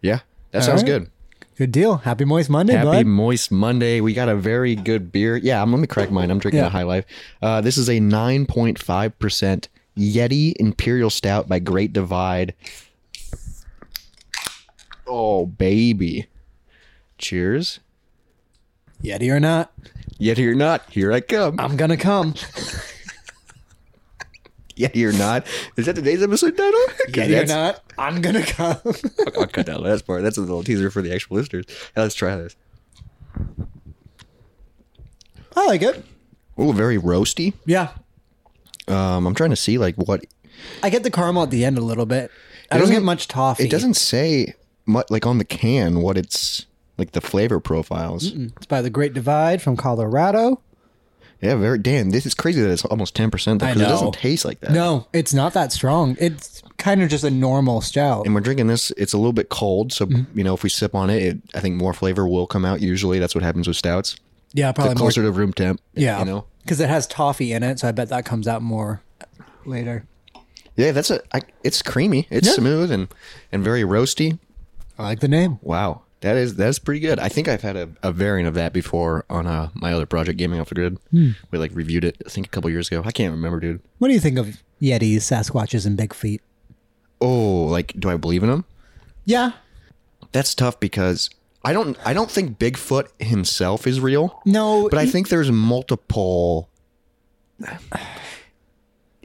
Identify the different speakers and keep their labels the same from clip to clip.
Speaker 1: Yeah, that
Speaker 2: All
Speaker 1: sounds
Speaker 2: right.
Speaker 1: good.
Speaker 2: Good deal. Happy Moist Monday,
Speaker 1: Happy
Speaker 2: bud.
Speaker 1: Moist Monday. We got a very good beer. Yeah, I'm, let me correct mine. I'm drinking
Speaker 2: Yeah.
Speaker 1: a High Life. Uh, this is a 9.5% Yeti Imperial Stout by Great Divide. Oh, baby. Cheers.
Speaker 2: Yeti or not,
Speaker 1: Yet you're not. Here I come.
Speaker 2: I'm gonna come.
Speaker 1: Yet you're not. Is that today's episode title? 'Cause
Speaker 2: Yeti or
Speaker 1: that's-
Speaker 2: not, I'm gonna come.
Speaker 1: I'll cut that last part. That's a little teaser for the actual listeners. Now let's try this.
Speaker 2: I like it.
Speaker 1: Oh, very roasty.
Speaker 2: Yeah,
Speaker 1: Um, I'm trying to see like what
Speaker 2: I get the caramel at the end a little bit. I don't
Speaker 1: doesn't-
Speaker 2: get much toffee.
Speaker 1: It doesn't say much like on the can what it's like the flavor profiles.
Speaker 2: It's by the Great Divide from Colorado.
Speaker 1: Yeah, very damn. This is crazy that it's almost ten percent
Speaker 2: I
Speaker 1: because it
Speaker 2: know.
Speaker 1: doesn't taste like that.
Speaker 2: No, it's not that strong. It's kind of just a normal stout.
Speaker 1: And we're drinking this. It's a little bit cold, so
Speaker 2: Mm-hmm.
Speaker 1: you know if we sip on it, it, I think more flavor will come out. Usually, that's what happens with stouts.
Speaker 2: Yeah, probably more.
Speaker 1: Closer to room temp.
Speaker 2: yeah,
Speaker 1: you know.
Speaker 2: because it has toffee in it, so I bet that comes out more later.
Speaker 1: Yeah, that's a. I, it's creamy. It's smooth and and very roasty.
Speaker 2: I like the name.
Speaker 1: Wow, that is that's pretty good. I think I've had a, a variant of that before on uh, my other project, Gaming Off the Grid.
Speaker 2: Hmm.
Speaker 1: We like reviewed it. I think a couple years ago. I can't remember, dude.
Speaker 2: What do you think of Yetis, Sasquatches, and Big Feet?
Speaker 1: oh like do i believe in him
Speaker 2: Yeah,
Speaker 1: that's tough because i don't i don't think bigfoot himself is real
Speaker 2: no,
Speaker 1: but i think there's multiple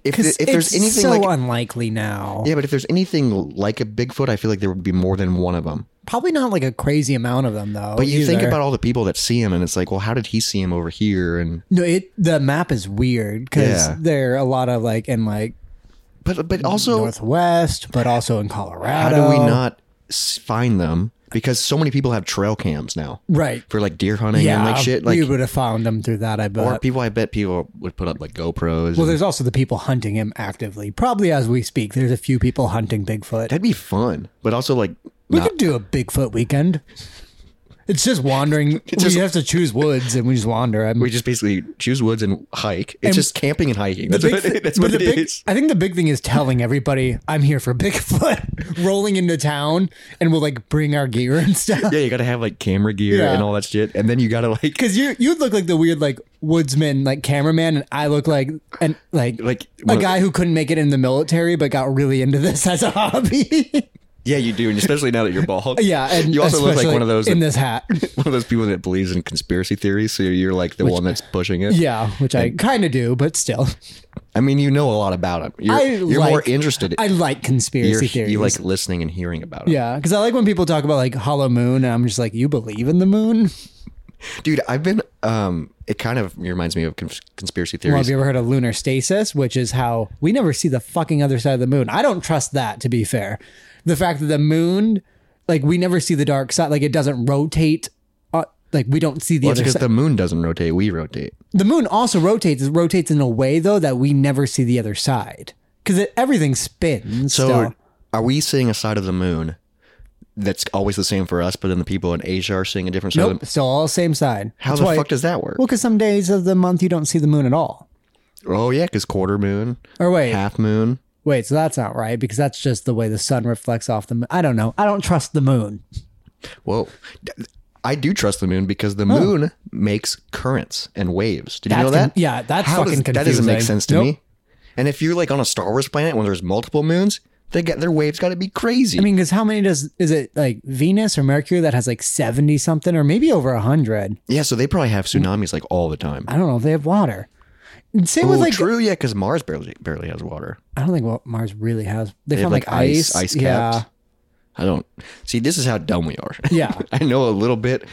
Speaker 1: if, th- if there's anything
Speaker 2: so
Speaker 1: like
Speaker 2: unlikely now.
Speaker 1: yeah but if there's anything like a bigfoot i feel like there would be more than one of them
Speaker 2: Probably not like a crazy amount of them though.
Speaker 1: but you think
Speaker 2: either.
Speaker 1: about all the people that see him and it's like well how did he see him over here and
Speaker 2: no, it the map is weird because
Speaker 1: Yeah.
Speaker 2: there are a lot of like in like
Speaker 1: but but also
Speaker 2: northwest, but also in Colorado.
Speaker 1: how do we not s- find them because so many people have trail cams now
Speaker 2: Right.
Speaker 1: for like deer hunting
Speaker 2: Yeah,
Speaker 1: and like shit like
Speaker 2: you would have found them through that, I bet.
Speaker 1: Or people, I bet people would put up like GoPros.
Speaker 2: well,
Speaker 1: and-
Speaker 2: there's also the people hunting him actively. Probably as we speak, there's a few people hunting Bigfoot.
Speaker 1: that'd be fun, but also like
Speaker 2: We
Speaker 1: not-
Speaker 2: could do a Bigfoot weekend. It's just wandering.
Speaker 1: just-
Speaker 2: we have to choose woods and we just wander. I mean,
Speaker 1: we just basically choose woods and hike. It's just camping and hiking. That's
Speaker 2: big
Speaker 1: what,
Speaker 2: thi-
Speaker 1: it, that's
Speaker 2: but
Speaker 1: what
Speaker 2: the
Speaker 1: it is.
Speaker 2: big, I think the big thing is telling everybody I'm here for Bigfoot, rolling into town, and we'll like bring our gear and stuff.
Speaker 1: Yeah, you gotta have like camera gear
Speaker 2: Yeah.
Speaker 1: and all that shit, and then you gotta like
Speaker 2: Because you you'd look like the weird like woodsman like cameraman, and I look like and like
Speaker 1: like
Speaker 2: a
Speaker 1: one of-
Speaker 2: guy who couldn't make it in the military but got really into this as a hobby.
Speaker 1: Yeah, you do, and especially now that you're bald.
Speaker 2: yeah, and
Speaker 1: you also look like
Speaker 2: especially
Speaker 1: one of those
Speaker 2: in
Speaker 1: that-
Speaker 2: this hat.
Speaker 1: one of those people that believes in conspiracy theories. So you're like the one that's pushing it.
Speaker 2: Yeah, which I kind of do, but still,
Speaker 1: I mean, you know a lot about it. You're,
Speaker 2: I
Speaker 1: you're
Speaker 2: like,
Speaker 1: more interested.
Speaker 2: I like
Speaker 1: you're,
Speaker 2: conspiracy theories.
Speaker 1: you like listening and hearing about it.
Speaker 2: yeah, because I like when people talk about like hollow moon, and I'm just like, you believe in the moon?
Speaker 1: dude. I've been. Um, it kind of reminds me of cons- conspiracy
Speaker 2: Well, have
Speaker 1: theories.
Speaker 2: you ever heard of lunar stasis, which is how we never see the fucking other side of the moon? I don't trust that, to be fair. The fact that the moon, like, we never see the dark side, like, it doesn't rotate. Uh, like, we don't see the
Speaker 1: Well, it's
Speaker 2: other
Speaker 1: because
Speaker 2: side.
Speaker 1: the moon doesn't rotate. We rotate.
Speaker 2: The moon also rotates. It rotates in a way, though, that we never see the other side. Because everything spins.
Speaker 1: So,
Speaker 2: So,
Speaker 1: are, are we seeing a side of the moon that's always the same for us, but then the people in Asia are seeing a different side? Of
Speaker 2: nope,
Speaker 1: the,
Speaker 2: still all same side.
Speaker 1: how the fuck does that work?
Speaker 2: Well, because some days of the month you don't see the moon at all.
Speaker 1: oh yeah, because quarter moon,
Speaker 2: Or wait,
Speaker 1: half moon.
Speaker 2: wait, so that's not right because that's just the way the sun reflects off the moon. I don't know. I don't trust the moon.
Speaker 1: Whoa, D- I do trust the moon because the moon makes currents and waves. Did you know
Speaker 2: Oh. That's con-
Speaker 1: that?
Speaker 2: yeah, that's
Speaker 1: How does-
Speaker 2: fucking
Speaker 1: That doesn't make
Speaker 2: confusing.
Speaker 1: sense to
Speaker 2: Nope.
Speaker 1: me. And if you're like on a Star Wars planet when there's multiple moons, they got their waves got to be crazy.
Speaker 2: I mean, because how many does is it like Venus or Mercury that has like seventy something or maybe over hundred?
Speaker 1: yeah, so they probably have tsunamis like all the time.
Speaker 2: I don't know if they have water. And same
Speaker 1: Oh,
Speaker 2: with like
Speaker 1: true, yeah, because Mars barely barely has water.
Speaker 2: I don't think well, Mars really has.
Speaker 1: They
Speaker 2: They,
Speaker 1: have
Speaker 2: found
Speaker 1: like,
Speaker 2: like,
Speaker 1: ice, ice
Speaker 2: yeah,
Speaker 1: caps. I don't see. This is how dumb we are.
Speaker 2: Yeah.
Speaker 1: I know a little bit,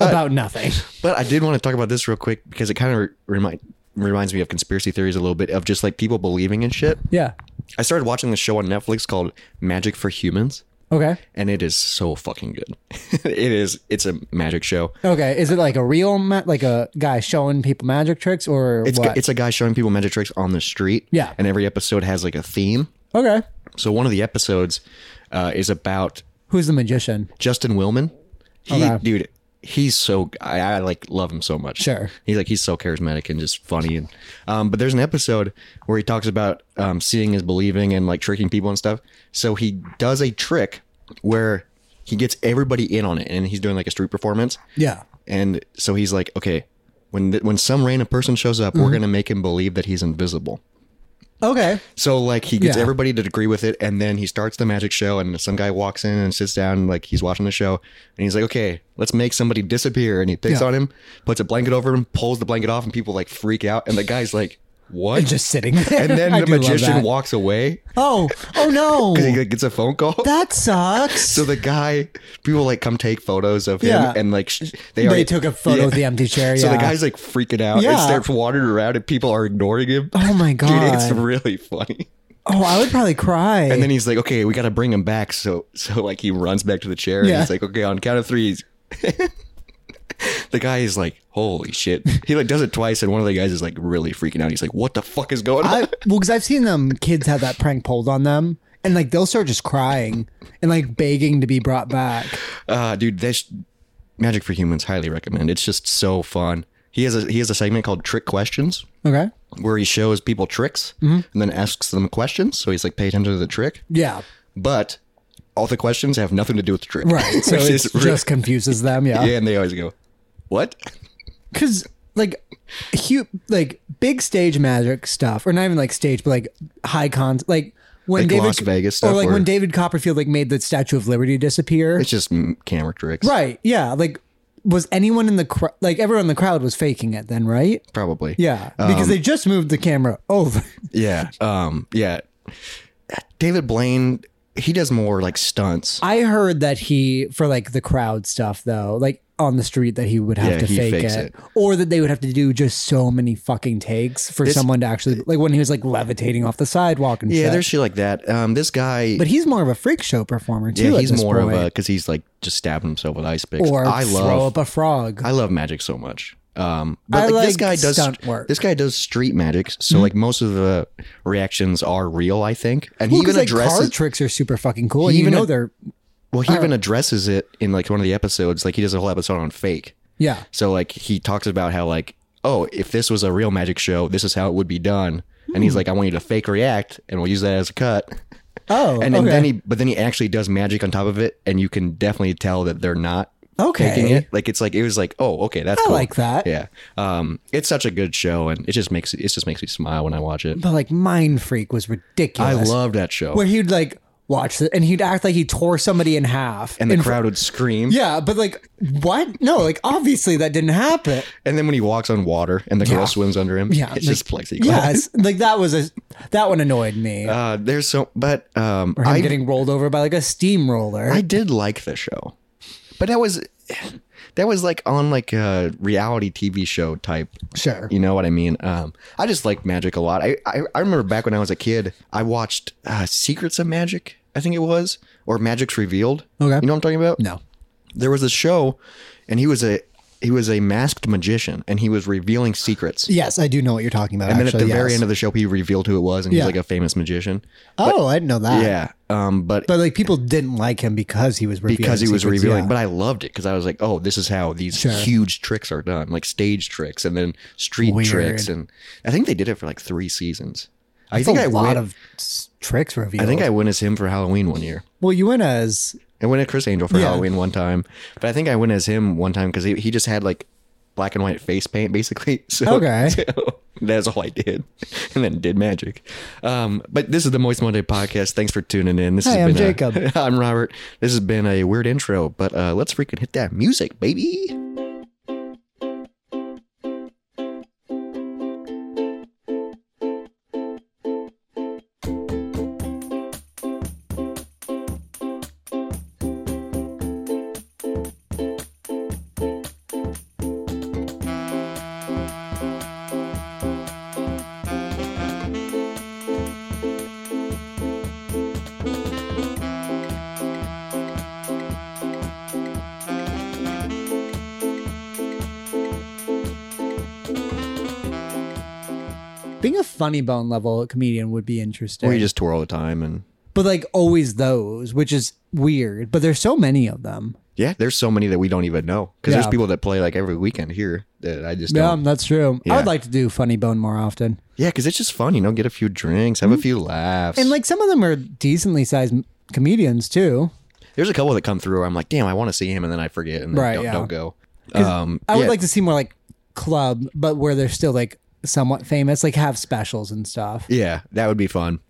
Speaker 2: about nothing.
Speaker 1: but I did want to talk about this real quick because it kind of remind reminds me of conspiracy theories a little bit of just like people believing in shit.
Speaker 2: Yeah.
Speaker 1: I started watching this show on Netflix called Magic for Humans,
Speaker 2: Okay.
Speaker 1: and it is so fucking good. it is. It's a magic show.
Speaker 2: Okay. Is it like a real ma- like a guy showing people magic tricks or
Speaker 1: It's
Speaker 2: what?
Speaker 1: it's a guy showing people magic tricks on the street.
Speaker 2: Yeah.
Speaker 1: and every episode has like a theme.
Speaker 2: okay.
Speaker 1: So one of the episodes uh, is about
Speaker 2: Who's the magician?
Speaker 1: Justin Willman. He,
Speaker 2: Okay.
Speaker 1: dude, he's so I, I like love him so much.
Speaker 2: Sure.
Speaker 1: he's like he's so charismatic and just funny. And um, but there's an episode where he talks about um, seeing is believing and like tricking people and stuff. So he does a trick where he gets everybody in on it, and he's doing like a street performance.
Speaker 2: Yeah.
Speaker 1: And so he's like, okay, when th- when some random person shows up,
Speaker 2: Mm-hmm.
Speaker 1: we're gonna make him believe that he's invisible.
Speaker 2: Okay.
Speaker 1: So like he gets
Speaker 2: Yeah.
Speaker 1: everybody to agree with it, and then he starts the magic show, and some guy walks in and sits down, like he's watching the show, and he's like, "Okay, let's make somebody disappear." And he picks
Speaker 2: Yeah.
Speaker 1: on him, puts a blanket over him, pulls the blanket off, and people like freak out, and the guy's like, "What?"
Speaker 2: Just sitting there.
Speaker 1: and then
Speaker 2: I
Speaker 1: the
Speaker 2: do love
Speaker 1: magician
Speaker 2: that.
Speaker 1: walks away
Speaker 2: Oh, oh
Speaker 1: he
Speaker 2: no.
Speaker 1: like, gets a phone call.
Speaker 2: That sucks.
Speaker 1: so the guy, people like come take photos of him,
Speaker 2: Yeah.
Speaker 1: and like sh- they
Speaker 2: they
Speaker 1: already-
Speaker 2: took a photo
Speaker 1: Yeah.
Speaker 2: of the empty chair. Yeah.
Speaker 1: So the guy's like freaking out and
Speaker 2: Yeah.
Speaker 1: starts wandering around, and people are ignoring him.
Speaker 2: Oh my
Speaker 1: Dude, it's
Speaker 2: God.
Speaker 1: really funny.
Speaker 2: oh, I would probably cry.
Speaker 1: And then he's like, "Okay, we got to bring him back." So, so like he runs back to the chair,
Speaker 2: Yeah.
Speaker 1: and he's like, "Okay, on count of three, he's the guy is like, "Holy shit!" He like does it twice, and one of the guys is like really freaking out. He's like, "What the fuck is going on?"
Speaker 2: I well, because I've seen them kids have that prank pulled on them, and like they'll start just crying and like begging to be brought back.
Speaker 1: Uh, dude, this Magic for Humans highly recommend. It's just so fun. He has a he has a segment called Trick Questions
Speaker 2: Okay.
Speaker 1: where he shows people tricks
Speaker 2: Mm-hmm.
Speaker 1: and then asks them questions. So he's like, "Pay attention to the trick,"
Speaker 2: Yeah.
Speaker 1: but all the questions have nothing to do with the trick.
Speaker 2: Right. So
Speaker 1: Which
Speaker 2: it
Speaker 1: is
Speaker 2: just confuses them.
Speaker 1: really-
Speaker 2: Yeah.
Speaker 1: yeah, and they always go, "What?"
Speaker 2: Because like, huge like big stage magic stuff, or not even like stage, but like high cons like. When
Speaker 1: Like
Speaker 2: David
Speaker 1: Las Vegas
Speaker 2: or
Speaker 1: stuff
Speaker 2: like
Speaker 1: where-
Speaker 2: when David Copperfield like made the Statue of Liberty disappear,
Speaker 1: It's just mm, camera tricks.
Speaker 2: Right. Yeah. Like, was anyone in the crowd? Like, everyone in the crowd was faking it then, right?
Speaker 1: Probably.
Speaker 2: Yeah. Because
Speaker 1: Um,
Speaker 2: they just moved the camera over.
Speaker 1: Yeah. Um, yeah. David Blaine, he does more like stunts.
Speaker 2: I heard that he, for like the crowd stuff though, like on the street, that he would have
Speaker 1: Yeah,
Speaker 2: to
Speaker 1: he
Speaker 2: fake
Speaker 1: fakes it.
Speaker 2: it, Or that they would have to do just so many fucking takes for someone to actually, like when he was like levitating off the sidewalk and
Speaker 1: yeah,
Speaker 2: shit.
Speaker 1: there's shit like that. Um, this guy,
Speaker 2: But he's more of a freak show performer too.
Speaker 1: yeah,
Speaker 2: at
Speaker 1: he's
Speaker 2: this
Speaker 1: more
Speaker 2: point.
Speaker 1: of a because he's like just stabbing himself with ice picks.
Speaker 2: Or
Speaker 1: I
Speaker 2: throw
Speaker 1: love,
Speaker 2: up a frog.
Speaker 1: I love magic so much. Um, but
Speaker 2: I
Speaker 1: like, this
Speaker 2: like
Speaker 1: guy does
Speaker 2: stunt work. Mm-hmm.
Speaker 1: This guy does street magic, so like most of the reactions are real, I think. And
Speaker 2: Well,
Speaker 1: he
Speaker 2: 'cause,
Speaker 1: even
Speaker 2: like,
Speaker 1: addresses
Speaker 2: card tricks are super fucking cool. And you
Speaker 1: even
Speaker 2: know
Speaker 1: ad-
Speaker 2: they're
Speaker 1: well, he even addresses it in like one of the episodes. Like he does a whole episode on fake.
Speaker 2: yeah.
Speaker 1: So like he talks about how like, oh, if this was a real magic show, this is how it would be done. And
Speaker 2: Hmm.
Speaker 1: he's like, I want you to fake react, and we'll use that as a cut.
Speaker 2: Oh,
Speaker 1: And,
Speaker 2: okay.
Speaker 1: and then he, but then he actually does magic on top of it, and you can definitely tell that they're not
Speaker 2: Okay.
Speaker 1: faking it. Like it's like it was like, oh, okay, that's
Speaker 2: I
Speaker 1: cool.
Speaker 2: like that.
Speaker 1: Yeah, um, it's such a good show, and it just makes it just makes me smile when I watch it.
Speaker 2: But like Mind Freak was
Speaker 1: I
Speaker 2: ridiculous.
Speaker 1: love that show,
Speaker 2: where he'd like watch it and he'd act like he tore somebody in half.
Speaker 1: and the
Speaker 2: in fr-
Speaker 1: crowd would scream.
Speaker 2: yeah, but like what? No, like obviously that didn't happen.
Speaker 1: And then when he walks on water, and the girl
Speaker 2: Yeah.
Speaker 1: swims under him,
Speaker 2: Yeah,
Speaker 1: it's
Speaker 2: like-
Speaker 1: just plexiglass.
Speaker 2: Yes, like that was a that one annoyed me.
Speaker 1: Uh, there's so, but um,
Speaker 2: Him
Speaker 1: I
Speaker 2: getting rolled over by like a steamroller.
Speaker 1: I did like the show, but that was that was like on like a reality TV show type.
Speaker 2: sure.
Speaker 1: You know what I mean? Um, I just like magic a lot. I, I I remember back when I was a kid, I watched uh, Secrets of Magic, I think it was, or Magic's Revealed.
Speaker 2: Okay.
Speaker 1: you know what I'm talking about?
Speaker 2: No.
Speaker 1: There was a show, and he was a he was a masked magician, and he was revealing secrets.
Speaker 2: Yes, I do know what you're talking about.
Speaker 1: And then at the very end of the show, he revealed who it was, and
Speaker 2: Yeah.
Speaker 1: he's like a famous magician.
Speaker 2: oh, I didn't know that.
Speaker 1: Yeah. Um, but
Speaker 2: But like people didn't like him because he was revealing
Speaker 1: because he was
Speaker 2: secrets,
Speaker 1: revealing.
Speaker 2: yeah.
Speaker 1: But I loved it because I was like, oh, this is how these huge tricks are done, like stage tricks and then street
Speaker 2: Weird.
Speaker 1: tricks, and I think they did it for like three seasons. I
Speaker 2: That's
Speaker 1: think
Speaker 2: a
Speaker 1: I
Speaker 2: lot
Speaker 1: went.
Speaker 2: of s- tricks revealed.
Speaker 1: I think I went as him for Halloween one year.
Speaker 2: well, you went as
Speaker 1: I went as Chris Angel for
Speaker 2: Yeah.
Speaker 1: Halloween one time, but I think I went as him one time because he, he just had like black and white face paint basically. So,
Speaker 2: Okay.
Speaker 1: so that's all I did, and then did magic. Um, but this is the Moist Monday podcast. Thanks for tuning in. This
Speaker 2: Hi,
Speaker 1: has
Speaker 2: I'm
Speaker 1: been a-
Speaker 2: Jacob.
Speaker 1: I'm Robert. This has been a weird intro, but uh, let's freaking hit that music, baby.
Speaker 2: being a funny bone level comedian would be interesting.
Speaker 1: Or you just tour all the time, and
Speaker 2: but like always those, which is weird. But there's so many of them.
Speaker 1: yeah, there's so many that we don't even know because
Speaker 2: Yeah.
Speaker 1: there's people that play like every weekend here that I just
Speaker 2: Yeah,
Speaker 1: don't.
Speaker 2: Um, that's true. I
Speaker 1: Yeah.
Speaker 2: would like to do funny bone more often.
Speaker 1: Yeah, because it's just fun, you know. Get a
Speaker 2: Mm-hmm.
Speaker 1: few drinks, have a few laughs,
Speaker 2: And like some of them are decently sized comedians too.
Speaker 1: There's a couple that come through where I'm like, damn, I want to see him, and then I forget and then
Speaker 2: Right,
Speaker 1: don't,
Speaker 2: yeah.
Speaker 1: don't go. Um,
Speaker 2: I
Speaker 1: yeah.
Speaker 2: would like to see more like club, but where they're still like somewhat famous, like have specials and stuff.
Speaker 1: yeah, that would be fun.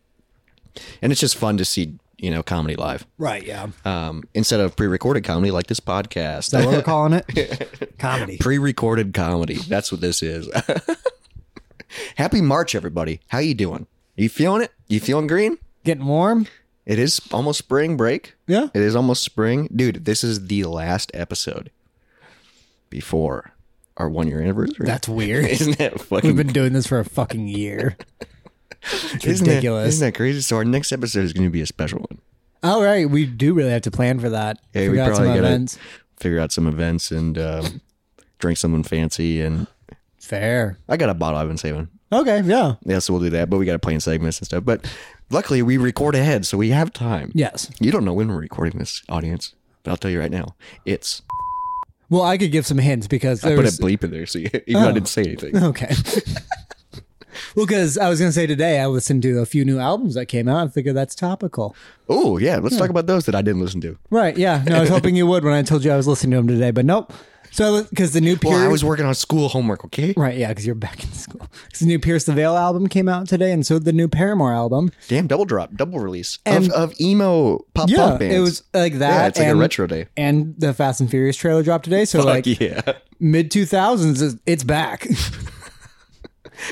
Speaker 1: And it's just fun to see, you know, comedy live
Speaker 2: Right. Yeah.
Speaker 1: um, instead of pre-recorded comedy like this podcast.
Speaker 2: Is that what we're calling it? Comedy.
Speaker 1: pre-recorded comedy. That's what this is. Happy March, everybody. How you doing? You feeling it? You feeling green?
Speaker 2: Getting warm.
Speaker 1: It is almost spring break.
Speaker 2: Yeah.
Speaker 1: It is almost spring. Dude, this is the last episode before our one year anniversary.
Speaker 2: That's weird.
Speaker 1: isn't that
Speaker 2: We've
Speaker 1: fucking
Speaker 2: been doing this for a fucking year. It's
Speaker 1: isn't that-
Speaker 2: ridiculous.
Speaker 1: isn't that crazy? So our next episode is gonna be a special one.
Speaker 2: All right, we do really have to plan for that.
Speaker 1: Yeah, we
Speaker 2: Figure out
Speaker 1: probably
Speaker 2: some
Speaker 1: gotta
Speaker 2: events.
Speaker 1: figure out some events and um, drink something fancy and
Speaker 2: Fair.
Speaker 1: I got a bottle I've been saving.
Speaker 2: Okay. Yeah.
Speaker 1: Yeah, so we'll do that, but we gotta plan segments and stuff. But luckily we record ahead, so we have time.
Speaker 2: Yes.
Speaker 1: You don't know when we're recording this audience, but I'll tell you right now. It's
Speaker 2: Well, I could give some hints because
Speaker 1: I
Speaker 2: there Oh.
Speaker 1: put a
Speaker 2: was
Speaker 1: bleep in there so you, even though I didn't say anything.
Speaker 2: Okay. well, because I was going to say today I listened to a few new albums that came out. I figure that's topical.
Speaker 1: Oh yeah, let's talk about those that I didn't listen to.
Speaker 2: Right. Yeah. No, I was hoping you would when I told you I was listening to them today, but nope. So, because the new Pierce.
Speaker 1: Well, I was working on school homework, okay?
Speaker 2: right. Yeah. Because you're back in school. 'Cause the new Pierce the Veil album came out today, and so did the new Paramore album.
Speaker 1: Damn, double drop, double release
Speaker 2: And-
Speaker 1: of, of emo pop
Speaker 2: Yeah.
Speaker 1: punk bands.
Speaker 2: It was like that.
Speaker 1: yeah, it's like
Speaker 2: and,
Speaker 1: a retro day.
Speaker 2: And the Fast and Furious trailer dropped today. So, like,
Speaker 1: Fuck yeah,
Speaker 2: mid 2000s, it's back.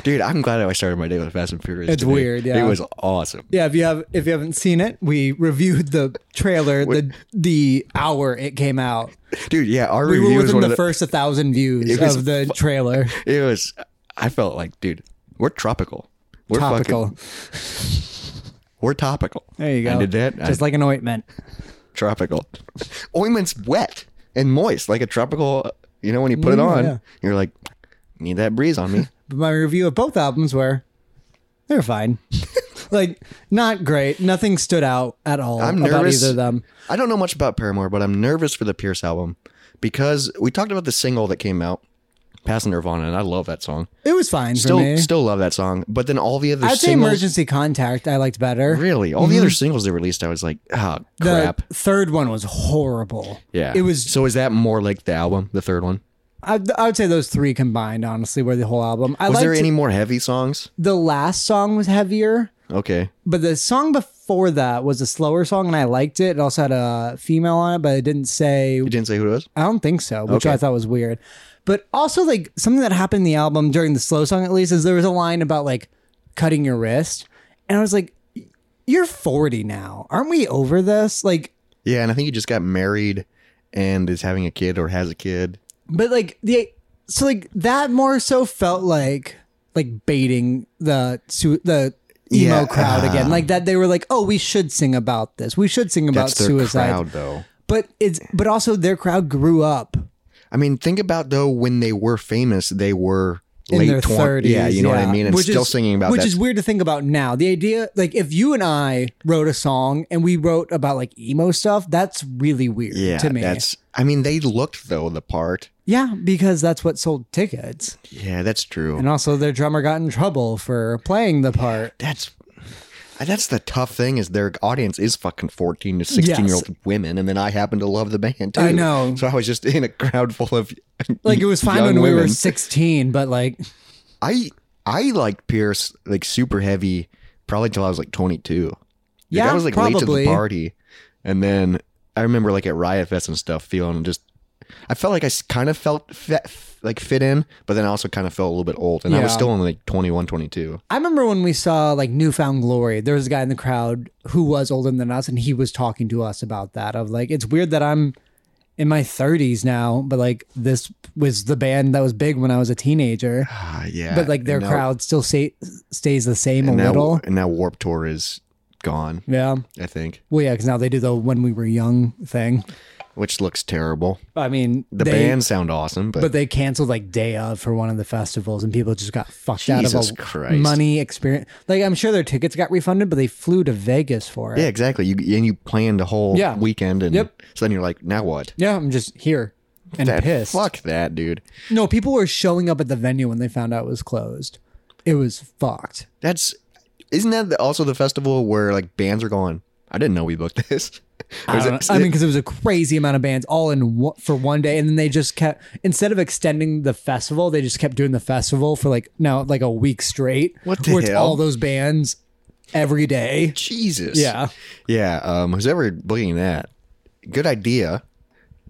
Speaker 1: dude, I'm glad I started my day with Fast and Furious.
Speaker 2: It's
Speaker 1: today.
Speaker 2: weird, yeah.
Speaker 1: it was awesome.
Speaker 2: Yeah, if you have if you haven't seen it, we reviewed the trailer the the hour it came out.
Speaker 1: Dude, yeah, our
Speaker 2: We
Speaker 1: review
Speaker 2: were
Speaker 1: was
Speaker 2: within
Speaker 1: one
Speaker 2: the,
Speaker 1: of the.
Speaker 2: first thousand views
Speaker 1: was
Speaker 2: of the trailer.
Speaker 1: it was, I felt like, dude, we're tropical. We're
Speaker 2: Topical.
Speaker 1: Fucking, we're topical.
Speaker 2: there you go.
Speaker 1: I did that. I-
Speaker 2: Just like an ointment.
Speaker 1: tropical. Ointment's wet and moist, like a tropical. You know, when you put it on,
Speaker 2: Mm, yeah.
Speaker 1: you're like, need that breeze on me.
Speaker 2: But my review of both albums were they were fine. like not great. Nothing stood out at all
Speaker 1: I'm
Speaker 2: about
Speaker 1: nervous.
Speaker 2: either of them.
Speaker 1: I don't know much about Paramore, but I'm nervous for the Pierce album because we talked about the single that came out, Past Nirvana, and I love that song.
Speaker 2: It was fine
Speaker 1: Still,
Speaker 2: for me.
Speaker 1: still love that song. But then all the other
Speaker 2: I'd say
Speaker 1: singles,
Speaker 2: Emergency Contact I liked better.
Speaker 1: really, all the other singles they released, I was like, oh
Speaker 2: The
Speaker 1: crap.
Speaker 2: third one was horrible.
Speaker 1: yeah,
Speaker 2: It was
Speaker 1: So is that more like the album, the third one?
Speaker 2: I, I would say those three combined, honestly, were the whole album. I
Speaker 1: Was
Speaker 2: liked
Speaker 1: there any more heavy songs?
Speaker 2: the last song was heavier,
Speaker 1: Okay,
Speaker 2: but the song before that was a slower song, and I liked it. It also had a female on it, but it didn't say.
Speaker 1: you didn't say who it was.
Speaker 2: I don't think so, which I
Speaker 1: Okay.
Speaker 2: thought was weird. But also, like something that happened in the album during the slow song, at least, is there was a line about like cutting your wrist, and I was like, "You're 40 now, aren't we over this?" Like,
Speaker 1: Yeah, and I think he just got married and is having a kid or has a kid.
Speaker 2: but like the so like that more so felt like like baiting the su- the emo
Speaker 1: Yeah.
Speaker 2: crowd again like that they were like oh we should sing about this we should sing about
Speaker 1: That's their
Speaker 2: suicide
Speaker 1: crowd, though.
Speaker 2: but it's but also their crowd grew up
Speaker 1: I mean, think about though when they were famous, they were
Speaker 2: in
Speaker 1: late
Speaker 2: their
Speaker 1: 20s.
Speaker 2: 30s
Speaker 1: Yeah, you know what I mean. And still singing about
Speaker 2: which
Speaker 1: that.
Speaker 2: is weird to think about now the idea like if you and i wrote a song and we wrote about like emo stuff that's really weird
Speaker 1: yeah,
Speaker 2: to me
Speaker 1: that's. I mean, they looked though the part.
Speaker 2: yeah because that's what sold tickets
Speaker 1: Yeah, that's true.
Speaker 2: and also their drummer got in trouble for playing the part
Speaker 1: that's. uh, That's the tough thing is their audience is fucking fourteen to sixteen year old women, and then I happen to love the band too.
Speaker 2: I know.
Speaker 1: So I was just in a crowd full of
Speaker 2: Like it was fine
Speaker 1: young
Speaker 2: when we were
Speaker 1: women.
Speaker 2: 16, but like
Speaker 1: I I liked Pierce like super heavy probably till I was like 22. Like,
Speaker 2: Yeah,
Speaker 1: I was like late to
Speaker 2: probably.
Speaker 1: the party, and then I remember like at Riot Fest and stuff feeling just. I felt like I kind of felt fe- like fit in, but then I also kind of felt a little bit old, and I was
Speaker 2: Yeah.
Speaker 1: still only like 21, 22.
Speaker 2: I remember when we saw like Newfound Glory, there was a guy in the crowd who was older than us and he was talking to us about that of like it's weird that I'm in my 30s now, but like this was the band that was big when I was a teenager,
Speaker 1: Ah, yeah.
Speaker 2: but like their
Speaker 1: And now-
Speaker 2: crowd still stay, stays the same a
Speaker 1: and now-
Speaker 2: little.
Speaker 1: and now Warp Tour is gone.
Speaker 2: Yeah.
Speaker 1: I think,
Speaker 2: Well, yeah, because now they do the when we were young thing.
Speaker 1: which looks terrible.
Speaker 2: I mean,
Speaker 1: The
Speaker 2: they,
Speaker 1: bands sound awesome, but,
Speaker 2: But they canceled like day of for one of the festivals, and people just got fucked out
Speaker 1: Jesus
Speaker 2: of a
Speaker 1: Christ.
Speaker 2: money experience. Like I'm sure their tickets got refunded, but they flew to Vegas for it.
Speaker 1: yeah, exactly. You and you planned a whole
Speaker 2: Yeah.
Speaker 1: weekend, and
Speaker 2: Yep.
Speaker 1: so then you're like, now what?
Speaker 2: Yeah, I'm just here and
Speaker 1: That-
Speaker 2: pissed.
Speaker 1: Fuck that, dude.
Speaker 2: No, people were showing up at the venue when they found out it was closed. It was fucked.
Speaker 1: That's isn't that the- also the festival where like bands are going? I didn't know we booked this. Or is
Speaker 2: I,
Speaker 1: it-
Speaker 2: don't know. I mean, because it was a crazy amount of bands all in one, for one day, and then they just kept instead of extending the festival, they just kept doing the festival for like now like a week straight.
Speaker 1: What the
Speaker 2: where it's
Speaker 1: hell?
Speaker 2: all those bands every day.
Speaker 1: Jesus.
Speaker 2: Yeah,
Speaker 1: Yeah. Um, who's ever booking that? Good idea.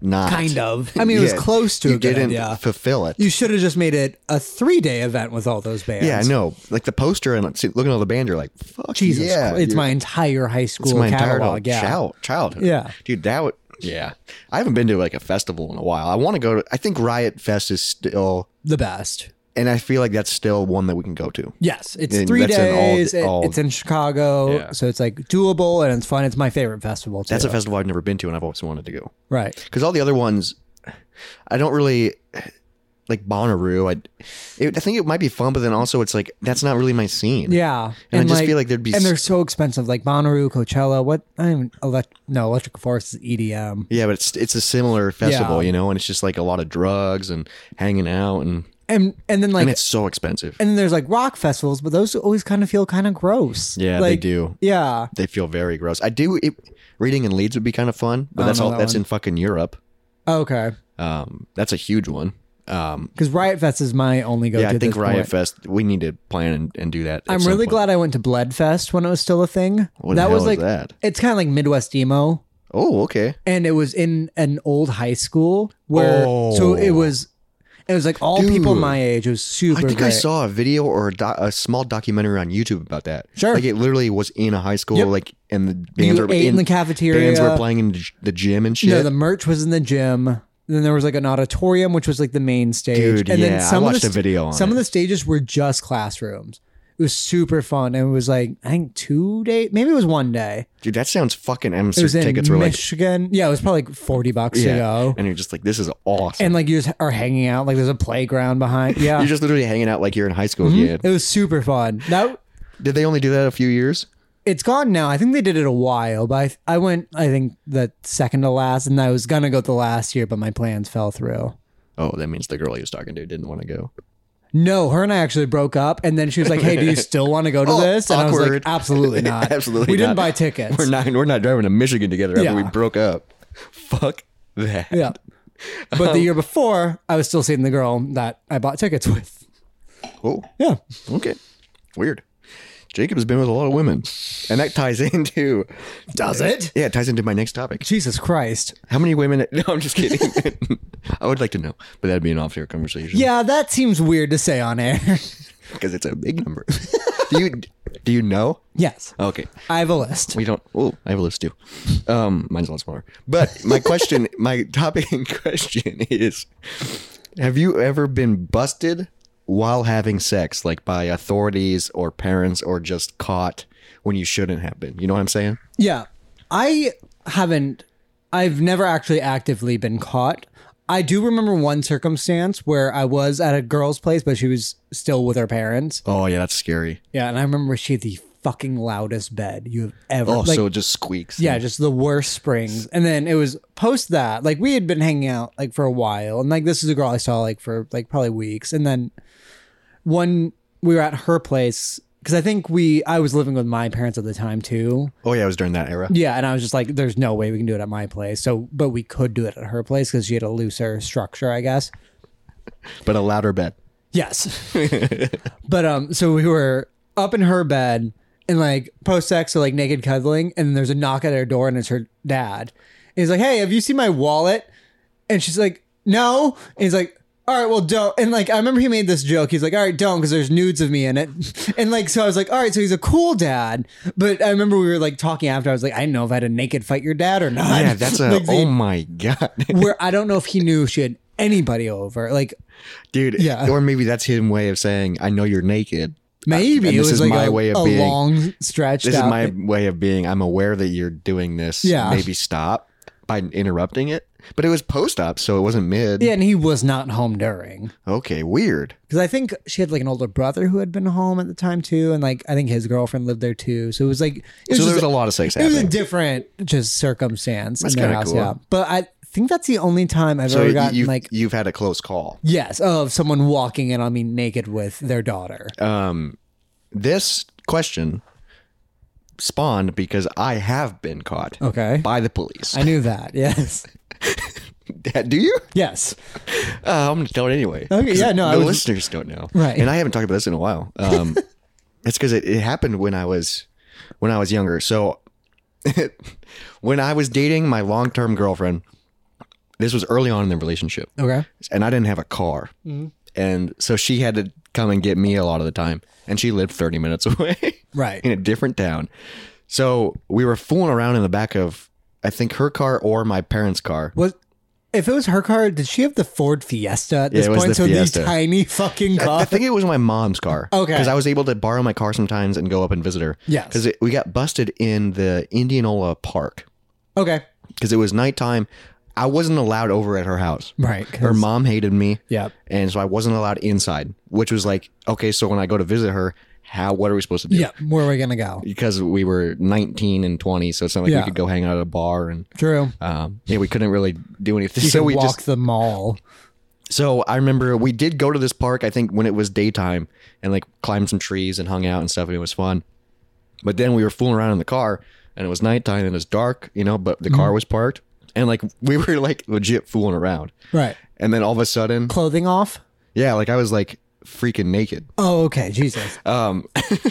Speaker 1: Not
Speaker 2: kind of. I mean, it was
Speaker 1: Yeah,
Speaker 2: close to
Speaker 1: you
Speaker 2: a good
Speaker 1: didn't
Speaker 2: idea.
Speaker 1: fulfill it.
Speaker 2: You should have just made it a three day event with all those bands.
Speaker 1: yeah, I know. Like the poster and see, looking at all the band, you're like, fuck.
Speaker 2: Jesus,
Speaker 1: yeah,
Speaker 2: Christ. it's
Speaker 1: you're-
Speaker 2: my entire high school
Speaker 1: it's my entire
Speaker 2: catalog.
Speaker 1: adult
Speaker 2: yeah,
Speaker 1: child, childhood.
Speaker 2: Yeah.
Speaker 1: dude, that would. Yeah, I haven't been to like a festival in a while. I want to go to. I think Riot Fest is still,
Speaker 2: the best.
Speaker 1: and I feel like that's still one that we can go to.
Speaker 2: Yes, it's
Speaker 1: And
Speaker 2: three
Speaker 1: that's in all-
Speaker 2: days. it-
Speaker 1: all-
Speaker 2: it's in Chicago,
Speaker 1: Yeah.
Speaker 2: so it's like doable and it's fun. It's my favorite festival. Too.
Speaker 1: That's a festival I've never been to, and I've always wanted to go.
Speaker 2: right.
Speaker 1: because all the other ones, I don't really like Bonnaroo. I, it, I think it might be fun, but then also it's like that's not really my scene.
Speaker 2: Yeah,
Speaker 1: And I just feel like there'd be
Speaker 2: and
Speaker 1: s-
Speaker 2: they're so expensive. Like Bonnaroo, Coachella. What I'm elect- no Electric Forest is E EDM,
Speaker 1: Yeah, but it's it's a similar festival,
Speaker 2: Yeah.
Speaker 1: you know, and it's just like a lot of drugs and hanging out, and
Speaker 2: and and then like
Speaker 1: and
Speaker 2: and,
Speaker 1: it's so expensive.
Speaker 2: then there's like rock festivals, but those always kind of feel kind of gross.
Speaker 1: Yeah, they
Speaker 2: like,
Speaker 1: do.
Speaker 2: Yeah,
Speaker 1: They feel very gross. I do. It, reading in Leeds would be kind of fun, but
Speaker 2: I
Speaker 1: that's
Speaker 2: know
Speaker 1: all.
Speaker 2: that
Speaker 1: that's
Speaker 2: one.
Speaker 1: in fucking Europe.
Speaker 2: okay.
Speaker 1: Um, that's a huge one. Um,
Speaker 2: Because Riot Fest is my only go.
Speaker 1: yeah, I think
Speaker 2: this
Speaker 1: Riot
Speaker 2: point.
Speaker 1: Fest. We need to plan and, and do that. at
Speaker 2: I'm
Speaker 1: some
Speaker 2: really
Speaker 1: point.
Speaker 2: glad I went to Bledfest when it was still a thing.
Speaker 1: What the
Speaker 2: that
Speaker 1: hell
Speaker 2: was
Speaker 1: is
Speaker 2: like
Speaker 1: that?
Speaker 2: it's kind of like Midwest emo.
Speaker 1: Oh, okay.
Speaker 2: and it was in an old high school where so
Speaker 1: Oh.
Speaker 2: it was it was like all people
Speaker 1: Dude.
Speaker 2: my age it was super
Speaker 1: I think I
Speaker 2: great.
Speaker 1: saw a video or a, doc, a small documentary on YouTube about that.
Speaker 2: Sure.
Speaker 1: like it literally was in a high school,
Speaker 2: Yep.
Speaker 1: like and the bands
Speaker 2: You
Speaker 1: were
Speaker 2: ate in
Speaker 1: in
Speaker 2: the cafeteria.
Speaker 1: Bands were playing in the g- the gym and shit.
Speaker 2: no the merch was in the gym and then there was like an auditorium which was like the main stage
Speaker 1: Dude,
Speaker 2: and
Speaker 1: yeah,
Speaker 2: then
Speaker 1: I
Speaker 2: some of
Speaker 1: watched
Speaker 2: the
Speaker 1: a video on
Speaker 2: some of
Speaker 1: it.
Speaker 2: the stages were just classrooms it was super fun and it was like i think two day maybe it was one day
Speaker 1: Dude, that sounds fucking. I'm
Speaker 2: it was in
Speaker 1: tickets were like
Speaker 2: michigan yeah it was probably like 40 bucks to
Speaker 1: yeah,
Speaker 2: go
Speaker 1: and you're just like, this is awesome.
Speaker 2: and uh, like you just are hanging out like there's a playground behind yeah
Speaker 1: you're just literally hanging out like you're in high school
Speaker 2: it was super fun that
Speaker 1: kid. Did they only do that a few years?
Speaker 2: it's gone now. I think they did it a while, but I, I went, I think, the second to last, and I was going to go the last year, but my plans fell through.
Speaker 1: Oh, that means the girl he was talking to didn't want to go.
Speaker 2: No, her and I actually broke up, and then she was like, hey, do you still want to go to
Speaker 1: Oh,
Speaker 2: this? And I was
Speaker 1: awkward.
Speaker 2: like, absolutely not.
Speaker 1: Absolutely
Speaker 2: We
Speaker 1: not.
Speaker 2: didn't buy tickets.
Speaker 1: We're not. We're not driving to Michigan together after
Speaker 2: Yeah.
Speaker 1: we broke up. Fuck that.
Speaker 2: yeah. But
Speaker 1: Oh.
Speaker 2: the year before, I was still seeing the girl that I bought tickets with.
Speaker 1: Oh.
Speaker 2: Yeah.
Speaker 1: Okay. Weird. Jacob has been with a lot of women. And that ties into
Speaker 2: Does it?
Speaker 1: Yeah, it ties into my next topic.
Speaker 2: Jesus Christ.
Speaker 1: How many women No, I'm just kidding. I would like to know, but that'd be an off-air conversation.
Speaker 2: Yeah, that seems weird to say on air.
Speaker 1: Because it's a big number. do you do you know?
Speaker 2: yes.
Speaker 1: Okay.
Speaker 2: I have a list.
Speaker 1: We don't oh, I have a list too. Um mine's a lot smaller. But my question my topic in question is have you ever been busted while having sex, like by authorities or parents or just caught when you shouldn't have been? You know what I'm saying?
Speaker 2: Yeah. I haven't I've never actually actively been caught. I do remember one circumstance where I was at a girl's place but she was still with her parents.
Speaker 1: Oh yeah, that's scary.
Speaker 2: Yeah, and I remember she had the fucking loudest bed you have ever
Speaker 1: Oh,
Speaker 2: like
Speaker 1: so it just squeaks.
Speaker 2: yeah, just the worst springs. And then it was post that, like we had been hanging out like for a while. And like this is a girl I saw like for like probably weeks. And then one we were at her place because I think we I was living with my parents at the time too.
Speaker 1: Oh yeah, it was during that era.
Speaker 2: Yeah, and I was just like, "There's no way we can do it at my place." So, but we could do it at her place because she had a looser structure, I guess.
Speaker 1: But a louder bed.
Speaker 2: Yes. but um, so we were up in her bed and like post sex, so like naked cuddling, and there's a knock at her door, and it's her dad. And he's like, "Hey, have you seen my wallet?" And she's like, "No." And he's like. All right, well, don't. And like, I remember he made this joke. He's like, all right, don't, because there's nudes of me in it. And like, so I was like, all right, so he's a cool dad. But I remember we were like talking after. I was like, I didn't know if I had a naked fight your dad or not.
Speaker 1: Yeah, that's a
Speaker 2: Like, the-
Speaker 1: oh my god.
Speaker 2: where I don't know if he knew she had anybody over. Like
Speaker 1: Dude,
Speaker 2: Yeah.
Speaker 1: or maybe that's his way of saying, I know you're naked.
Speaker 2: maybe
Speaker 1: And
Speaker 2: it
Speaker 1: this
Speaker 2: was
Speaker 1: is
Speaker 2: like
Speaker 1: my
Speaker 2: a,
Speaker 1: way of
Speaker 2: a
Speaker 1: being-
Speaker 2: long stretched
Speaker 1: This
Speaker 2: out.
Speaker 1: is my way of being I'm aware that you're doing this.
Speaker 2: Yeah.
Speaker 1: Maybe stop by interrupting it. But it was post op, so it wasn't mid.
Speaker 2: yeah, and he was not home during
Speaker 1: Okay, weird.
Speaker 2: because I think she had like an older brother who had been home at the time too, and like I think his girlfriend lived there too. So it was like it was
Speaker 1: so there
Speaker 2: just-
Speaker 1: was a lot of sex
Speaker 2: it was a
Speaker 1: happening.
Speaker 2: different just circumstance
Speaker 1: That's
Speaker 2: in their
Speaker 1: kinda
Speaker 2: house.
Speaker 1: cool.
Speaker 2: Yeah, but I think that's the only time I've
Speaker 1: So
Speaker 2: ever
Speaker 1: you-
Speaker 2: gotten
Speaker 1: you've,
Speaker 2: like.
Speaker 1: you've had a close call.
Speaker 2: Yes, of someone walking in on me
Speaker 1: Oh.
Speaker 2: naked with their daughter.
Speaker 1: Um, this question spawned because I have been caught
Speaker 2: Okay.
Speaker 1: by the police.
Speaker 2: Oh. I knew that. Yes.
Speaker 1: Do you?
Speaker 2: Yes.
Speaker 1: Uh, I'm gonna tell it anyway.
Speaker 2: Okay, yeah, no, I
Speaker 1: the
Speaker 2: was-
Speaker 1: listeners don't know,
Speaker 2: Right.
Speaker 1: And I haven't talked about this in a while. Um, it's because it, it happened when I was when I was younger. So when I was dating my long term girlfriend, this was early on in the relationship,
Speaker 2: Okay.
Speaker 1: and I didn't have a car,
Speaker 2: Mm-hmm.
Speaker 1: and so she had to come and get me a lot of the time, and she lived 30 minutes away
Speaker 2: Right.
Speaker 1: in a different town. So we were fooling around in the back of I think her car or my parents' car.
Speaker 2: Was if it was her car, did she have the Ford Fiesta at this
Speaker 1: it was
Speaker 2: point?
Speaker 1: the
Speaker 2: so
Speaker 1: Fiesta.
Speaker 2: the tiny fucking
Speaker 1: I
Speaker 2: car.
Speaker 1: think it was my mom's car.
Speaker 2: Okay.
Speaker 1: Because I was able to borrow my car sometimes and go up and visit her.
Speaker 2: Yes.
Speaker 1: Because we got busted in the Indianola Park
Speaker 2: Okay.
Speaker 1: because it was nighttime. I wasn't allowed over at her house.
Speaker 2: Right.
Speaker 1: Her mom hated me.
Speaker 2: Yeah.
Speaker 1: And so I wasn't allowed inside, which was like, okay, so when I go to visit her, how, what are we supposed to do?
Speaker 2: Yeah. Where are we gonna go?
Speaker 1: Because we were 19 and 20, so it's not like
Speaker 2: Yeah.
Speaker 1: we could go hang out at a bar and,
Speaker 2: True.
Speaker 1: um, yeah, we couldn't really do anything.
Speaker 2: You
Speaker 1: so
Speaker 2: could
Speaker 1: we
Speaker 2: walk
Speaker 1: just,
Speaker 2: the mall.
Speaker 1: so I remember we did go to this park, I think when it was daytime and like climbed some trees and hung out and stuff and it was fun. But then we were fooling around in the car and it was nighttime and it was dark, you know, but the car was parked and like we were like legit fooling around.
Speaker 2: Right.
Speaker 1: And then all of a sudden,
Speaker 2: Clothing off.
Speaker 1: yeah, like I was like freaking naked.
Speaker 2: Oh, okay. Jesus.
Speaker 1: Um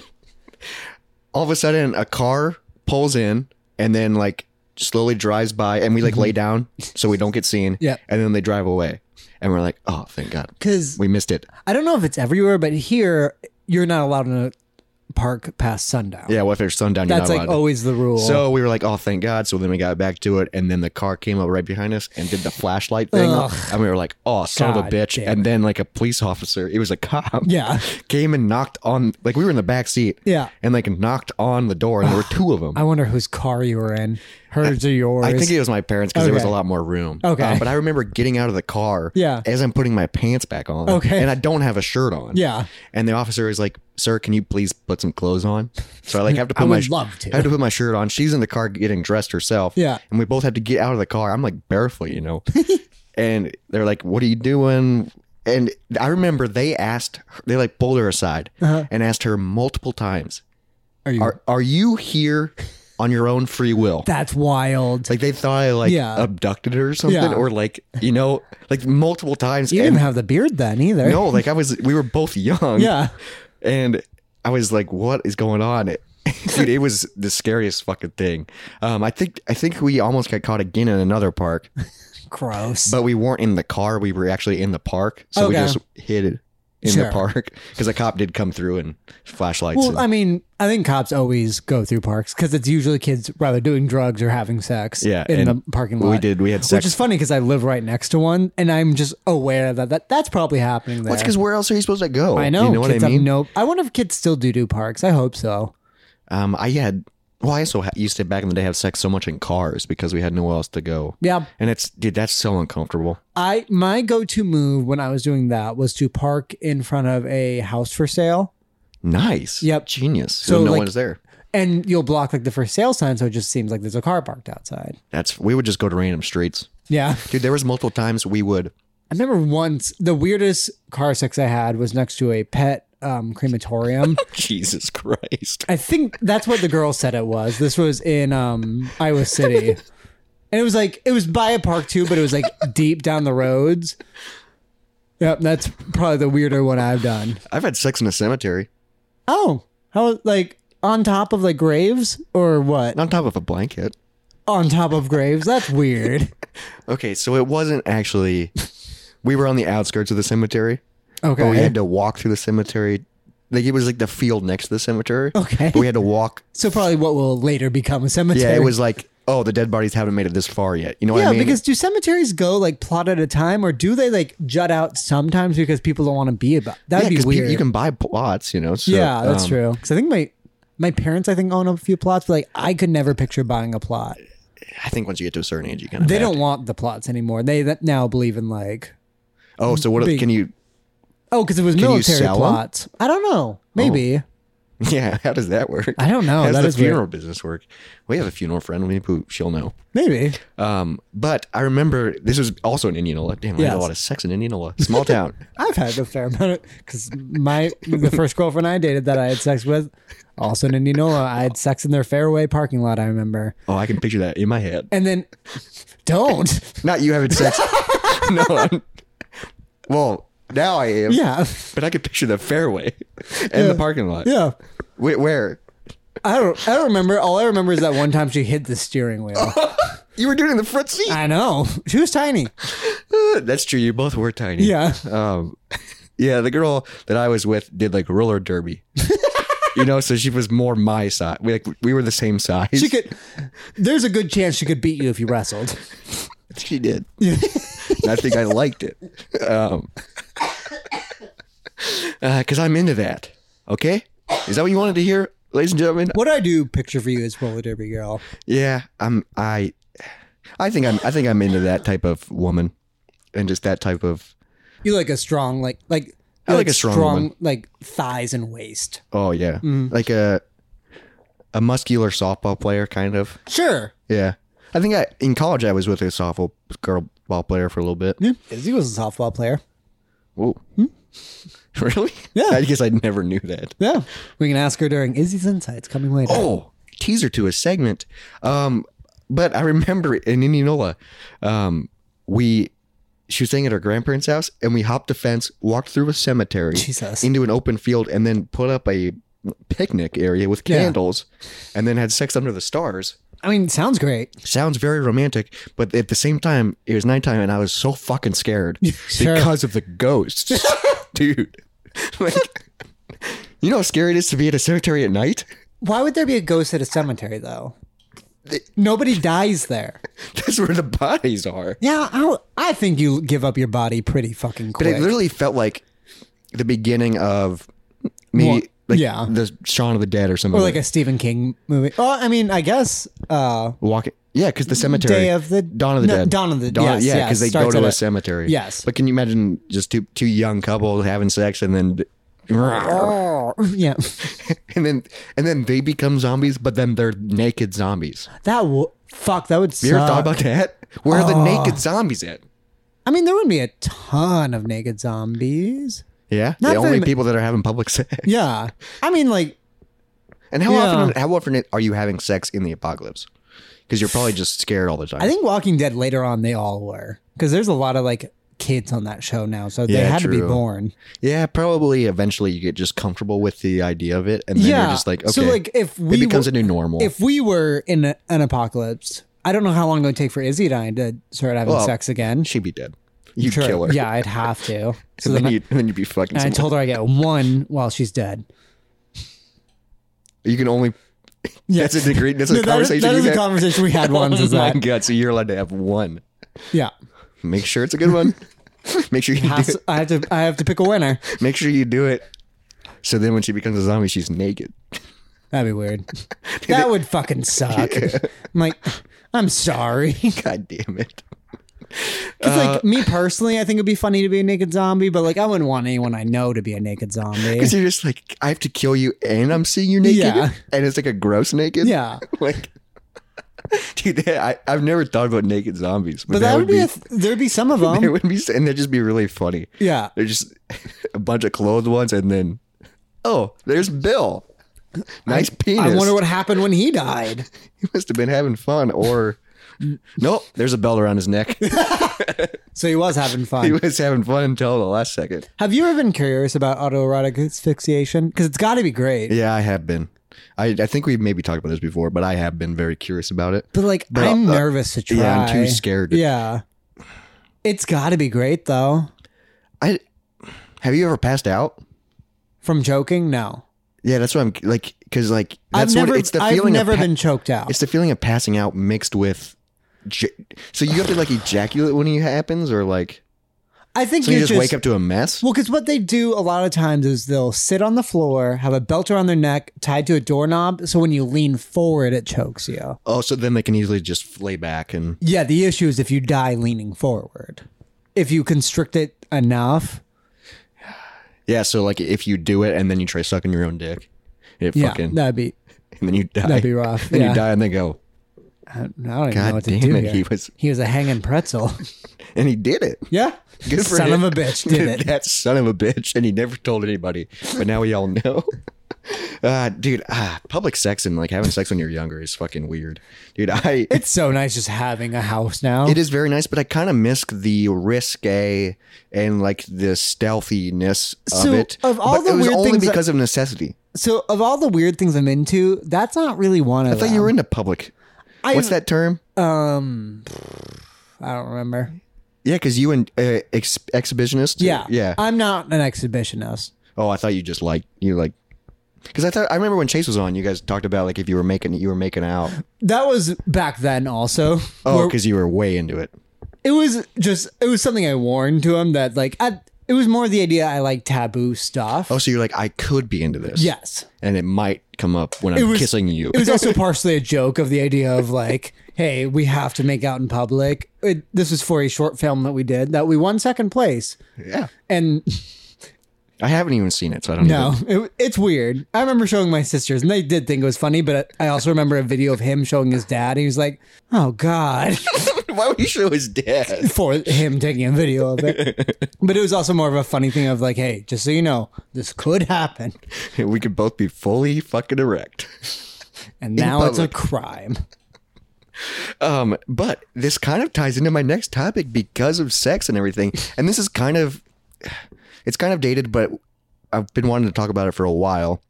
Speaker 1: all of a sudden a car pulls in and then like slowly drives by and we like lay down so we don't get seen.
Speaker 2: Yeah.
Speaker 1: And then they drive away. And we're like, "Oh, thank God.
Speaker 2: Because
Speaker 1: We missed it."
Speaker 2: I don't know if it's everywhere, but here you're not allowed in a park past sundown.
Speaker 1: Yeah, well, if there's sundown, you're
Speaker 2: That's
Speaker 1: not
Speaker 2: like oh,
Speaker 1: allowed.
Speaker 2: always the rule.
Speaker 1: So we were like, oh, thank God. So then we got back to it, and then the car came up right behind us and did the flashlight thing,
Speaker 2: Ugh.
Speaker 1: and we were like, oh, son of a
Speaker 2: God
Speaker 1: bitch.
Speaker 2: damn
Speaker 1: And then like a police officer, it was a cop,
Speaker 2: Yeah.
Speaker 1: came and knocked on. Like we were in the back seat,
Speaker 2: Yeah.
Speaker 1: and like knocked on the door, and there were two of them.
Speaker 2: I wonder whose car you were in, hers or yours.
Speaker 1: I think it was my parents because there was a
Speaker 2: Okay.
Speaker 1: lot more room.
Speaker 2: Okay.
Speaker 1: Uh, but I remember getting out of the car
Speaker 2: Yeah.
Speaker 1: as I'm putting my pants back on.
Speaker 2: Okay.
Speaker 1: And I don't have a shirt on.
Speaker 2: Yeah.
Speaker 1: And the officer is like, "Sir, can you please put some clothes on?" So I like have to
Speaker 2: I
Speaker 1: put my
Speaker 2: would love to.
Speaker 1: I have to put my shirt on. She's in the car getting dressed herself.
Speaker 2: Yeah.
Speaker 1: And we both had to get out of the car. I'm like barefoot, you know. and they're like, "What are you doing?" And I remember they asked, they like pulled her aside and asked her multiple times,
Speaker 2: Uh-huh. Are you?
Speaker 1: "Are are you here on your own free will?"
Speaker 2: that's wild.
Speaker 1: Like they thought I like
Speaker 2: Yeah.
Speaker 1: abducted her or something,
Speaker 2: Yeah.
Speaker 1: or like you know, like multiple times.
Speaker 2: you
Speaker 1: and
Speaker 2: didn't have the beard then either.
Speaker 1: no, like I was, we were both young.
Speaker 2: Yeah.
Speaker 1: and I was like, "What is going on?" It, dude, it was the scariest fucking thing. Um, I think I think we almost got caught again in another park,
Speaker 2: Gross.
Speaker 1: but we weren't in the car. We were actually in the park, so we
Speaker 2: Okay.
Speaker 1: just hid in
Speaker 2: Sure.
Speaker 1: the park because a cop did come through and flashlights.
Speaker 2: Well,
Speaker 1: and-
Speaker 2: I mean, I think cops always go through parks because it's usually kids rather doing drugs or having sex
Speaker 1: Yeah,
Speaker 2: in
Speaker 1: and
Speaker 2: the parking lot.
Speaker 1: we did. We had
Speaker 2: Which
Speaker 1: sex.
Speaker 2: is funny because I live right next to one, and I'm just aware that, that that's probably happening there.
Speaker 1: That's because where else are you supposed to go?
Speaker 2: I know.
Speaker 1: You know what I
Speaker 2: kids
Speaker 1: mean?
Speaker 2: Have no, I wonder if kids still do do parks. I hope so.
Speaker 1: um, I had. Well, I also ha- used to back in the day have sex so much in cars because we had nowhere else to go.
Speaker 2: Yeah,
Speaker 1: And it's dude, that's so uncomfortable.
Speaker 2: I my go to move when I was doing that was to park in front of a house for sale,
Speaker 1: Nice.
Speaker 2: Yep.
Speaker 1: Genius. So,
Speaker 2: So,
Speaker 1: no
Speaker 2: like-
Speaker 1: one's there.
Speaker 2: and you'll block like the for sale sign, so it just seems like there's a car parked outside.
Speaker 1: That's we would just go to random streets.
Speaker 2: Yeah.
Speaker 1: Dude, there was multiple times we would.
Speaker 2: I remember once the weirdest car sex I had was next to a pet um, crematorium.
Speaker 1: Jesus Christ.
Speaker 2: I think that's what the girl said it was. This was in um, Iowa City. And it was like it was by a park too, but it was like deep down the roads. Yep, that's probably the weirder one I've done.
Speaker 1: I've had sex in a cemetery.
Speaker 2: Oh, how like on top of like graves or what?
Speaker 1: On top of a blanket.
Speaker 2: On top of graves? That's weird.
Speaker 1: Okay, so it wasn't actually we were on the outskirts of the cemetery.
Speaker 2: Okay.
Speaker 1: But we had to walk through the cemetery. Like it was like the field next to the cemetery.
Speaker 2: Okay.
Speaker 1: But we had to walk.
Speaker 2: so probably what will later become a cemetery.
Speaker 1: Yeah, it was like, oh, the dead bodies haven't made it this far yet. You know what
Speaker 2: Yeah,
Speaker 1: I mean?
Speaker 2: because do cemeteries go like plot at a time, or do they like jut out sometimes because people don't want to be about?
Speaker 1: Yeah,
Speaker 2: That'd
Speaker 1: 'cause
Speaker 2: be
Speaker 1: pe-
Speaker 2: weird.
Speaker 1: you can buy plots, you know. So,
Speaker 2: yeah, that's
Speaker 1: um,
Speaker 2: true. Because I think my my parents, I think, own a few plots, but like I could never picture buying a plot.
Speaker 1: I think once you get to a certain age, you kind of
Speaker 2: They don't want the plots anymore. They that now believe in like
Speaker 1: Oh, so what?
Speaker 2: Big-
Speaker 1: Can you?
Speaker 2: oh, because it was
Speaker 1: you
Speaker 2: military
Speaker 1: sell 'em? Oh.
Speaker 2: plots. I don't know. Maybe
Speaker 1: Yeah, how does that work?
Speaker 2: I don't know.
Speaker 1: How
Speaker 2: That
Speaker 1: does
Speaker 2: is
Speaker 1: the
Speaker 2: weird.
Speaker 1: funeral business work? We have a funeral friend. Maybe who- she'll know.
Speaker 2: Maybe.
Speaker 1: Um, but I remember this was also in Indianola. Damn, I had a
Speaker 2: Yes.
Speaker 1: lot of sex in Indianola, small town.
Speaker 2: I've had a fair amount of because my the first girlfriend I dated that I had sex with, also in Indianola, I had sex in their fairway parking lot. I remember,
Speaker 1: oh, I can picture that in my head.
Speaker 2: and then don't,
Speaker 1: Not you having sex. no. I'm, well, now I am.
Speaker 2: yeah,
Speaker 1: But I could picture the fairway and the parking lot.
Speaker 2: yeah.
Speaker 1: Wait, where?
Speaker 2: I don't, I don't remember. All I remember is that one time she hit the steering wheel.
Speaker 1: You were doing it in the front seat.
Speaker 2: I know she was tiny.
Speaker 1: Uh, That's true. You both were tiny.
Speaker 2: Yeah.
Speaker 1: Um, yeah. The girl that I was with did like roller derby. you know, so she was more my size. We like we were the same size.
Speaker 2: She could. There's a good chance she could beat you if you wrestled.
Speaker 1: She did. And I think I liked it. Um, because I'm into that. Okay. Is that what you wanted to hear, ladies and gentlemen?
Speaker 2: What I do picture for you is roller derby girl.
Speaker 1: Yeah, I'm. I, I think I'm. I think I'm into that type of woman, and just that type of.
Speaker 2: You like a strong like like. you
Speaker 1: I like a strong woman.
Speaker 2: like thighs and waist.
Speaker 1: Oh yeah, like a, a muscular softball player, kind of.
Speaker 2: Sure.
Speaker 1: Yeah, I think I in college I was with a softball girl ball player for a little bit.
Speaker 2: Yeah. He was a softball player.
Speaker 1: Whoa. Really?
Speaker 2: Yeah.
Speaker 1: I guess I never knew that.
Speaker 2: Yeah. We can ask her during Izzy's Insights coming later.
Speaker 1: Oh, teaser to a segment. Um, but I remember in Indianola, um, we she was staying at her grandparents' house, and we hopped a fence, walked through a cemetery,
Speaker 2: Jesus.
Speaker 1: into an open field, and then put up a picnic area with
Speaker 2: Yeah.
Speaker 1: candles, and then had sex under the stars.
Speaker 2: I mean, sounds great.
Speaker 1: Sounds very romantic, but at the same time, it was nighttime, and I was so fucking scared
Speaker 2: Sure.
Speaker 1: because of the ghosts, dude. Like, you know how scary it is to be at a cemetery at night.
Speaker 2: Why would there be a ghost at a cemetery, though? Nobody dies there.
Speaker 1: That's where the bodies are.
Speaker 2: Yeah, I, I think you give up your body pretty fucking
Speaker 1: But
Speaker 2: quick.
Speaker 1: it literally felt like the beginning of me,
Speaker 2: Well,
Speaker 1: like
Speaker 2: yeah.
Speaker 1: the Shaun of the Dead or something.
Speaker 2: or like a Stephen King movie. Oh, I mean, I guess uh,
Speaker 1: walking, yeah, because the cemetery,
Speaker 2: Day of the
Speaker 1: Dawn of the
Speaker 2: No,
Speaker 1: Dead,
Speaker 2: Dawn of the- yes,
Speaker 1: yeah,
Speaker 2: yes,
Speaker 1: because they go
Speaker 2: starts
Speaker 1: to
Speaker 2: at
Speaker 1: a,
Speaker 2: a-
Speaker 1: cemetery,
Speaker 2: yes.
Speaker 1: But can you imagine just two two young couples having sex and then.
Speaker 2: Oh,
Speaker 1: And
Speaker 2: yeah,
Speaker 1: then and then they become zombies, but then they're naked zombies.
Speaker 2: that w- fuck that would
Speaker 1: You ever thought
Speaker 2: suck.
Speaker 1: about that? Where are the
Speaker 2: Oh.
Speaker 1: naked zombies at?
Speaker 2: I mean, there would be a ton of naked zombies.
Speaker 1: Yeah,
Speaker 2: Not
Speaker 1: the only
Speaker 2: very ma-
Speaker 1: people that are having public sex.
Speaker 2: Yeah, I mean, like
Speaker 1: And how
Speaker 2: Yeah.
Speaker 1: often how often are you having sex in the apocalypse? Because you're probably just scared all the time.
Speaker 2: I think Walking Dead later on they all were because there's a lot of like kids on that show now, so they
Speaker 1: Yeah,
Speaker 2: had to be
Speaker 1: true.
Speaker 2: born.
Speaker 1: Yeah, probably eventually you get just comfortable with the idea of it, and then
Speaker 2: yeah,
Speaker 1: you're just like, okay,
Speaker 2: so like if we
Speaker 1: it becomes
Speaker 2: were,
Speaker 1: a new normal.
Speaker 2: if we were in a, an apocalypse, I don't know how long it would take for Izzy and I to start having
Speaker 1: Well,
Speaker 2: sex again.
Speaker 1: She'd be dead. You'd
Speaker 2: Sure.
Speaker 1: kill her.
Speaker 2: Yeah, I'd have to. So
Speaker 1: and
Speaker 2: then
Speaker 1: then,
Speaker 2: I,
Speaker 1: you'd, and then you'd be fucking.
Speaker 2: and I
Speaker 1: someone.
Speaker 2: told her I get one while she's dead.
Speaker 1: you can only.
Speaker 2: Yeah.
Speaker 1: That's a degree. That's a
Speaker 2: No, that is,
Speaker 1: conversation.
Speaker 2: that is
Speaker 1: you
Speaker 2: a
Speaker 1: had.
Speaker 2: conversation we had once. Is
Speaker 1: Oh my
Speaker 2: that
Speaker 1: god! So you're allowed to have one.
Speaker 2: yeah?
Speaker 1: Make sure it's a good one. make sure you do
Speaker 2: Has-
Speaker 1: it.
Speaker 2: I have to. I have to pick a winner.
Speaker 1: Make sure you do it. So then, when she becomes a zombie, she's naked.
Speaker 2: That'd be weird. That would fucking suck. I'm like, I'm sorry.
Speaker 1: God damn it!
Speaker 2: Because
Speaker 1: Uh,
Speaker 2: like me personally, I think it'd be funny to be a naked zombie, but like I wouldn't want anyone I know to be a naked zombie.
Speaker 1: Because you're just like, I have to kill you, and I'm seeing you naked,
Speaker 2: Yeah.
Speaker 1: and it's like a gross naked.
Speaker 2: Yeah,
Speaker 1: like dude I, i've never thought about naked zombies but,
Speaker 2: but that, would be, a th- there'd be some of
Speaker 1: it
Speaker 2: them.
Speaker 1: would be and they'd just be really funny
Speaker 2: yeah,
Speaker 1: they're just a bunch of clothed ones and then oh there's bill nice penis
Speaker 2: I wonder what happened when he died.
Speaker 1: he must have been having fun or nope there's a belt around his neck
Speaker 2: So he was having
Speaker 1: he
Speaker 2: fun.
Speaker 1: was having fun until the last second
Speaker 2: Have you ever been curious about autoerotic asphyxiation? Because it's got to be great.
Speaker 1: yeah i have been I, I think we maybe talked about this before but i have been very curious about it
Speaker 2: But like,
Speaker 1: But,
Speaker 2: I'm
Speaker 1: uh,
Speaker 2: nervous to try.
Speaker 1: yeah, I'm too scared.
Speaker 2: Yeah, it's got to be great though.
Speaker 1: i have you ever passed out
Speaker 2: From joking, no,
Speaker 1: yeah that's what i'm like because like that's
Speaker 2: I've never.
Speaker 1: what it's the feeling
Speaker 2: I've
Speaker 1: of
Speaker 2: never
Speaker 1: pa-
Speaker 2: been choked out.
Speaker 1: It's the feeling of passing out mixed with. J- so you have to like ejaculate when it happens, or like
Speaker 2: I think
Speaker 1: so you just, wake up to a mess.
Speaker 2: Well, because what they do a lot of times is they'll sit on the floor, have a belt around their neck, tied to a doorknob, so when you lean forward, it chokes you.
Speaker 1: Oh, so then they can easily just lay back and
Speaker 2: Yeah, the issue is if you die leaning forward. If you constrict it enough,
Speaker 1: yeah. So like if you do it and then you try sucking your own dick, It
Speaker 2: Yeah,
Speaker 1: fucking
Speaker 2: that'd be.
Speaker 1: and then you die.
Speaker 2: that'd be rough,
Speaker 1: then
Speaker 2: yeah.
Speaker 1: you die and they go
Speaker 2: I don't I don't even
Speaker 1: God
Speaker 2: know what to
Speaker 1: damn
Speaker 2: do.
Speaker 1: it,
Speaker 2: here.
Speaker 1: he was-
Speaker 2: he was a hanging pretzel.
Speaker 1: and he did it.
Speaker 2: yeah,
Speaker 1: Good for
Speaker 2: son
Speaker 1: him.
Speaker 2: of a bitch did it.
Speaker 1: that son of a bitch, and he never told anybody. But now we all know. Uh, dude, ah, public sex and like having sex when you're younger is fucking weird, dude. I
Speaker 2: It's so nice just having a house now.
Speaker 1: it is very nice, but I kind of miss the risque and like the stealthiness
Speaker 2: So,
Speaker 1: of it.
Speaker 2: of all
Speaker 1: but
Speaker 2: the
Speaker 1: it was
Speaker 2: weird
Speaker 1: only
Speaker 2: things that-
Speaker 1: because of necessity.
Speaker 2: so of all the weird things I'm into, that's not really one of
Speaker 1: I thought
Speaker 2: them.
Speaker 1: you were into public.
Speaker 2: I-
Speaker 1: What's that term?
Speaker 2: Um, I don't remember.
Speaker 1: Yeah, because you and uh, ex- exhibitionist.
Speaker 2: Yeah,
Speaker 1: yeah.
Speaker 2: I'm not an exhibitionist.
Speaker 1: Oh, I thought you just like you like. Because I thought I remember when Chase was on, you guys talked about like if you were making you were making out.
Speaker 2: That was back then. Also,
Speaker 1: Oh,
Speaker 2: Where-
Speaker 1: because you were way into it.
Speaker 2: it was just it was something I warned to him that like I, it was more the idea I like taboo stuff.
Speaker 1: Oh, so you're like I could be into this.
Speaker 2: yes,
Speaker 1: and it might come up when I'm
Speaker 2: was-
Speaker 1: kissing you.
Speaker 2: it was also partially a joke of the idea of like, hey, we have to make out in public. It, this was for a short film that we did that we won second place,
Speaker 1: yeah,
Speaker 2: and
Speaker 1: I haven't even seen it, so I don't
Speaker 2: No,
Speaker 1: know.
Speaker 2: it, it's weird. I remember showing my sisters, and they did think it was funny. But I also remember a video of him showing his dad, and he was like, "Oh God,"
Speaker 1: Why would you show his dad?
Speaker 2: for him taking a video of it. But it was also more of a funny thing of like, "Hey, just so you know, this could happen,
Speaker 1: We could both be fully fucking erect.
Speaker 2: and now it's a
Speaker 1: public.
Speaker 2: crime."
Speaker 1: Um, but this kind of ties into my next topic because of sex and everything. And this is kind of, it's kind of dated, but I've been wanting to talk about it for a while.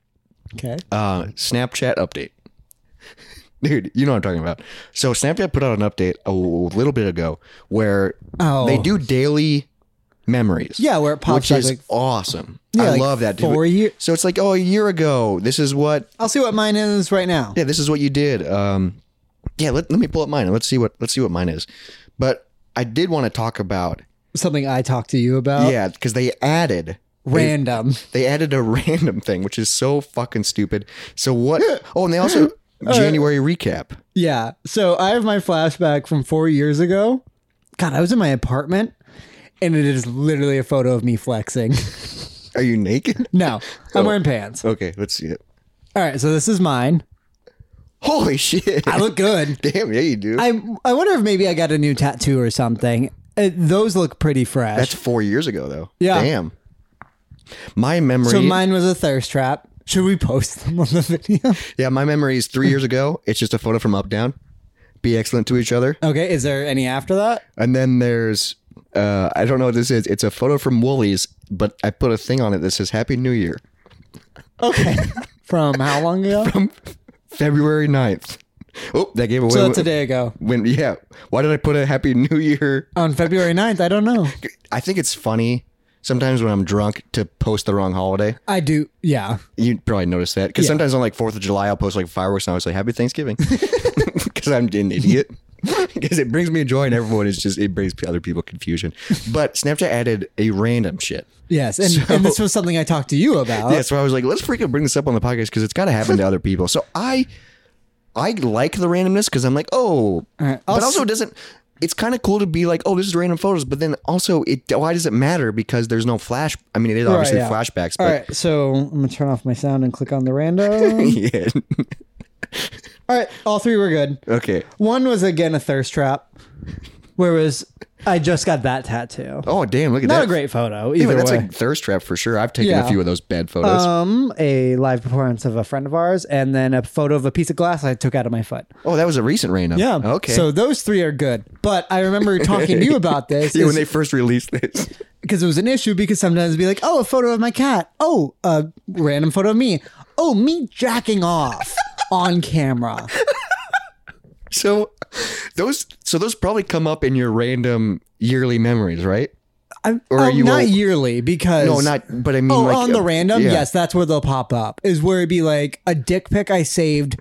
Speaker 2: Okay.
Speaker 1: Uh, Snapchat update. Dude, you know what I'm talking about. So Snapchat put out an update a little bit ago where
Speaker 2: Oh.
Speaker 1: they do daily memories.
Speaker 2: Yeah, where it pops
Speaker 1: which
Speaker 2: up.
Speaker 1: is
Speaker 2: like,
Speaker 1: awesome.
Speaker 2: Yeah,
Speaker 1: I
Speaker 2: like
Speaker 1: love that.
Speaker 2: four year-
Speaker 1: So it's like, oh, a year ago, this is what
Speaker 2: I'll see what mine is right now.
Speaker 1: yeah, this is what you did. Um, yeah, let, let me pull up mine and let's see what let's see what mine is. But I did want to talk about
Speaker 2: Something I talked to you about.
Speaker 1: yeah because they added
Speaker 2: Random.
Speaker 1: they added a random thing which is so fucking stupid. So what? Oh, and they also January recap.
Speaker 2: Yeah. So I have my flashback from four years ago. God, I was in my apartment and it is literally a photo of me flexing.
Speaker 1: Are you naked?
Speaker 2: No,
Speaker 1: Oh.
Speaker 2: I'm wearing pants. All
Speaker 1: Okay, let's see it.
Speaker 2: right. So this is mine.
Speaker 1: Holy shit!
Speaker 2: I look good.
Speaker 1: Damn, yeah, you do.
Speaker 2: I, I wonder if maybe I got a new tattoo or something. Uh, those look pretty fresh.
Speaker 1: That's four years ago though.
Speaker 2: Yeah.
Speaker 1: Damn. My memory.
Speaker 2: so mine was a thirst trap. Should we post them on the video?
Speaker 1: Yeah, my memory is three years ago. It's just a photo from up down. Be excellent to each other.
Speaker 2: Okay. Is there any after that?
Speaker 1: And then there's uh, I don't know what this is. It's a photo from Woolies, but I put a thing on it that says Happy New Year.
Speaker 2: Okay. From how long ago?
Speaker 1: February 9th. Oh, that gave away
Speaker 2: so that's a day ago.
Speaker 1: when yeah. Why did I put a Happy New Year?
Speaker 2: On February 9th. I don't know.
Speaker 1: I think it's funny sometimes when I'm drunk to post the wrong holiday.
Speaker 2: I do. Yeah.
Speaker 1: You probably noticed that because sometimes on like Fourth of July, I'll post like fireworks and I'll say Happy Thanksgiving because I'm an idiot. Because it brings me joy and everyone is just it brings other people confusion. But Snapchat added a random shit.
Speaker 2: Yes. And, and this was something I talked to you about.
Speaker 1: Yeah, so I was like, let's freaking bring this up on the podcast because it's got to happen to other people. So I, I like the randomness because I'm like, oh,
Speaker 2: right, I'll
Speaker 1: but also
Speaker 2: s-
Speaker 1: it doesn't. It's kind of cool to be like, oh, this is random photos, but then also it. Why does it matter? Because there's no flash. I mean, it is obviously
Speaker 2: yeah.
Speaker 1: flashbacks,
Speaker 2: All
Speaker 1: but
Speaker 2: right, so I'm gonna turn off my sound and click on the random.
Speaker 1: yeah,
Speaker 2: all right, all three were good.
Speaker 1: okay.
Speaker 2: One was again a thirst trap, whereas I just got that tattoo.
Speaker 1: Oh damn! Look at
Speaker 2: Not
Speaker 1: that.
Speaker 2: a great photo
Speaker 1: Yeah,
Speaker 2: either
Speaker 1: but that's
Speaker 2: way.
Speaker 1: a thirst trap for sure. I've taken
Speaker 2: Yeah.
Speaker 1: a few of those bad photos.
Speaker 2: um, a live performance of a friend of ours, and then a photo of a piece of glass I took out of my foot.
Speaker 1: oh, that was a recent random. Okay.
Speaker 2: So those three are good, but I remember talking to you about this
Speaker 1: yeah,
Speaker 2: is-
Speaker 1: when they first released this,
Speaker 2: because it was an issue because sometimes it'd be like, oh, a photo of my cat. Oh, a random photo of me. Oh, me jacking off on camera.
Speaker 1: so those so those probably come up in your random yearly memories, right?
Speaker 2: I'm,
Speaker 1: Or are
Speaker 2: um,
Speaker 1: you
Speaker 2: not
Speaker 1: all-
Speaker 2: yearly because
Speaker 1: No, not. But I mean,
Speaker 2: oh
Speaker 1: like,
Speaker 2: on the
Speaker 1: uh,
Speaker 2: random.
Speaker 1: yeah.
Speaker 2: Yes, that's where they'll pop up. Is where it'd be like a dick pic I saved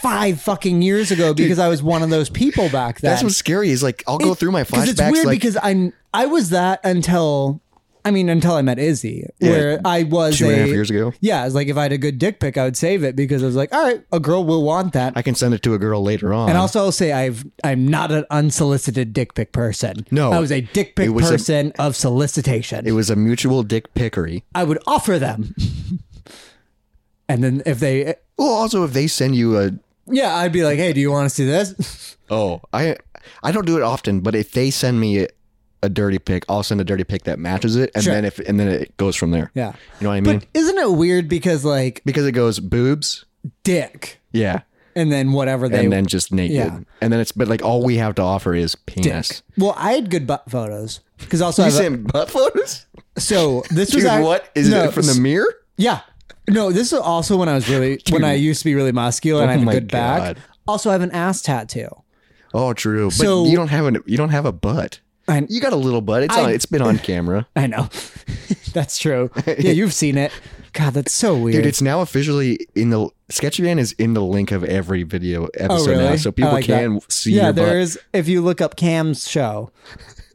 Speaker 2: five fucking years ago because I was one of those people back then.
Speaker 1: That's what's scary. Is like I'll go through my
Speaker 2: because
Speaker 1: flashbacks.
Speaker 2: it's weird
Speaker 1: like,
Speaker 2: because I'm I was that until I mean until I met Izzy where I was
Speaker 1: two and a half
Speaker 2: a-
Speaker 1: years ago.
Speaker 2: Yeah, it's like if I had a good dick pic, I would save it because I was like, all right, a girl will want that.
Speaker 1: I can send it to a girl later on.
Speaker 2: and also, I'll say I've I'm not an unsolicited dick pic person.
Speaker 1: No.
Speaker 2: I was a dick pic
Speaker 1: It was a-
Speaker 2: person of solicitation.
Speaker 1: it was a mutual dick pickery.
Speaker 2: I would offer them. And then if they,
Speaker 1: Well, also if they send you a
Speaker 2: yeah, I'd be like, hey, do you want to see this?
Speaker 1: oh, I I don't do it often, but if they send me a, a dirty pic, I'll send a dirty pic that matches it, and
Speaker 2: Sure.
Speaker 1: then if and then it goes from there.
Speaker 2: yeah.
Speaker 1: You know what I mean?
Speaker 2: But isn't it weird because like
Speaker 1: because it goes boobs,
Speaker 2: dick
Speaker 1: yeah,
Speaker 2: and then whatever they
Speaker 1: and then just naked,
Speaker 2: yeah.
Speaker 1: and then it's but like all we have to offer is penis.
Speaker 2: Well, I had good butt photos because also I
Speaker 1: You
Speaker 2: have a-
Speaker 1: sent butt photos?
Speaker 2: so this
Speaker 1: Dude,
Speaker 2: was act-
Speaker 1: what is
Speaker 2: no,
Speaker 1: it from the mirror?
Speaker 2: yeah no this is also when I was really when I used to be really muscular and I had
Speaker 1: Oh my
Speaker 2: a good back.
Speaker 1: God.
Speaker 2: Also, I have an ass tattoo.
Speaker 1: Oh, true. But
Speaker 2: So-
Speaker 1: you don't have an you don't have a butt.
Speaker 2: I
Speaker 1: You got a little butt. It's
Speaker 2: I-
Speaker 1: on, it's been on camera,
Speaker 2: I know that's true. Yeah, you've seen it. God, that's so weird.
Speaker 1: dude. It's now officially in the sketchy van is in the link of every video episode now, so
Speaker 2: Oh, I
Speaker 1: people
Speaker 2: like
Speaker 1: can
Speaker 2: that.
Speaker 1: see
Speaker 2: Yeah,
Speaker 1: your butt.
Speaker 2: there is. If you look up Cam's show,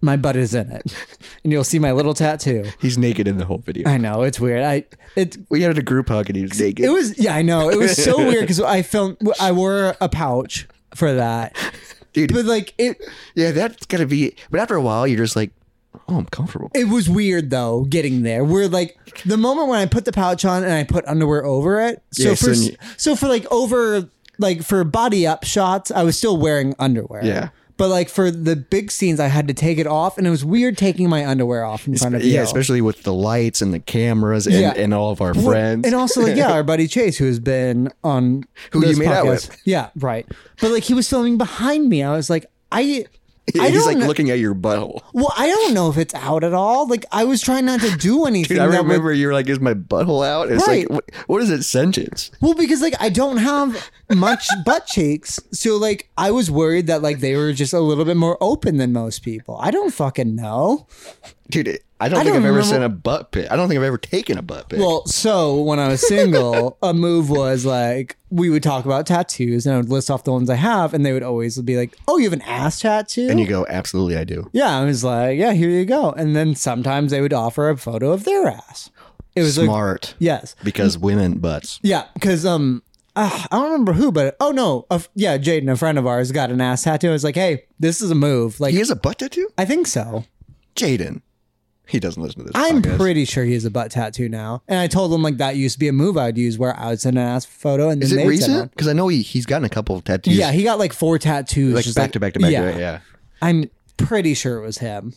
Speaker 2: my butt is in it, and you'll see my little tattoo.
Speaker 1: He's naked in the whole video.
Speaker 2: I know it's weird. I it
Speaker 1: we had a group hug and he was naked.
Speaker 2: It was yeah, I know. It was so weird because I filmed. I wore a pouch for that,
Speaker 1: Dude.
Speaker 2: But like it,
Speaker 1: yeah, that's gotta be. But after a while, you're just like, oh, I'm comfortable.
Speaker 2: it was weird though getting there. Where like the moment when I put the pouch on and I put underwear over it. So
Speaker 1: Yeah, so
Speaker 2: for
Speaker 1: then you-
Speaker 2: so for like over like for body up shots, I was still wearing underwear.
Speaker 1: Yeah.
Speaker 2: But like for the big scenes, I had to take it off, and it was weird taking my underwear off in front of
Speaker 1: yeah,
Speaker 2: you.
Speaker 1: especially with the lights and the cameras and,
Speaker 2: Yeah.
Speaker 1: and all of our
Speaker 2: Well,
Speaker 1: friends.
Speaker 2: And also, like, yeah, our buddy Chase, who has been on
Speaker 1: Who you
Speaker 2: this
Speaker 1: made out
Speaker 2: podcast. Yeah, right. But like, he was filming behind me. I was like, I, I
Speaker 1: He's
Speaker 2: don't.
Speaker 1: like
Speaker 2: kn-
Speaker 1: looking at your butthole.
Speaker 2: well, I don't know if it's out at all. Like, I was trying not to do anything.
Speaker 1: Dude, I
Speaker 2: that would-
Speaker 1: remember you were like, "Is my butthole out?" It's
Speaker 2: Right.
Speaker 1: like, wh- what is it sentence?
Speaker 2: well, because like I don't have much butt cheeks, so like I was worried that like they were just a little bit more open than most people. I don't fucking know.
Speaker 1: Dude, I don't think I've
Speaker 2: don't
Speaker 1: ever
Speaker 2: remember-
Speaker 1: sent a butt pic. I don't think I've ever taken a butt pic.
Speaker 2: Well, so when I was single, a move was like we would talk about tattoos and I would list off the ones I have, and they would always be like, Oh, you have an ass tattoo?
Speaker 1: and you go, "Absolutely, I do."
Speaker 2: yeah, I was like, Yeah, here you go. And then sometimes they would offer a photo of their ass. It was like,
Speaker 1: Smart,
Speaker 2: yes.
Speaker 1: because women butts.
Speaker 2: Yeah, because um, uh, I don't remember who, but oh no, a f- yeah, Jaden, a friend of ours, got an ass tattoo. I was like, hey, this is a move. Like,
Speaker 1: He has a butt tattoo.
Speaker 2: I think so.
Speaker 1: Jaden, he doesn't listen to this.
Speaker 2: I'm
Speaker 1: podcast.
Speaker 2: pretty sure he has a butt tattoo now. And I told him like that used to be a move I would use where I would send an ass photo and then
Speaker 1: Is
Speaker 2: they
Speaker 1: it
Speaker 2: would send one.
Speaker 1: recent? Because I know he he's gotten a couple of tattoos.
Speaker 2: Yeah, he got like four tattoos,
Speaker 1: like
Speaker 2: just
Speaker 1: back to back to back.
Speaker 2: Yeah,
Speaker 1: Yeah. To, yeah.
Speaker 2: I'm pretty sure it was him.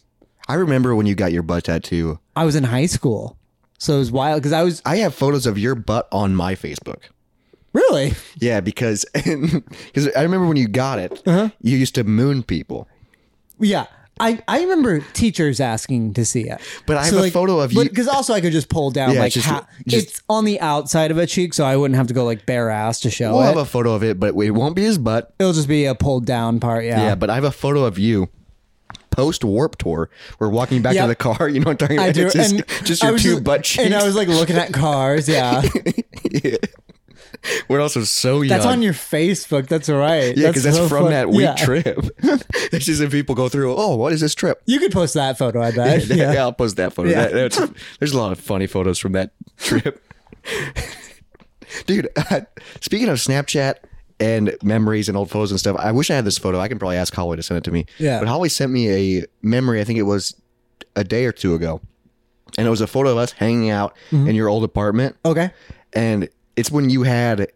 Speaker 1: I remember when you got your butt tattoo.
Speaker 2: I was in high school, so it was wild because I was
Speaker 1: I have photos of your butt on my Facebook.
Speaker 2: really
Speaker 1: Yeah, because because I remember when you got it,
Speaker 2: Uh-huh.
Speaker 1: you used to moon people.
Speaker 2: yeah. I, I remember teachers asking to see it,
Speaker 1: But I have a photo of you-
Speaker 2: Because also I could just pull down
Speaker 1: Yeah,
Speaker 2: like
Speaker 1: just-
Speaker 2: ha-
Speaker 1: just-
Speaker 2: it's on the outside of a cheek, so I wouldn't have to go like bare ass to show
Speaker 1: We'll
Speaker 2: it.
Speaker 1: have a photo of it, but it won't be his butt.
Speaker 2: It'll just be a pulled down part. Yeah,
Speaker 1: Yeah, but I have a photo of you post warp tour. We're walking back
Speaker 2: Yep.
Speaker 1: to the car. You know what I'm talking about?
Speaker 2: I do.
Speaker 1: It's just,
Speaker 2: and
Speaker 1: just
Speaker 2: I
Speaker 1: your
Speaker 2: was
Speaker 1: two butt cheeks.
Speaker 2: and I was like looking at cars. Yeah,
Speaker 1: We're also so young.
Speaker 2: that's on your Facebook. That's right.
Speaker 1: yeah, because that's,
Speaker 2: so
Speaker 1: from
Speaker 2: fun-
Speaker 1: that week
Speaker 2: Yeah.
Speaker 1: trip. that's just if people go through. Oh, what is this trip?
Speaker 2: You could post that photo. I bet.
Speaker 1: Yeah, I'll post that photo.
Speaker 2: Yeah.
Speaker 1: That- that's- there's a lot of funny photos from that trip. Dude, uh, speaking of Snapchat and memories and old photos and stuff, I wish I had this photo. I can probably ask Holly to send it to me.
Speaker 2: Yeah.
Speaker 1: But Holly sent me a memory, I think it was a day or two ago. And it was a photo of us hanging out
Speaker 2: Mm-hmm.
Speaker 1: in your old apartment.
Speaker 2: Okay.
Speaker 1: And it's when you had,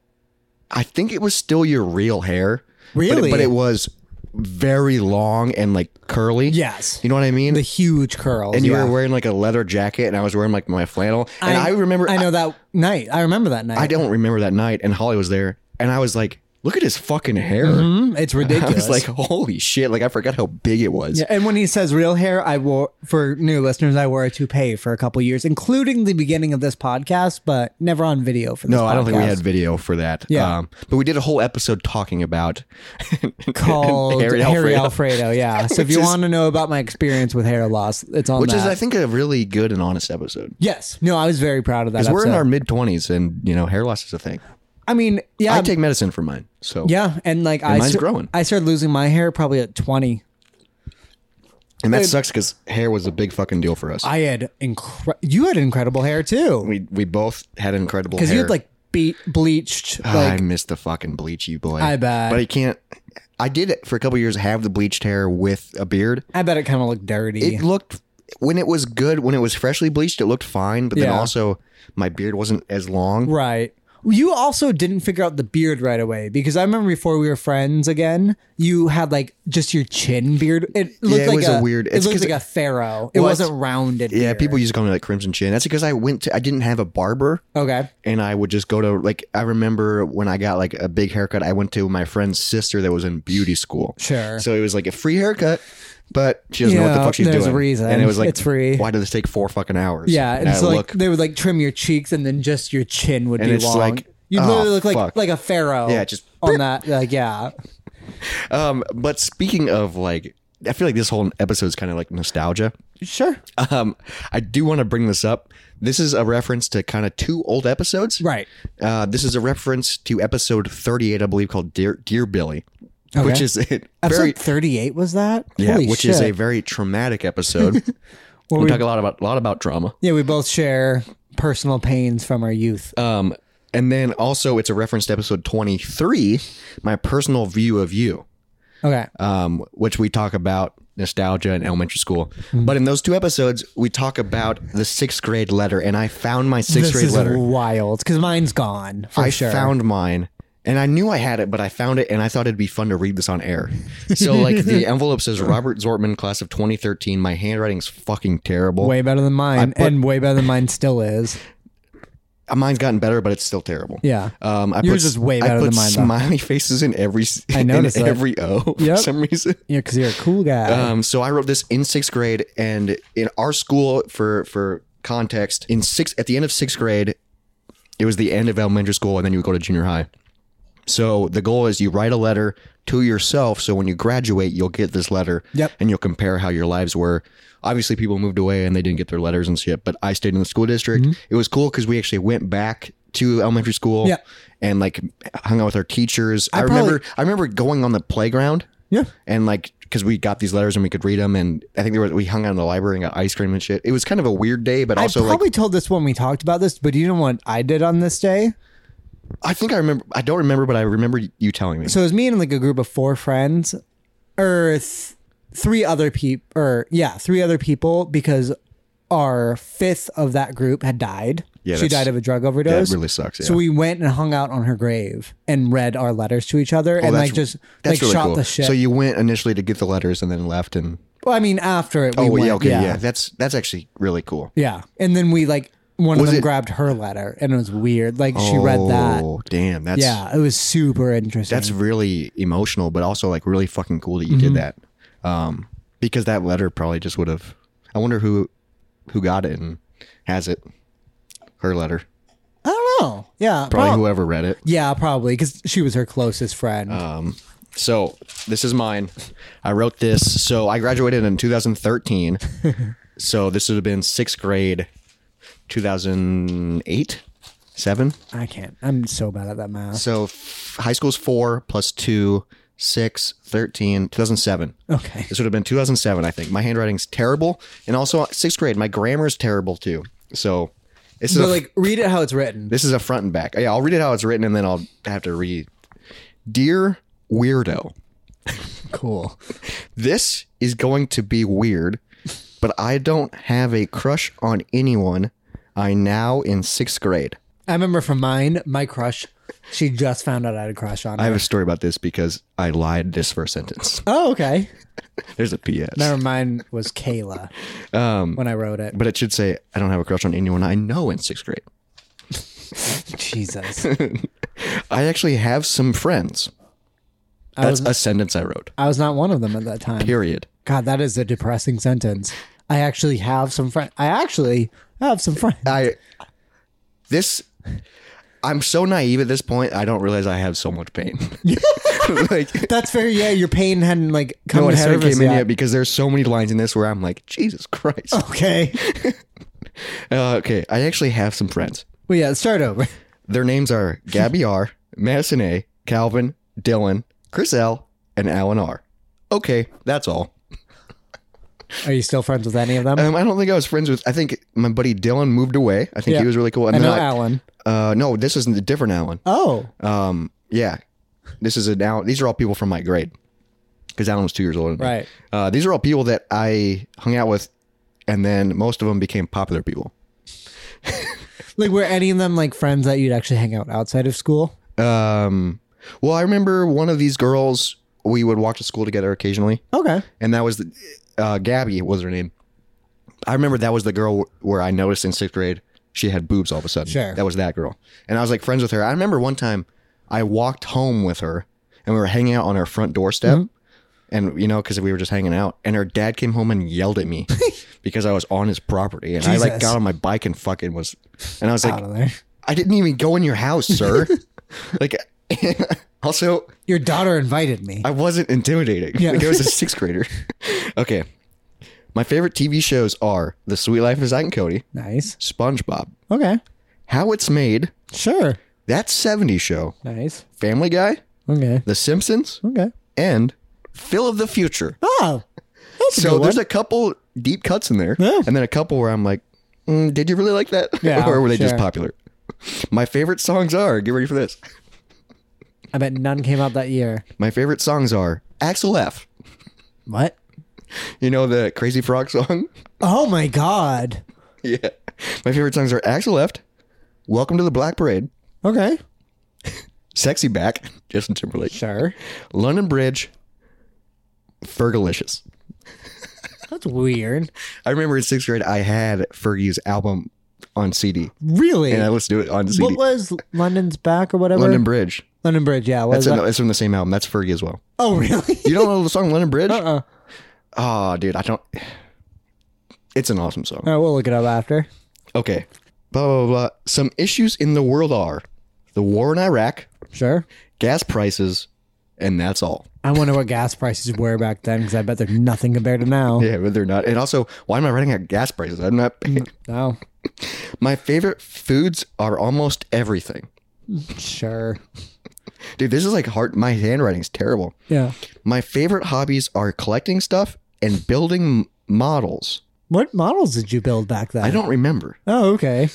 Speaker 1: I think it was still your real hair. but it-
Speaker 2: Really?
Speaker 1: But it was very long and like curly.
Speaker 2: Yes.
Speaker 1: You know what I mean?
Speaker 2: the huge curls.
Speaker 1: and you
Speaker 2: yeah.
Speaker 1: were wearing like a leather jacket and I was wearing like my flannel. And I, remember
Speaker 2: I
Speaker 1: I,
Speaker 2: know that night. I remember that night.
Speaker 1: I don't remember that night and Holly was there and I was like, look at his fucking hair.
Speaker 2: Mm, it's
Speaker 1: I was
Speaker 2: ridiculous.
Speaker 1: like, holy shit, like I forgot how big it was.
Speaker 2: yeah, and when he says real hair, I wore for new listeners, I wore a toupee for a couple years, including the beginning of this podcast, but never on video for this.
Speaker 1: No, I don't think we
Speaker 2: podcast.
Speaker 1: had video for that. Um,
Speaker 2: Yeah.
Speaker 1: but we did a whole episode talking about
Speaker 2: called
Speaker 1: Harry
Speaker 2: Harry
Speaker 1: Alfredo.
Speaker 2: Alfredo. yeah. So if you
Speaker 1: is-
Speaker 2: want to know about my experience with hair loss, it's on
Speaker 1: which
Speaker 2: that.
Speaker 1: is I think a really good and honest episode.
Speaker 2: yes. No, I was very proud of that.
Speaker 1: We're in
Speaker 2: episode.
Speaker 1: our mid twenties and you know, hair loss is a thing.
Speaker 2: I mean, yeah,
Speaker 1: I take medicine for mine. So
Speaker 2: Um, yeah, and like I
Speaker 1: mine's
Speaker 2: sta-
Speaker 1: growing.
Speaker 2: I started losing my hair probably at twenty.
Speaker 1: and that sucks because hair was a big fucking deal for us.
Speaker 2: I had incre- you had incredible hair too.
Speaker 1: we we both had incredible hair.
Speaker 2: Because you had like be- bleached,
Speaker 1: Ah,
Speaker 2: like
Speaker 1: I miss the fucking bleach you boy.
Speaker 2: I bet.
Speaker 1: But I can't. I did it for a couple years. Have the bleached hair with a beard.
Speaker 2: I bet it kind of looked dirty.
Speaker 1: It looked when it was good. When it was freshly bleached, it looked fine. But then
Speaker 2: Yeah.
Speaker 1: also my beard wasn't as long.
Speaker 2: right. You also didn't figure out the beard right away because I remember before we were friends again, you had like just your chin beard. It looked
Speaker 1: it
Speaker 2: like
Speaker 1: was a weird-
Speaker 2: It
Speaker 1: it's
Speaker 2: looked
Speaker 1: 'cause
Speaker 2: like
Speaker 1: it-
Speaker 2: a pharaoh. It
Speaker 1: Well,
Speaker 2: wasn't
Speaker 1: it's-
Speaker 2: rounded.
Speaker 1: Yeah,
Speaker 2: beard.
Speaker 1: people used to call me like Crimson Chin. That's because I went to I didn't have a barber.
Speaker 2: Okay.
Speaker 1: and I would just go to like I remember when I got like a big haircut, I went to my friend's sister that was in beauty school.
Speaker 2: Sure.
Speaker 1: So it was like a free haircut, but she doesn't know what the
Speaker 2: Yeah,
Speaker 1: fuck she's
Speaker 2: there's a
Speaker 1: doing.
Speaker 2: reason.
Speaker 1: And it was like
Speaker 2: It's free.
Speaker 1: Why did this take four fucking hours?
Speaker 2: Yeah,
Speaker 1: and
Speaker 2: and so
Speaker 1: I
Speaker 2: like
Speaker 1: look,
Speaker 2: they would like trim your cheeks, and then just your chin would
Speaker 1: And
Speaker 2: be
Speaker 1: it's
Speaker 2: long.
Speaker 1: like,
Speaker 2: you
Speaker 1: oh,
Speaker 2: literally look like
Speaker 1: fuck.
Speaker 2: like a pharaoh.
Speaker 1: Yeah, just-
Speaker 2: on that. Like yeah,
Speaker 1: um. But speaking of like, I feel like this whole episode is kind of like nostalgia.
Speaker 2: sure.
Speaker 1: Um, I do want to bring this up. This is a reference to kind of two old episodes.
Speaker 2: Right.
Speaker 1: Uh, this is a reference to episode 38, I believe, called Dear, Dear Billy, which
Speaker 2: Okay.
Speaker 1: is it.
Speaker 2: Episode
Speaker 1: Very,
Speaker 2: thirty-eight was that?
Speaker 1: yeah,
Speaker 2: Holy
Speaker 1: which
Speaker 2: shit.
Speaker 1: is a very traumatic episode.
Speaker 2: Where
Speaker 1: we
Speaker 2: we-
Speaker 1: talk a lot about a lot about drama.
Speaker 2: yeah. We both share personal pains from our youth.
Speaker 1: Um, and then also it's a reference to episode twenty three, my personal view of you,
Speaker 2: Okay.
Speaker 1: um, which we talk about nostalgia and elementary school. But in those two episodes, we talk about the sixth grade letter, and I found my sixth
Speaker 2: This
Speaker 1: grade
Speaker 2: is
Speaker 1: letter.
Speaker 2: wild because mine's gone for
Speaker 1: I
Speaker 2: sure.
Speaker 1: found mine. And I knew I had it, but I found it, and I thought it'd be fun to read this on air. So, like, the envelope says Robert Zortman, class of 2013. My handwriting's fucking terrible.
Speaker 2: way better than mine,
Speaker 1: put-
Speaker 2: and way better than mine still is.
Speaker 1: Mine's gotten better, but it's still terrible.
Speaker 2: Yeah.
Speaker 1: Um, I
Speaker 2: Yours
Speaker 1: put,
Speaker 2: is way
Speaker 1: I
Speaker 2: better
Speaker 1: put
Speaker 2: than mine, though.
Speaker 1: Smiley faces in every I
Speaker 2: noticed
Speaker 1: in
Speaker 2: that.
Speaker 1: every O for
Speaker 2: Yep.
Speaker 1: some reason.
Speaker 2: Yeah, because you're a cool guy.
Speaker 1: Um, so I wrote this in sixth grade, and in our school, for for context, in six at the end of sixth grade, it was the end of elementary school, and then you would go to junior high. So the goal is you write a letter to yourself, so when you graduate, you'll get this letter,
Speaker 2: Yep.
Speaker 1: and you'll compare how your lives were. Obviously, people moved away and they didn't get their letters and shit, but I stayed in the school district. It was cool because we actually went back to elementary school
Speaker 2: Mm-hmm. Yeah.
Speaker 1: and like hung out with our teachers. I,
Speaker 2: probably-
Speaker 1: remember I remember going on the playground
Speaker 2: yeah.
Speaker 1: and like because we got these letters and we could read them and i think there was we hung out in the library and got ice cream and shit it was kind of a weird day but
Speaker 2: I
Speaker 1: also
Speaker 2: probably told this when we talked about this, but you know what I did on this day?
Speaker 1: like i think i remember i don't remember but i remember you telling me
Speaker 2: So it was me and like a group of four friends, or th- three other people, or yeah, three other people because our fifth of that group had died.
Speaker 1: Yeah,
Speaker 2: she
Speaker 1: that's-
Speaker 2: died of a drug
Speaker 1: that
Speaker 2: overdose.
Speaker 1: really sucks yeah.
Speaker 2: So we went and hung out on her grave and read our letters to each other and
Speaker 1: Oh, that's-
Speaker 2: like just
Speaker 1: that's
Speaker 2: like
Speaker 1: really
Speaker 2: shot
Speaker 1: cool
Speaker 2: the shit.
Speaker 1: so you went initially to get the letters and then left and
Speaker 2: well, I mean, after it, we
Speaker 1: oh
Speaker 2: went,
Speaker 1: yeah okay yeah.
Speaker 2: yeah,
Speaker 1: that's that's actually really cool
Speaker 2: Yeah. And then we like one
Speaker 1: Was
Speaker 2: of them
Speaker 1: it-
Speaker 2: grabbed her letter and it was weird. Like she read that.
Speaker 1: oh damn that's
Speaker 2: Yeah, it was super interesting.
Speaker 1: that's really emotional but also like really fucking cool that you did that
Speaker 2: Mm-hmm.
Speaker 1: um because that letter probably just would have i wonder who who got it and has it her letter
Speaker 2: I don't know. Yeah,
Speaker 1: probably
Speaker 2: prob-
Speaker 1: whoever read it
Speaker 2: Yeah, probably because she was her closest friend.
Speaker 1: Um, so this is mine. I wrote this. So I graduated in 2013. so this would have been sixth grade, 2008, seven.
Speaker 2: I can't. I'm so bad at that math.
Speaker 1: So f- high school's four plus two, six, 13, 2007.
Speaker 2: Okay.
Speaker 1: This would have been 2007, I think. My handwriting's terrible. And also sixth grade, my grammar's terrible too. So this is
Speaker 2: So
Speaker 1: a
Speaker 2: like, read it how it's written.
Speaker 1: this is a front and back. Yeah, I'll read it how it's written and then I'll have to read. Dear weirdo.
Speaker 2: Cool.
Speaker 1: This is going to be weird, but I don't have a crush on anyone. I now in sixth grade.
Speaker 2: I remember from mine, my crush. She just found out I had a crush on
Speaker 1: I
Speaker 2: her.
Speaker 1: have a story about this because I lied this first sentence.
Speaker 2: oh, okay.
Speaker 1: There's a PS.
Speaker 2: Never mind. Was Kayla um, when I wrote it?
Speaker 1: But it should say, I don't have a crush on anyone I know in sixth grade.
Speaker 2: Jesus.
Speaker 1: I actually have some friends.
Speaker 2: I
Speaker 1: That's
Speaker 2: was
Speaker 1: a sentence I wrote.
Speaker 2: I was not one of them at that time.
Speaker 1: Period.
Speaker 2: God, that is a depressing sentence. I actually have some friends. I actually have some friends.
Speaker 1: I this I'm so naive at this point, I don't realize I have so much pain. like
Speaker 2: That's fair. Yeah, your pain hadn't like come
Speaker 1: no one
Speaker 2: to
Speaker 1: had
Speaker 2: service
Speaker 1: came in
Speaker 2: yet.
Speaker 1: yet because there's so many lines in this where I'm like, Jesus Christ.
Speaker 2: Okay.
Speaker 1: Uh, okay, I actually have some friends.
Speaker 2: Well, yeah. Start over.
Speaker 1: Their names are Gabby R, Madison A, Calvin, Dylan, Chris L, and Alan R. Okay, that's all.
Speaker 2: Are you still friends with any of them?
Speaker 1: Um, I don't think I was friends with. I think my buddy Dylan moved away. I think
Speaker 2: Yeah.
Speaker 1: he was really cool. And
Speaker 2: I
Speaker 1: then
Speaker 2: know
Speaker 1: I-
Speaker 2: Alan.
Speaker 1: Uh, no, this isn't a different Alan.
Speaker 2: Oh,
Speaker 1: Um, yeah, this is a now. These are all people from my grade because Alan was two years older. Than me.
Speaker 2: right.
Speaker 1: Uh, these are all people that I hung out with, and then most of them became popular people.
Speaker 2: Like, were any of them like friends that you'd actually hang out outside of school?
Speaker 1: Um, well, I remember one of these girls. We would walk to school together occasionally,
Speaker 2: Okay.
Speaker 1: and that was the, uh, Gabby was her name. I remember that was the girl where I noticed in sixth grade she had boobs all of a sudden.
Speaker 2: Sure.
Speaker 1: That was that girl, and I was like friends with her. I remember one time I walked home with her, and we were hanging out on her front doorstep.
Speaker 2: Mm-hmm.
Speaker 1: And you know, because we were just hanging out, and her dad came home and yelled at me because I was on his property, and I like
Speaker 2: Jesus.
Speaker 1: got on my bike and fucking was, and I was like,
Speaker 2: Out of there.
Speaker 1: I didn't even go in your house, sir. like, also,
Speaker 2: Your daughter invited me.
Speaker 1: I wasn't intimidating.
Speaker 2: Yeah.
Speaker 1: Like, I was a sixth grader. okay. My favorite TV shows are The Sweet Life of Zack and Cody,
Speaker 2: nice.
Speaker 1: SpongeBob,
Speaker 2: Okay.
Speaker 1: How It's Made,
Speaker 2: Sure.
Speaker 1: That 70 Show,
Speaker 2: Nice.
Speaker 1: Family Guy,
Speaker 2: Okay.
Speaker 1: The Simpsons,
Speaker 2: Okay.
Speaker 1: and Phil of the Future.
Speaker 2: Oh. That's
Speaker 1: So
Speaker 2: good
Speaker 1: there's
Speaker 2: one.
Speaker 1: a couple deep cuts in there,
Speaker 2: Yeah.
Speaker 1: and then a couple where I'm like, "Mm, did you really like that?
Speaker 2: Yeah,
Speaker 1: or were they just
Speaker 2: sure.
Speaker 1: popular? My favorite songs are, get ready for this.
Speaker 2: I bet none came out that year.
Speaker 1: My favorite songs are Axel F.
Speaker 2: What?
Speaker 1: You know the Crazy Frog song?
Speaker 2: Oh my god.
Speaker 1: yeah. My favorite songs are Axel Left, Welcome to the Black Parade,
Speaker 2: Okay.
Speaker 1: Sexy Back, Justin Timberlake,
Speaker 2: Sure.
Speaker 1: London Bridge, Fergalicious.
Speaker 2: That's weird.
Speaker 1: I remember in sixth grade I had Fergie's album on CD
Speaker 2: Really?
Speaker 1: and I listened to it on CD.
Speaker 2: What was London's back or whatever?
Speaker 1: London Bridge.
Speaker 2: London Bridge, yeah. What
Speaker 1: That's,
Speaker 2: was
Speaker 1: in,
Speaker 2: that?
Speaker 1: that's from the same album. That's Fergie as well.
Speaker 2: Oh, really?
Speaker 1: You don't know the song London Bridge?
Speaker 2: Uh-uh.
Speaker 1: Oh, dude, I don't. It's an awesome song.
Speaker 2: All right, we'll look it up after.
Speaker 1: Okay. Blah, blah, blah. Some issues in the world are the war in Iraq,
Speaker 2: Sure.
Speaker 1: gas prices, and that's all.
Speaker 2: I wonder what gas prices were back then because I bet they're nothing compared to now.
Speaker 1: Yeah, but they're not. And also, why am I writing out gas prices? I'm not.
Speaker 2: Oh,
Speaker 1: My favorite foods are almost everything.
Speaker 2: sure.
Speaker 1: Dude, this is like hard. My handwriting's terrible.
Speaker 2: Yeah.
Speaker 1: My favorite hobbies are collecting stuff and building m- models.
Speaker 2: What models did you build back then?
Speaker 1: I don't remember.
Speaker 2: Oh, okay.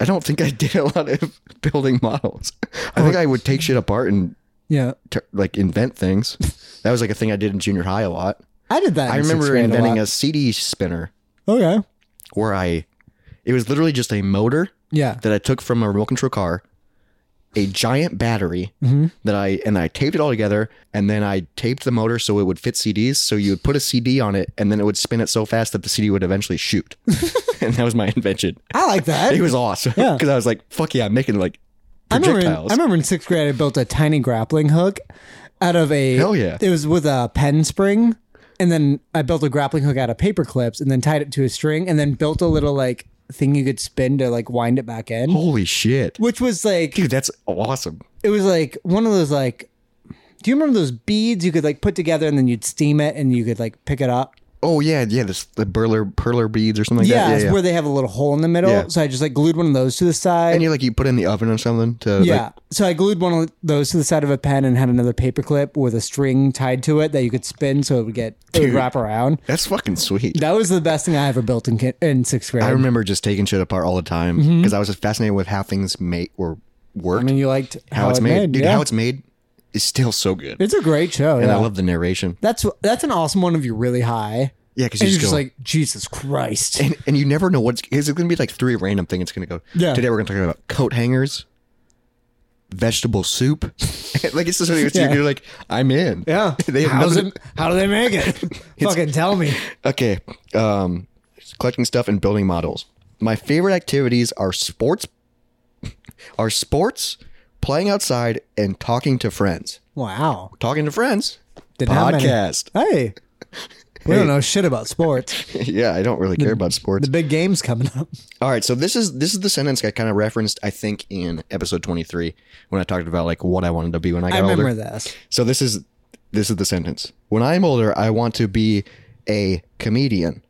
Speaker 1: I don't think I did a lot of building models. I think I would take shit apart and
Speaker 2: Yeah.
Speaker 1: t- like invent things. That was like a thing I did in junior high a lot.
Speaker 2: I did that.
Speaker 1: I remember inventing a CD spinner
Speaker 2: Okay.
Speaker 1: where I, it was literally just a motor
Speaker 2: Yeah.
Speaker 1: that I took from a remote control car, a giant battery
Speaker 2: Mm-hmm.
Speaker 1: that I and I taped it all together, and then I taped the motor so it would fit CDs. So you would put a CD on it, and then it would spin it so fast that the CD would eventually shoot. and that was my invention.
Speaker 2: I like that.
Speaker 1: It was awesome
Speaker 2: Yeah.
Speaker 1: because I was like, "Fuck yeah, I'm making like
Speaker 2: I remember, in, I
Speaker 1: projectiles."
Speaker 2: remember in sixth grade, I built a tiny grappling hook out of a.
Speaker 1: Hell yeah.
Speaker 2: It was with a pen spring. And then I built a grappling hook out of paper clips and then tied it to a string and then built a little like thing you could spin to like wind it back in,
Speaker 1: Holy shit,
Speaker 2: which was like,
Speaker 1: dude, that's awesome.
Speaker 2: it was like one of those like, do you remember those beads you could like put together and then you'd steam it and you could like pick it up?
Speaker 1: Oh yeah, yeah, this the burler perler beads or something like
Speaker 2: Yeah,
Speaker 1: that.
Speaker 2: it's where they have a little hole in the middle.
Speaker 1: Yeah.
Speaker 2: So I just like glued one of those to the side.
Speaker 1: and you like you put it in the oven or something to
Speaker 2: Yeah.
Speaker 1: like,
Speaker 2: so I glued one of those to the side of a pen and had another paper clip with a string tied to it that you could spin so it would get it would wrap around.
Speaker 1: that's fucking sweet.
Speaker 2: That was the best thing I ever built in ki- in sixth grade.
Speaker 1: I
Speaker 2: I,
Speaker 1: remember just taking shit apart all the time because I was fascinated with how things make or work,
Speaker 2: Mm-hmm. mean, you liked
Speaker 1: how, it's
Speaker 2: it
Speaker 1: made. Dude,
Speaker 2: yeah.
Speaker 1: how it's made is still so good,
Speaker 2: it's a great show.
Speaker 1: and
Speaker 2: Yeah.
Speaker 1: I love the narration.
Speaker 2: that's that's an awesome one if you're really high.
Speaker 1: Yeah, because you
Speaker 2: And
Speaker 1: just,
Speaker 2: you're just
Speaker 1: go,
Speaker 2: like Jesus Christ.
Speaker 1: and, and you never know what's is it going to be like three random things. It's going to go.
Speaker 2: Yeah.
Speaker 1: Today we're going to talk about coat hangers, vegetable soup. like it's just it's,
Speaker 2: Yeah.
Speaker 1: you're like I'm in.
Speaker 2: Yeah.
Speaker 1: They have
Speaker 2: how, does
Speaker 1: nothing-
Speaker 2: it, how do they make it? Fucking tell me.
Speaker 1: Okay. Um, collecting stuff and building models. My favorite activities are sports, are sports, playing outside, and talking to friends.
Speaker 2: Wow.
Speaker 1: Talking to friends.
Speaker 2: Didn't have many.
Speaker 1: podcast.
Speaker 2: Hey. We don't know shit about sports.
Speaker 1: yeah, I don't really care about sports.
Speaker 2: The big game's coming up.
Speaker 1: All right, so this is this is the sentence I kind of referenced, I think, in episode twenty three when I talked about like what I wanted to be when I
Speaker 2: I
Speaker 1: got older.
Speaker 2: remember this.
Speaker 1: So this is this is the sentence. When I'm older, I want to be a comedian,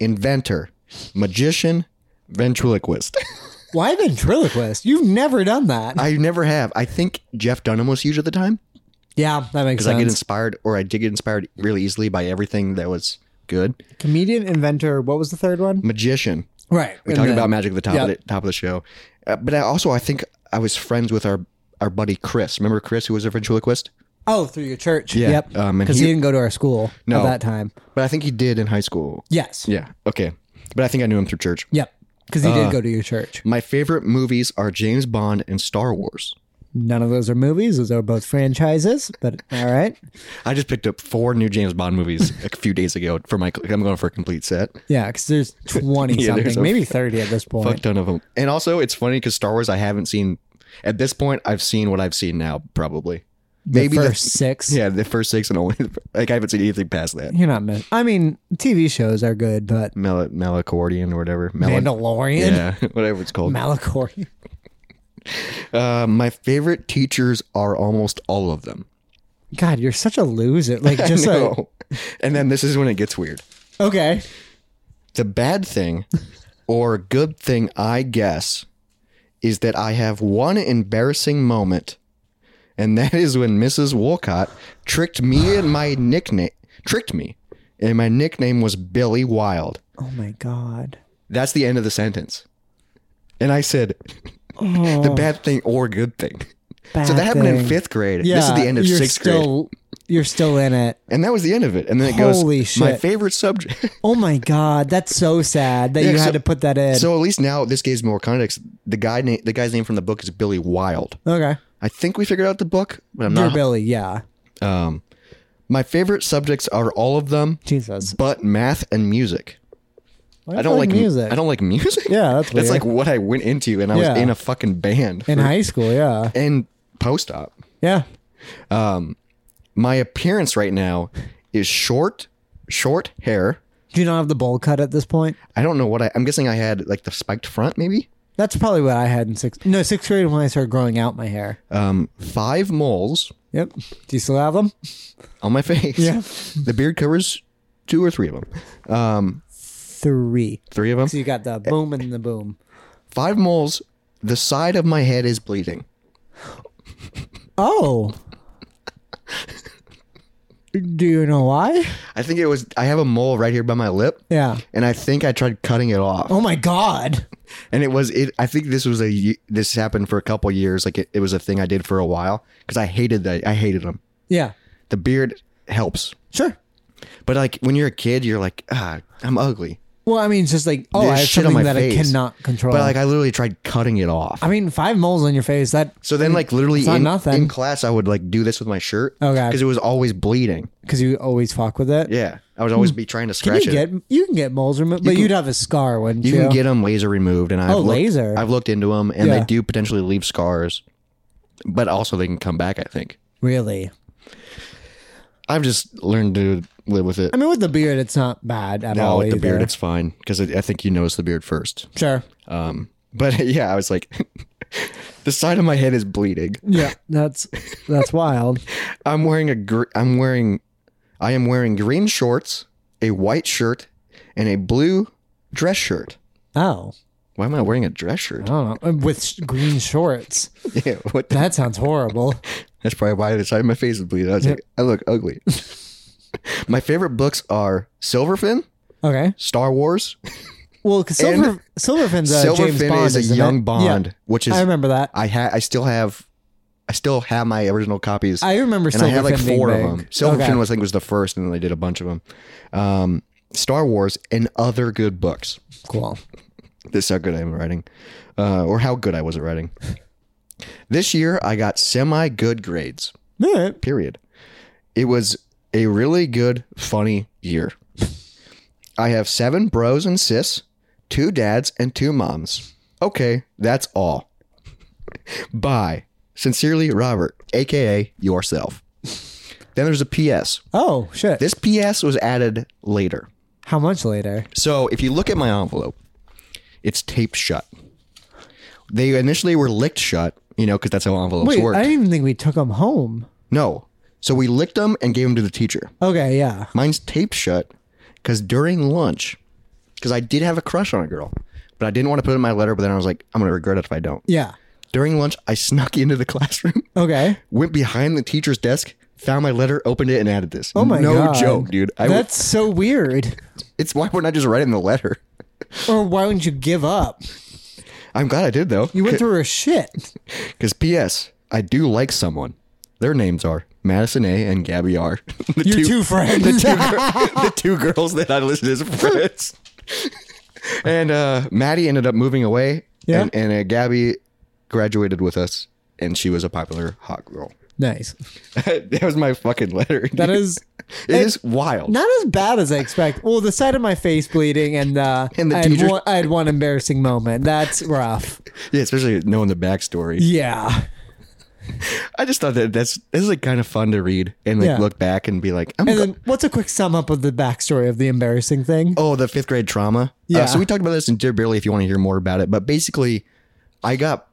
Speaker 1: inventor, magician, ventriloquist.
Speaker 2: Why ventriloquist? You've never done that.
Speaker 1: I never have. I think Jeff Dunham was huge at the time
Speaker 2: yeah, that makes
Speaker 1: because I
Speaker 2: sense.
Speaker 1: get inspired, or I did get inspired really easily by everything that was good.
Speaker 2: Comedian, inventor. What was the third one?
Speaker 1: Magician.
Speaker 2: Right.
Speaker 1: Mm, We talked about magic at the top
Speaker 2: yeah.
Speaker 1: of the top of the show, uh, but I also I think I was friends with our our buddy Chris. Remember Chris, who was a ventriloquist?
Speaker 2: Oh, through your church.
Speaker 1: Yeah,
Speaker 2: Yep.
Speaker 1: um, and
Speaker 2: Because he,
Speaker 1: he-
Speaker 2: didn't go to our school
Speaker 1: No.
Speaker 2: at that time.
Speaker 1: But I think he did in high school.
Speaker 2: Yes.
Speaker 1: Yeah. Okay. But I think I knew him through church.
Speaker 2: Yep. Because
Speaker 1: Uh.
Speaker 2: he did go to your church.
Speaker 1: My favorite movies are James Bond and Star Wars.
Speaker 2: None of those are movies. Those are both franchises. But all right.
Speaker 1: I just picked up four new James Bond movies a few days ago for my. I'm going for a complete set.
Speaker 2: Yeah, because there's 20
Speaker 1: Yeah,
Speaker 2: something,
Speaker 1: there's a
Speaker 2: maybe 30 at this
Speaker 1: Fuck
Speaker 2: point.
Speaker 1: ton of them. And also, it's funny because Star Wars, I haven't seen. At this point, I've seen what I've seen now, probably. Maybe
Speaker 2: the
Speaker 1: the-
Speaker 2: first six.
Speaker 1: Yeah, the first six and only. Like I haven't seen anything past that.
Speaker 2: You're not miss. I mean, TV shows are good, but
Speaker 1: Mel- Melicordian or whatever. Mel-
Speaker 2: Mandalorian,
Speaker 1: yeah, whatever it's called.
Speaker 2: Malachorian.
Speaker 1: Uh, my favorite teachers are almost all of them.
Speaker 2: God, you're such a loser. Like, just a,
Speaker 1: No. and then this is when it gets weird.
Speaker 2: okay.
Speaker 1: The bad thing or good thing, I guess, is that I have one embarrassing moment, and that is when Mrs. Wolcott tricked me and my nickname tricked me, and my nickname was Billy Wild.
Speaker 2: Oh my God.
Speaker 1: That's the end of the sentence. And I said, the bad thing or good thing. so
Speaker 2: Oh. Bad
Speaker 1: that happened in
Speaker 2: thing.
Speaker 1: fifth grade. this is the end of
Speaker 2: you're
Speaker 1: sixth grade.
Speaker 2: still, You're still in it.
Speaker 1: And that was the end of it. And then it
Speaker 2: Holy
Speaker 1: goes, my
Speaker 2: shit.
Speaker 1: favorite subject.
Speaker 2: Oh my God, that's so sad that you
Speaker 1: so-
Speaker 2: had to put that in.
Speaker 1: So at least now this gives more context. The guy, na- the guy's name from the book is Billy Wilde.
Speaker 2: okay,
Speaker 1: I think we figured out the book, but I'm
Speaker 2: dear
Speaker 1: not.
Speaker 2: Billy, yeah,
Speaker 1: Um, my favorite subjects are all of them,
Speaker 2: Jesus.
Speaker 1: but math and music.
Speaker 2: Why do
Speaker 1: I
Speaker 2: you
Speaker 1: don't like, mu-
Speaker 2: music.
Speaker 1: I don't like music.
Speaker 2: Yeah, that's
Speaker 1: that's like
Speaker 2: weird.
Speaker 1: what I went into, and I
Speaker 2: Yeah.
Speaker 1: was in a fucking band
Speaker 2: in high school. Yeah,
Speaker 1: and post op.
Speaker 2: yeah.
Speaker 1: My appearance right now is short, short hair.
Speaker 2: Do you not have the bowl cut at this point?
Speaker 1: I don't know what I. I'm guessing I had like the spiked front, maybe.
Speaker 2: That's probably what I had in sixth. No, sixth grade when I started growing out my hair.
Speaker 1: Um, five moles
Speaker 2: Yep. Do you still have them?
Speaker 1: on my face.
Speaker 2: Yeah.
Speaker 1: the beard covers two or three of them. Um,
Speaker 2: Three.
Speaker 1: three of them.
Speaker 2: So you got the boom and the boom.
Speaker 1: Five moles. The side of my head is bleeding.
Speaker 2: Oh. Do you know why?
Speaker 1: I think it was. I have a mole right here by my lip,
Speaker 2: Yeah.
Speaker 1: and I think I tried cutting it off.
Speaker 2: Oh my God.
Speaker 1: And it was. It. I think this was a. ye- This happened for a couple years. Like it, it was a thing I did for a while because I hated that. I hated them.
Speaker 2: Yeah.
Speaker 1: The beard helps,
Speaker 2: Sure.
Speaker 1: but like when you're a kid, you're like, ah, I'm ugly.
Speaker 2: Well, I mean, it's just like, oh,
Speaker 1: There's
Speaker 2: I have
Speaker 1: shit on
Speaker 2: something
Speaker 1: my
Speaker 2: that I
Speaker 1: face.
Speaker 2: cannot control.
Speaker 1: But like I literally tried cutting it off.
Speaker 2: I mean, five moles on your face. That
Speaker 1: So then, like literally
Speaker 2: It's not
Speaker 1: in,
Speaker 2: nothing.
Speaker 1: in class, I would like do this with my shirt
Speaker 2: Okay.
Speaker 1: because it was always bleeding.
Speaker 2: because you always fuck with it.
Speaker 1: Yeah, I would always be trying to
Speaker 2: Hmm. Can
Speaker 1: scratch
Speaker 2: you
Speaker 1: it.
Speaker 2: get you can get moles removed, but
Speaker 1: can-
Speaker 2: you'd have a scar, wouldn't you?
Speaker 1: You can get them laser removed, and I've
Speaker 2: Oh,
Speaker 1: looked,
Speaker 2: laser.
Speaker 1: I've looked into them, and
Speaker 2: Yeah.
Speaker 1: they do potentially leave scars, but also they can come back. I think
Speaker 2: really.
Speaker 1: I've just learned to live with it.
Speaker 2: I mean, with the beard, it's not bad at
Speaker 1: No,
Speaker 2: all.
Speaker 1: with the
Speaker 2: either.
Speaker 1: beard, it's fine because I I think you notice the beard first.
Speaker 2: sure.
Speaker 1: Um, but yeah, I was like, the side of my head is bleeding.
Speaker 2: Yeah, that's that's wild.
Speaker 1: I'm wearing a gr- I'm wearing I am wearing green shorts, a white shirt, and a blue dress shirt.
Speaker 2: Oh,
Speaker 1: Why am I wearing a dress shirt?
Speaker 2: I don't know. With sh- green shorts,
Speaker 1: Yeah, what the-
Speaker 2: that sounds horrible.
Speaker 1: that's probably why the side of my face is bleeding. I was like, I look ugly. my favorite books are Silverfin,
Speaker 2: Okay.
Speaker 1: Star Wars.
Speaker 2: Well, because Silver Silverfin's a James
Speaker 1: Silverfin
Speaker 2: Bond
Speaker 1: is a
Speaker 2: isn't
Speaker 1: young
Speaker 2: it?
Speaker 1: Bond,
Speaker 2: Yeah,
Speaker 1: which is
Speaker 2: I remember that.
Speaker 1: I ha- I still have I still have my original copies.
Speaker 2: I remember
Speaker 1: and I had like
Speaker 2: Silverfin being
Speaker 1: four of
Speaker 2: big.
Speaker 1: them. Silverfin
Speaker 2: Okay.
Speaker 1: was I think was the first, and then they did a bunch of them. Um, Star Wars and other good books.
Speaker 2: cool.
Speaker 1: This is how good I am at writing, uh, or how good I was at writing. This year I got semi good grades.
Speaker 2: All right.
Speaker 1: Period. It was a really good, funny year. I have seven bros and sis, two dads and two moms. Okay, that's all. Bye. Sincerely, Robert, aka yourself. Then there's a PS.
Speaker 2: Oh shit!
Speaker 1: This PS was added later.
Speaker 2: How much later?
Speaker 1: So if you look at my envelope, it's taped shut. They initially were licked shut, you know, because that's how envelopes
Speaker 2: Wait,
Speaker 1: work.
Speaker 2: I didn't even think we took them home.
Speaker 1: no. So we licked them and gave them to the teacher.
Speaker 2: Okay, yeah.
Speaker 1: Mine's taped shut because during lunch, because I did have a crush on a girl, but I didn't want to put it in my letter, but then I was like, I'm going to regret it if I don't.
Speaker 2: Yeah.
Speaker 1: During lunch, I snuck into the classroom,
Speaker 2: Okay.
Speaker 1: went behind the teacher's desk, found my letter, opened it, and added this.
Speaker 2: Oh my
Speaker 1: no
Speaker 2: god.
Speaker 1: joke, dude. I w-
Speaker 2: That's so weird.
Speaker 1: it's why wouldn't I just write it in the letter?
Speaker 2: Or why wouldn't you give up?
Speaker 1: I'm glad I did, though.
Speaker 2: You went through a shit.
Speaker 1: Because P.S. I do like someone. Their names are Madison A. and Gabby R. The
Speaker 2: Your two friends.
Speaker 1: The two, gir- the two girls that I listed as friends. and uh, Maddie ended up moving away.
Speaker 2: Yeah.
Speaker 1: And, and uh, Gabby graduated with us, and she was a popular hot girl.
Speaker 2: Nice.
Speaker 1: that was my fucking letter.
Speaker 2: That is
Speaker 1: it is wild.
Speaker 2: not as bad as I expect. Well, the side of my face bleeding and uh,
Speaker 1: And the
Speaker 2: I, had
Speaker 1: teacher-
Speaker 2: one, I had one embarrassing moment. That's rough.
Speaker 1: yeah, especially knowing the backstory.
Speaker 2: Yeah.
Speaker 1: I just thought that that's this is like kind of fun to read and like
Speaker 2: Yeah.
Speaker 1: look back and be like, I'm
Speaker 2: And
Speaker 1: gl-
Speaker 2: then what's a quick sum up of the backstory of the embarrassing thing?
Speaker 1: oh the fifth grade trauma. Uh,
Speaker 2: Yeah.
Speaker 1: so we talked about this in Dear Barely if you want to hear more about it. But basically, I got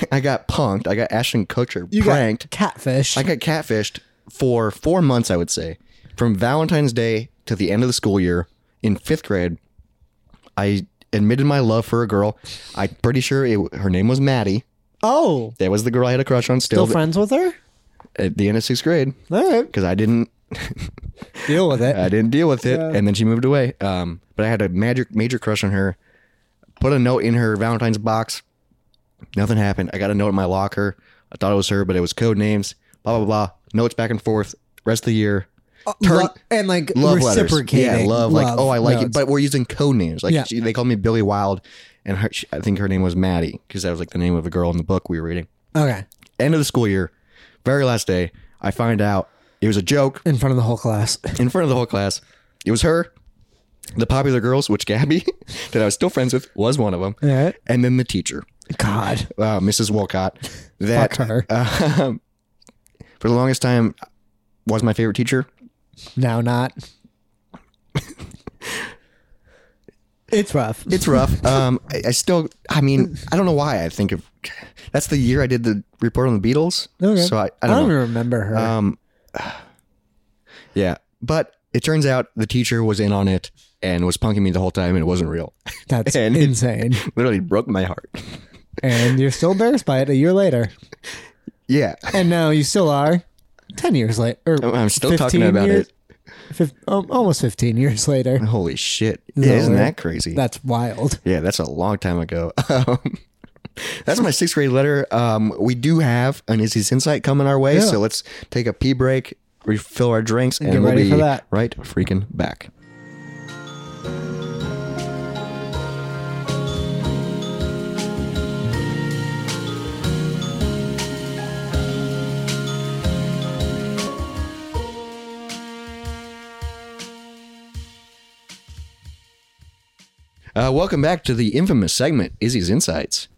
Speaker 1: I got punked. I got Ashton Kutcher
Speaker 2: You
Speaker 1: pranked.
Speaker 2: got catfish.
Speaker 1: I got catfished for four months, I would say, from Valentine's Day to the end of the school year in fifth grade. I admitted my love for a girl. I'm pretty sure it, her name was Maddie.
Speaker 2: oh,
Speaker 1: That was the girl I had a crush on
Speaker 2: still
Speaker 1: still
Speaker 2: friends with her?
Speaker 1: at the end of sixth grade
Speaker 2: All right.
Speaker 1: because I didn't
Speaker 2: Deal with it.
Speaker 1: I didn't deal with it, and then she moved away. Um, but I had a major major crush on her. Put a note in her Valentine's box. Nothing happened. I got a note in my locker. I thought it was her, but it was code names. Blah blah blah. Notes back and forth. Rest of the year. Turn-
Speaker 2: Lo- and like
Speaker 1: love letters.
Speaker 2: reciprocating.
Speaker 1: Yeah, love, Like, oh, I like it.
Speaker 2: notes.
Speaker 1: But we're using code names. Like,
Speaker 2: Yeah.
Speaker 1: she, they called me Billy Wild, and her, she, I think her name was Maddie because that was like the name of the girl in the book we were reading.
Speaker 2: okay.
Speaker 1: End of the school year, very last day, I find out it was a joke
Speaker 2: In front of the whole class.
Speaker 1: in front of the whole class. It was her, the popular girls, which Gabby, that I was still friends with, was one of them,
Speaker 2: All right.
Speaker 1: and then the teacher,
Speaker 2: God.
Speaker 1: uh, Mrs. Wolcott. That
Speaker 2: Fuck her.
Speaker 1: um, for the longest time was my favorite teacher.
Speaker 2: Now not. it's rough.
Speaker 1: It's rough. Um, I, I still, I mean, I don't know why. I think of that's the year I did the report on the Beatles.
Speaker 2: Okay.
Speaker 1: So I, I
Speaker 2: I don't
Speaker 1: don't know.
Speaker 2: even remember her.
Speaker 1: Um, yeah, but it turns out the teacher was in on it and was punking me the whole time, and it wasn't real.
Speaker 2: That's
Speaker 1: and it-
Speaker 2: insane.
Speaker 1: Literally broke my heart.
Speaker 2: and you're still embarrassed by it a year later.
Speaker 1: Yeah,
Speaker 2: And now you still are 10 years later. Or
Speaker 1: I'm still talking
Speaker 2: 15
Speaker 1: about
Speaker 2: years?
Speaker 1: it.
Speaker 2: fif- um, almost 15 years later.
Speaker 1: Holy shit! Yeah, isn't
Speaker 2: weird?
Speaker 1: that crazy?
Speaker 2: That's wild.
Speaker 1: Yeah, that's a long time ago. Um, that's my sixth grade letter. Um, we do have an Izzy's Insight coming our way, so let's take a pee break, refill our drinks, and
Speaker 2: get
Speaker 1: we'll
Speaker 2: ready
Speaker 1: be
Speaker 2: for that.
Speaker 1: right freaking back. Uh, welcome back to the infamous segment, Izzy's Insights.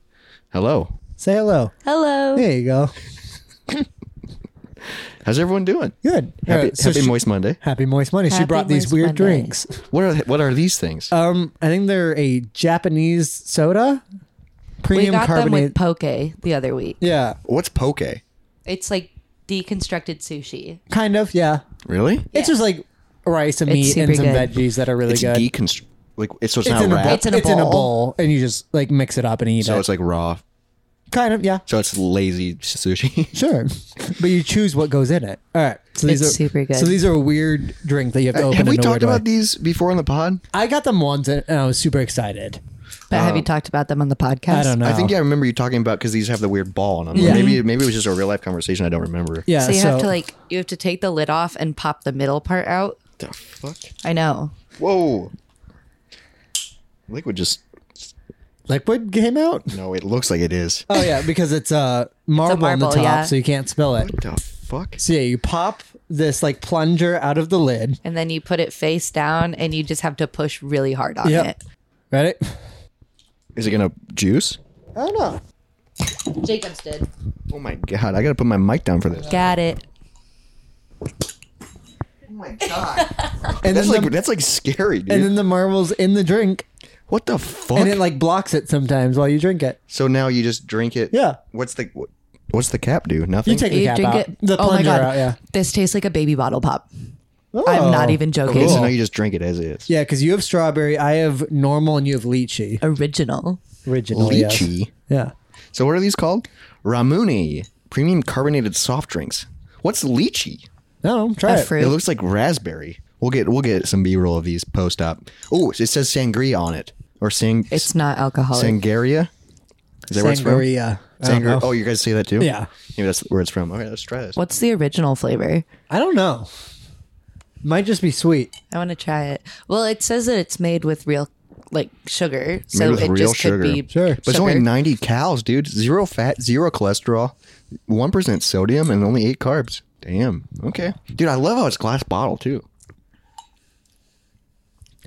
Speaker 1: Hello,
Speaker 2: Say hello.
Speaker 3: Hello.
Speaker 2: There you go.
Speaker 1: how's everyone doing?
Speaker 2: Good. All
Speaker 1: Happy,
Speaker 2: right, so
Speaker 1: happy
Speaker 2: she-
Speaker 1: Moist Monday.
Speaker 2: Happy Moist Money. she
Speaker 3: Happy
Speaker 2: brought these
Speaker 3: Moist
Speaker 2: weird
Speaker 3: Monday.
Speaker 2: drinks.
Speaker 1: What are what are these things?
Speaker 2: Um, I think they're a Japanese soda,
Speaker 3: We
Speaker 2: premium
Speaker 3: got them
Speaker 2: carbonate.
Speaker 3: with poke the other week.
Speaker 2: yeah,
Speaker 1: What's poke?
Speaker 3: It's like deconstructed sushi.
Speaker 2: kind of. Yeah,
Speaker 1: Really?
Speaker 2: it's just like rice and
Speaker 3: It's
Speaker 2: meat and
Speaker 3: super
Speaker 2: some
Speaker 3: good.
Speaker 2: veggies that are really
Speaker 1: It's
Speaker 2: good.
Speaker 1: deconstruct. Like it's so it's,
Speaker 2: It's
Speaker 1: not
Speaker 2: in, a
Speaker 1: wrapped.
Speaker 2: bowl.
Speaker 3: It's in a bowl.
Speaker 2: bowl, and you just like mix it up and eat
Speaker 1: so
Speaker 2: it.
Speaker 1: it's like raw.
Speaker 2: Kind of, yeah,
Speaker 1: So it's lazy sushi.
Speaker 2: sure. but you choose what goes in it. All right, so these
Speaker 3: It's
Speaker 2: are
Speaker 3: super good.
Speaker 2: So these are a weird drink that you have to open.
Speaker 1: Have we
Speaker 2: in a
Speaker 1: talked
Speaker 2: weird way.
Speaker 1: about these before on the pod?
Speaker 2: I got them once, and and I was super excited.
Speaker 3: But have you talked about them on the podcast?
Speaker 2: I don't know.
Speaker 1: I think yeah, I remember you talking about because these have the weird ball, and I'm like,
Speaker 2: Yeah.
Speaker 1: maybe maybe it was just a real life conversation. I don't remember.
Speaker 2: yeah.
Speaker 3: So you have to like you have to take the lid off and pop the middle part out.
Speaker 1: The fuck.
Speaker 3: I know.
Speaker 1: Whoa. Liquid just
Speaker 2: liquid came out.
Speaker 1: no. It looks like it is.
Speaker 2: Oh yeah, because it's uh, marble, on
Speaker 3: marble,
Speaker 2: the top,
Speaker 3: yeah.
Speaker 2: so you can't spill it.
Speaker 1: What the fuck?
Speaker 2: So yeah, you pop this like plunger out of the lid.
Speaker 3: And then you put it face down and you just have to push really hard on
Speaker 2: Yep.
Speaker 3: it.
Speaker 2: Ready?
Speaker 1: Is it gonna juice?
Speaker 2: I don't know.
Speaker 3: Jacobs did.
Speaker 1: Oh my god! I gotta put my mic down for this.
Speaker 3: Got it.
Speaker 1: Oh my god!
Speaker 2: And
Speaker 1: that's
Speaker 2: then
Speaker 1: like
Speaker 2: the,
Speaker 1: that's like scary, dude.
Speaker 2: and then the marbles in the drink,
Speaker 1: what the fuck?
Speaker 2: and it like blocks it sometimes while you drink it.
Speaker 1: so now you just drink it.
Speaker 2: Yeah.
Speaker 1: What's the what, what's the cap do? Nothing.
Speaker 2: You take the
Speaker 3: You
Speaker 2: cap
Speaker 3: drink
Speaker 2: out,
Speaker 3: it.
Speaker 2: the
Speaker 3: oh my
Speaker 2: plunger
Speaker 3: god.
Speaker 2: out. Yeah,
Speaker 3: This tastes like a baby bottle pop. I'm not
Speaker 2: Oh.
Speaker 3: even joking.
Speaker 1: Okay, so now you just drink it as is.
Speaker 2: Yeah, because you have strawberry, I have normal, and you have lychee.
Speaker 3: Original.
Speaker 2: Original, yes.
Speaker 1: Lychee.
Speaker 2: Yeah,
Speaker 1: So what are these called? Ramune premium carbonated soft drinks. What's lychee?
Speaker 2: no, try
Speaker 3: A
Speaker 2: it.
Speaker 3: fruit.
Speaker 1: It looks like raspberry. We'll get we'll get some B roll of these post up. Oh, it says sangria on it or sang
Speaker 3: it's not alcoholic.
Speaker 1: sangria. Is that where it's from?
Speaker 2: Sangria. I don't
Speaker 1: Sangria.
Speaker 2: know.
Speaker 1: Oh, you guys say that too?
Speaker 2: Yeah.
Speaker 1: Maybe that's where it's from. Okay, let's try this.
Speaker 3: What's the original flavor?
Speaker 2: I don't know. Might just be sweet.
Speaker 3: I want to try it. Well, it says that it's made with real like sugar, so
Speaker 1: with
Speaker 3: it
Speaker 1: real
Speaker 3: just could be
Speaker 2: Sure. But
Speaker 1: But it's only
Speaker 3: sugar.
Speaker 1: 90 calories, dude. Zero fat, zero cholesterol, 1% sodium, and only eight carbs. Damn. Okay. Dude, I love how it's glass bottle, too.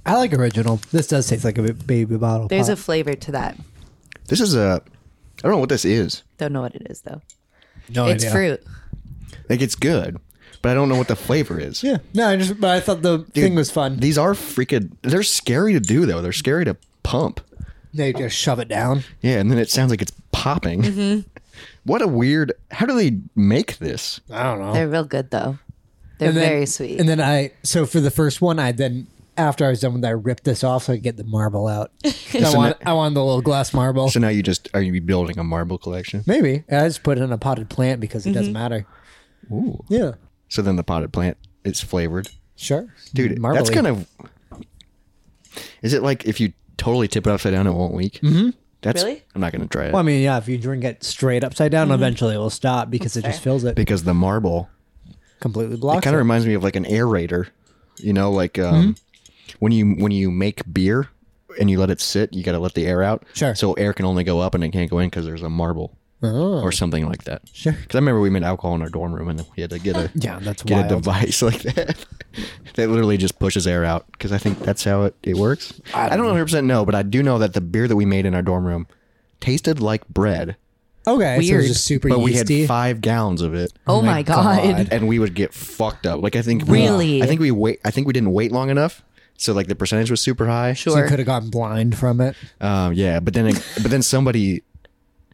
Speaker 2: I like original. This does taste like a ba- baby bottle.
Speaker 3: There's a
Speaker 2: pop.
Speaker 3: flavor to that.
Speaker 1: This is a. I don't know what this is.
Speaker 3: Don't know what it is though.
Speaker 2: no
Speaker 3: it's
Speaker 2: idea.
Speaker 3: fruit.
Speaker 1: Like, it's good, but I don't know what the flavor is.
Speaker 2: Yeah. No, I just but I thought the thing was fun.
Speaker 1: These are freaking. They're scary to do, though. They're scary to pump.
Speaker 2: they just shove it down.
Speaker 1: Yeah, and then it sounds like it's popping. What a weird. How do they make this?
Speaker 2: I don't know.
Speaker 3: They're real good though. They're
Speaker 2: And then-
Speaker 3: very sweet.
Speaker 2: And then I so for the first one, I then after I was done with, that, I ripped this off so I could get the marble out. I want I wanted the little glass marble.
Speaker 1: So now you just are you building a marble collection?
Speaker 2: Maybe I just put it in a potted plant because it doesn't matter.
Speaker 1: Ooh.
Speaker 2: Yeah,
Speaker 1: So then the potted plant it's flavored,
Speaker 2: sure,
Speaker 1: dude. That's kind of. Is it like if you totally tip it upside down, it won't leak? Mm-hmm. That's,
Speaker 3: Really?
Speaker 1: I'm not gonna try it
Speaker 2: Well, I mean, yeah. If you drink it straight upside down, eventually it will stop because it
Speaker 3: That's
Speaker 2: just fills it
Speaker 1: because the marble
Speaker 2: completely blocks.
Speaker 1: kind of
Speaker 2: it.
Speaker 1: reminds me of like an aerator, you know, like um,
Speaker 2: Mm-hmm.
Speaker 1: when you when you make beer and you let it sit, you got to let the air out.
Speaker 2: Sure.
Speaker 1: So air can only go up and it can't go in because there's a marble
Speaker 2: Oh.
Speaker 1: or something like that.
Speaker 2: Sure.
Speaker 1: Because I remember we made alcohol in our dorm room and we had to get a
Speaker 2: Yeah, that's
Speaker 1: get
Speaker 2: wild.
Speaker 1: a device like that that literally just pushes air out because I think that's how it, it works. I don't 100 percent know, but I do know that the beer that we made in our dorm room tasted like bread,
Speaker 2: okay, so
Speaker 3: Weird.
Speaker 2: it's just super
Speaker 1: but we
Speaker 2: yeasty.
Speaker 1: had five gallons of it
Speaker 3: oh my, god.
Speaker 1: and we would get fucked up. Like I think we-
Speaker 3: Really?
Speaker 1: I think we wait. I think we didn't wait long enough, so like the percentage was super high.
Speaker 2: so you
Speaker 3: Sure.
Speaker 2: could have gotten blind from it.
Speaker 1: Um, yeah, but then it, but then somebody,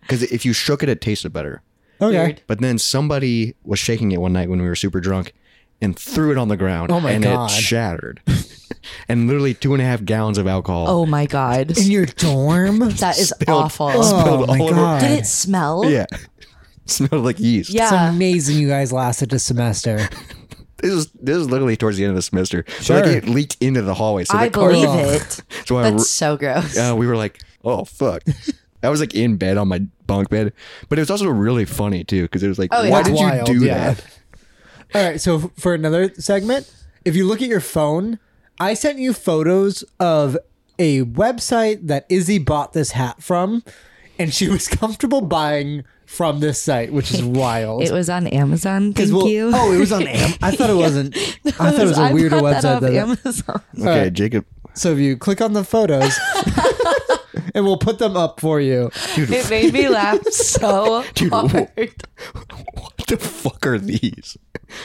Speaker 1: because if you shook it, it tasted better.
Speaker 2: Okay.
Speaker 3: Weird.
Speaker 1: But then somebody was shaking it one night when we were super drunk, and threw it on the ground.
Speaker 2: Oh my
Speaker 1: and
Speaker 2: God.
Speaker 1: It shattered, and literally two and a half gallons of alcohol.
Speaker 3: Oh my god.
Speaker 2: In your dorm?
Speaker 3: That is awful.
Speaker 2: oh my
Speaker 1: all over-
Speaker 2: god!
Speaker 3: Did it smell?
Speaker 1: yeah, smelled like yeast.
Speaker 2: It's
Speaker 3: Yeah.
Speaker 2: amazing you guys lasted a semester.
Speaker 1: this is this is literally towards the end of the semester. So like
Speaker 2: Sure.
Speaker 1: it leaked into the hallway. So
Speaker 3: I
Speaker 1: the car-
Speaker 3: believe
Speaker 2: Oh.
Speaker 3: it.
Speaker 1: So I
Speaker 3: That's so gross.
Speaker 1: uh, we were like, oh fuck. I was like in bed on my bunk bed, but it was also really funny too because it was like,
Speaker 3: Oh, yeah.
Speaker 1: why
Speaker 3: That's
Speaker 1: did
Speaker 2: wild,
Speaker 1: you do
Speaker 2: yeah.
Speaker 1: that?
Speaker 2: All right, so f- for another segment, if you look at your phone, I sent you photos of a website that Izzy bought this hat from, and she was comfortable buying from this site, which is wild.
Speaker 3: It was on Amazon. Thank
Speaker 2: 'Cause we'll-
Speaker 3: you.
Speaker 2: Oh, it was on Am. I thought it wasn't. I thought it was a
Speaker 3: I
Speaker 2: weirder
Speaker 3: bought
Speaker 2: website.
Speaker 3: that off
Speaker 2: than that.
Speaker 3: Amazon.
Speaker 1: Okay,
Speaker 2: right.
Speaker 1: Jacob,
Speaker 2: So if you click on the photos, and we'll put them up for you.
Speaker 3: It made me laugh so
Speaker 1: Dude, wha-
Speaker 3: hard.
Speaker 1: what the fuck are these,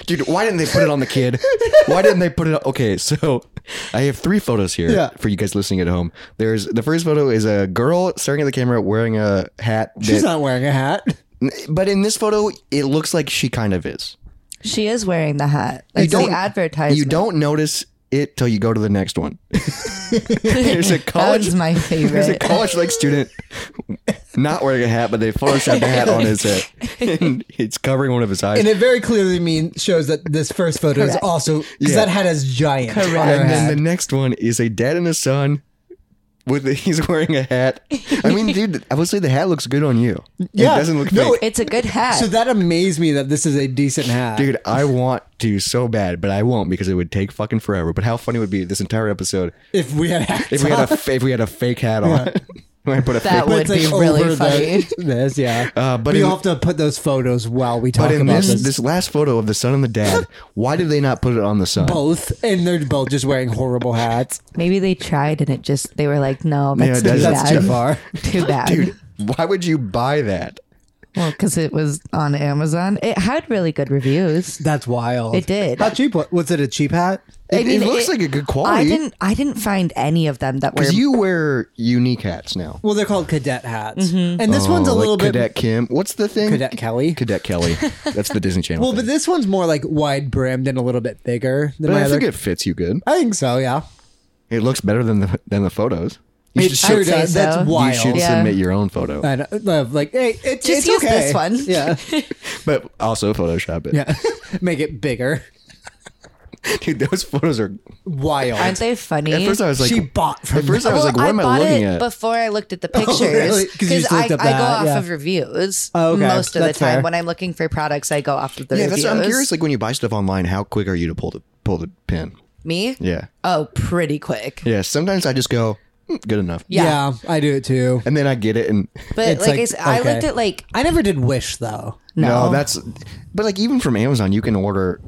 Speaker 1: dude? Why didn't they put it on the kid? Why didn't they put it? On- okay, so I have three photos here
Speaker 2: Yeah.
Speaker 1: for you guys listening at home. There's the first photo is a girl staring at the camera wearing a hat.
Speaker 2: She's
Speaker 1: that-
Speaker 2: not wearing a hat.
Speaker 1: but in this photo, it looks like she kind of is.
Speaker 3: She is wearing the hat. Like
Speaker 1: don't-
Speaker 3: the advertisement.
Speaker 1: You don't notice it till you go to the next one. There's a
Speaker 3: That
Speaker 1: college
Speaker 3: was my
Speaker 1: There's a
Speaker 3: favorite.
Speaker 1: college like student not wearing a hat, but they photoshopped a hat on his head. And it's covering one of his eyes.
Speaker 2: And
Speaker 1: And,
Speaker 2: it very clearly means shows that this first photo is
Speaker 3: Correct.
Speaker 2: also because
Speaker 1: Yeah.
Speaker 2: that hat is giant. on her
Speaker 1: then the
Speaker 2: head.
Speaker 1: next one is a dad and a son with he's wearing a hat. I mean, dude, I would say the hat looks good on you.
Speaker 2: Yeah.
Speaker 1: It doesn't look
Speaker 2: No,
Speaker 1: fake.
Speaker 3: It's a good hat.
Speaker 2: so that amazed me that this is a decent hat.
Speaker 1: Dude, I want to so bad, but I won't because it would take fucking forever. But how funny would it be this entire episode
Speaker 2: if we had hats
Speaker 1: if we had a
Speaker 2: on,
Speaker 1: fa- if we had a fake hat on? When I put a fake
Speaker 3: That
Speaker 2: but
Speaker 3: would
Speaker 2: it's,
Speaker 3: be
Speaker 2: like,
Speaker 3: really
Speaker 2: over the-
Speaker 3: funny.
Speaker 2: this, yeah.
Speaker 1: Uh, but
Speaker 2: we
Speaker 1: in-
Speaker 2: will have to put those photos while we talk
Speaker 1: But in
Speaker 2: about
Speaker 1: this,
Speaker 2: this.
Speaker 1: this last photo of the son and the dad, why did they not put it on the son?
Speaker 2: Both and they're both just wearing horrible hats.
Speaker 3: Maybe they tried and it just they were like, no,
Speaker 1: Yeah,
Speaker 3: that's
Speaker 1: that-
Speaker 3: too,
Speaker 1: that's
Speaker 2: That's too
Speaker 3: bad.
Speaker 2: far.
Speaker 3: too bad.
Speaker 1: Dude, why would you buy that?
Speaker 3: Well, because it was on Amazon. It had really good reviews.
Speaker 2: That's wild.
Speaker 3: It did.
Speaker 2: How cheap wa- was it? A cheap hat?
Speaker 1: It, it looks like a good
Speaker 3: I
Speaker 1: quality.
Speaker 3: didn't. I didn't find any of them that were.
Speaker 1: Because you wear unique hats now.
Speaker 2: Well, they're called cadet hats,
Speaker 3: Mm-hmm.
Speaker 2: and this one's a
Speaker 1: Oh, like
Speaker 2: little
Speaker 1: Cadet
Speaker 2: bit
Speaker 1: Kim. What's the thing?
Speaker 2: cadet Kelly.
Speaker 1: Cadet Kelly. That's the Disney Channel.
Speaker 2: Well, but
Speaker 1: thing.
Speaker 2: this one's more like wide brimmed and a little bit bigger than
Speaker 1: But
Speaker 2: my
Speaker 1: I
Speaker 2: other.
Speaker 1: think it fits you good.
Speaker 2: I think so. Yeah,
Speaker 1: It looks better than the than the photos. You
Speaker 2: it
Speaker 1: should,
Speaker 3: I
Speaker 2: sure
Speaker 3: would say
Speaker 2: does.
Speaker 3: so.
Speaker 2: That's
Speaker 3: You
Speaker 1: you
Speaker 2: wild.
Speaker 1: should
Speaker 3: Yeah.
Speaker 1: submit your own photo,
Speaker 2: I know, love like hey, it, it's
Speaker 3: Just use
Speaker 2: okay.
Speaker 3: this one.
Speaker 2: Yeah,
Speaker 1: but also Photoshop it.
Speaker 2: yeah. Make it bigger.
Speaker 1: Dude, those photos are.
Speaker 2: Wild.
Speaker 3: aren't they funny?
Speaker 1: At first, I was like,
Speaker 2: she bought from
Speaker 1: at first I was
Speaker 3: well,
Speaker 1: like, what am I
Speaker 3: bought
Speaker 1: looking
Speaker 3: it
Speaker 1: at? Oh,
Speaker 3: before I looked at the pictures
Speaker 2: really? 'Cause you
Speaker 3: because
Speaker 2: just
Speaker 3: I, I
Speaker 2: looked
Speaker 3: go
Speaker 2: up that,
Speaker 3: off
Speaker 2: yeah.
Speaker 3: of reviews
Speaker 2: Oh, okay.
Speaker 3: most of
Speaker 2: That's
Speaker 3: the time.
Speaker 2: fair.
Speaker 3: When I'm looking for products, I go off of the
Speaker 1: yeah,
Speaker 3: reviews.
Speaker 1: that's. I'm curious. Like when you buy stuff online, how quick are you to pull the pull the pin?
Speaker 3: Me?
Speaker 1: Yeah.
Speaker 3: Oh, pretty quick.
Speaker 1: Yeah, sometimes I just go, "Hmm, good enough.
Speaker 2: Yeah. I do it too.
Speaker 1: And then I get it, and
Speaker 4: But
Speaker 2: It's
Speaker 4: like,
Speaker 2: like,
Speaker 4: I, s- I
Speaker 2: okay.
Speaker 4: looked at like
Speaker 2: I never did Wish though.
Speaker 1: no.
Speaker 3: No.
Speaker 1: that's. But like even from Amazon, you can order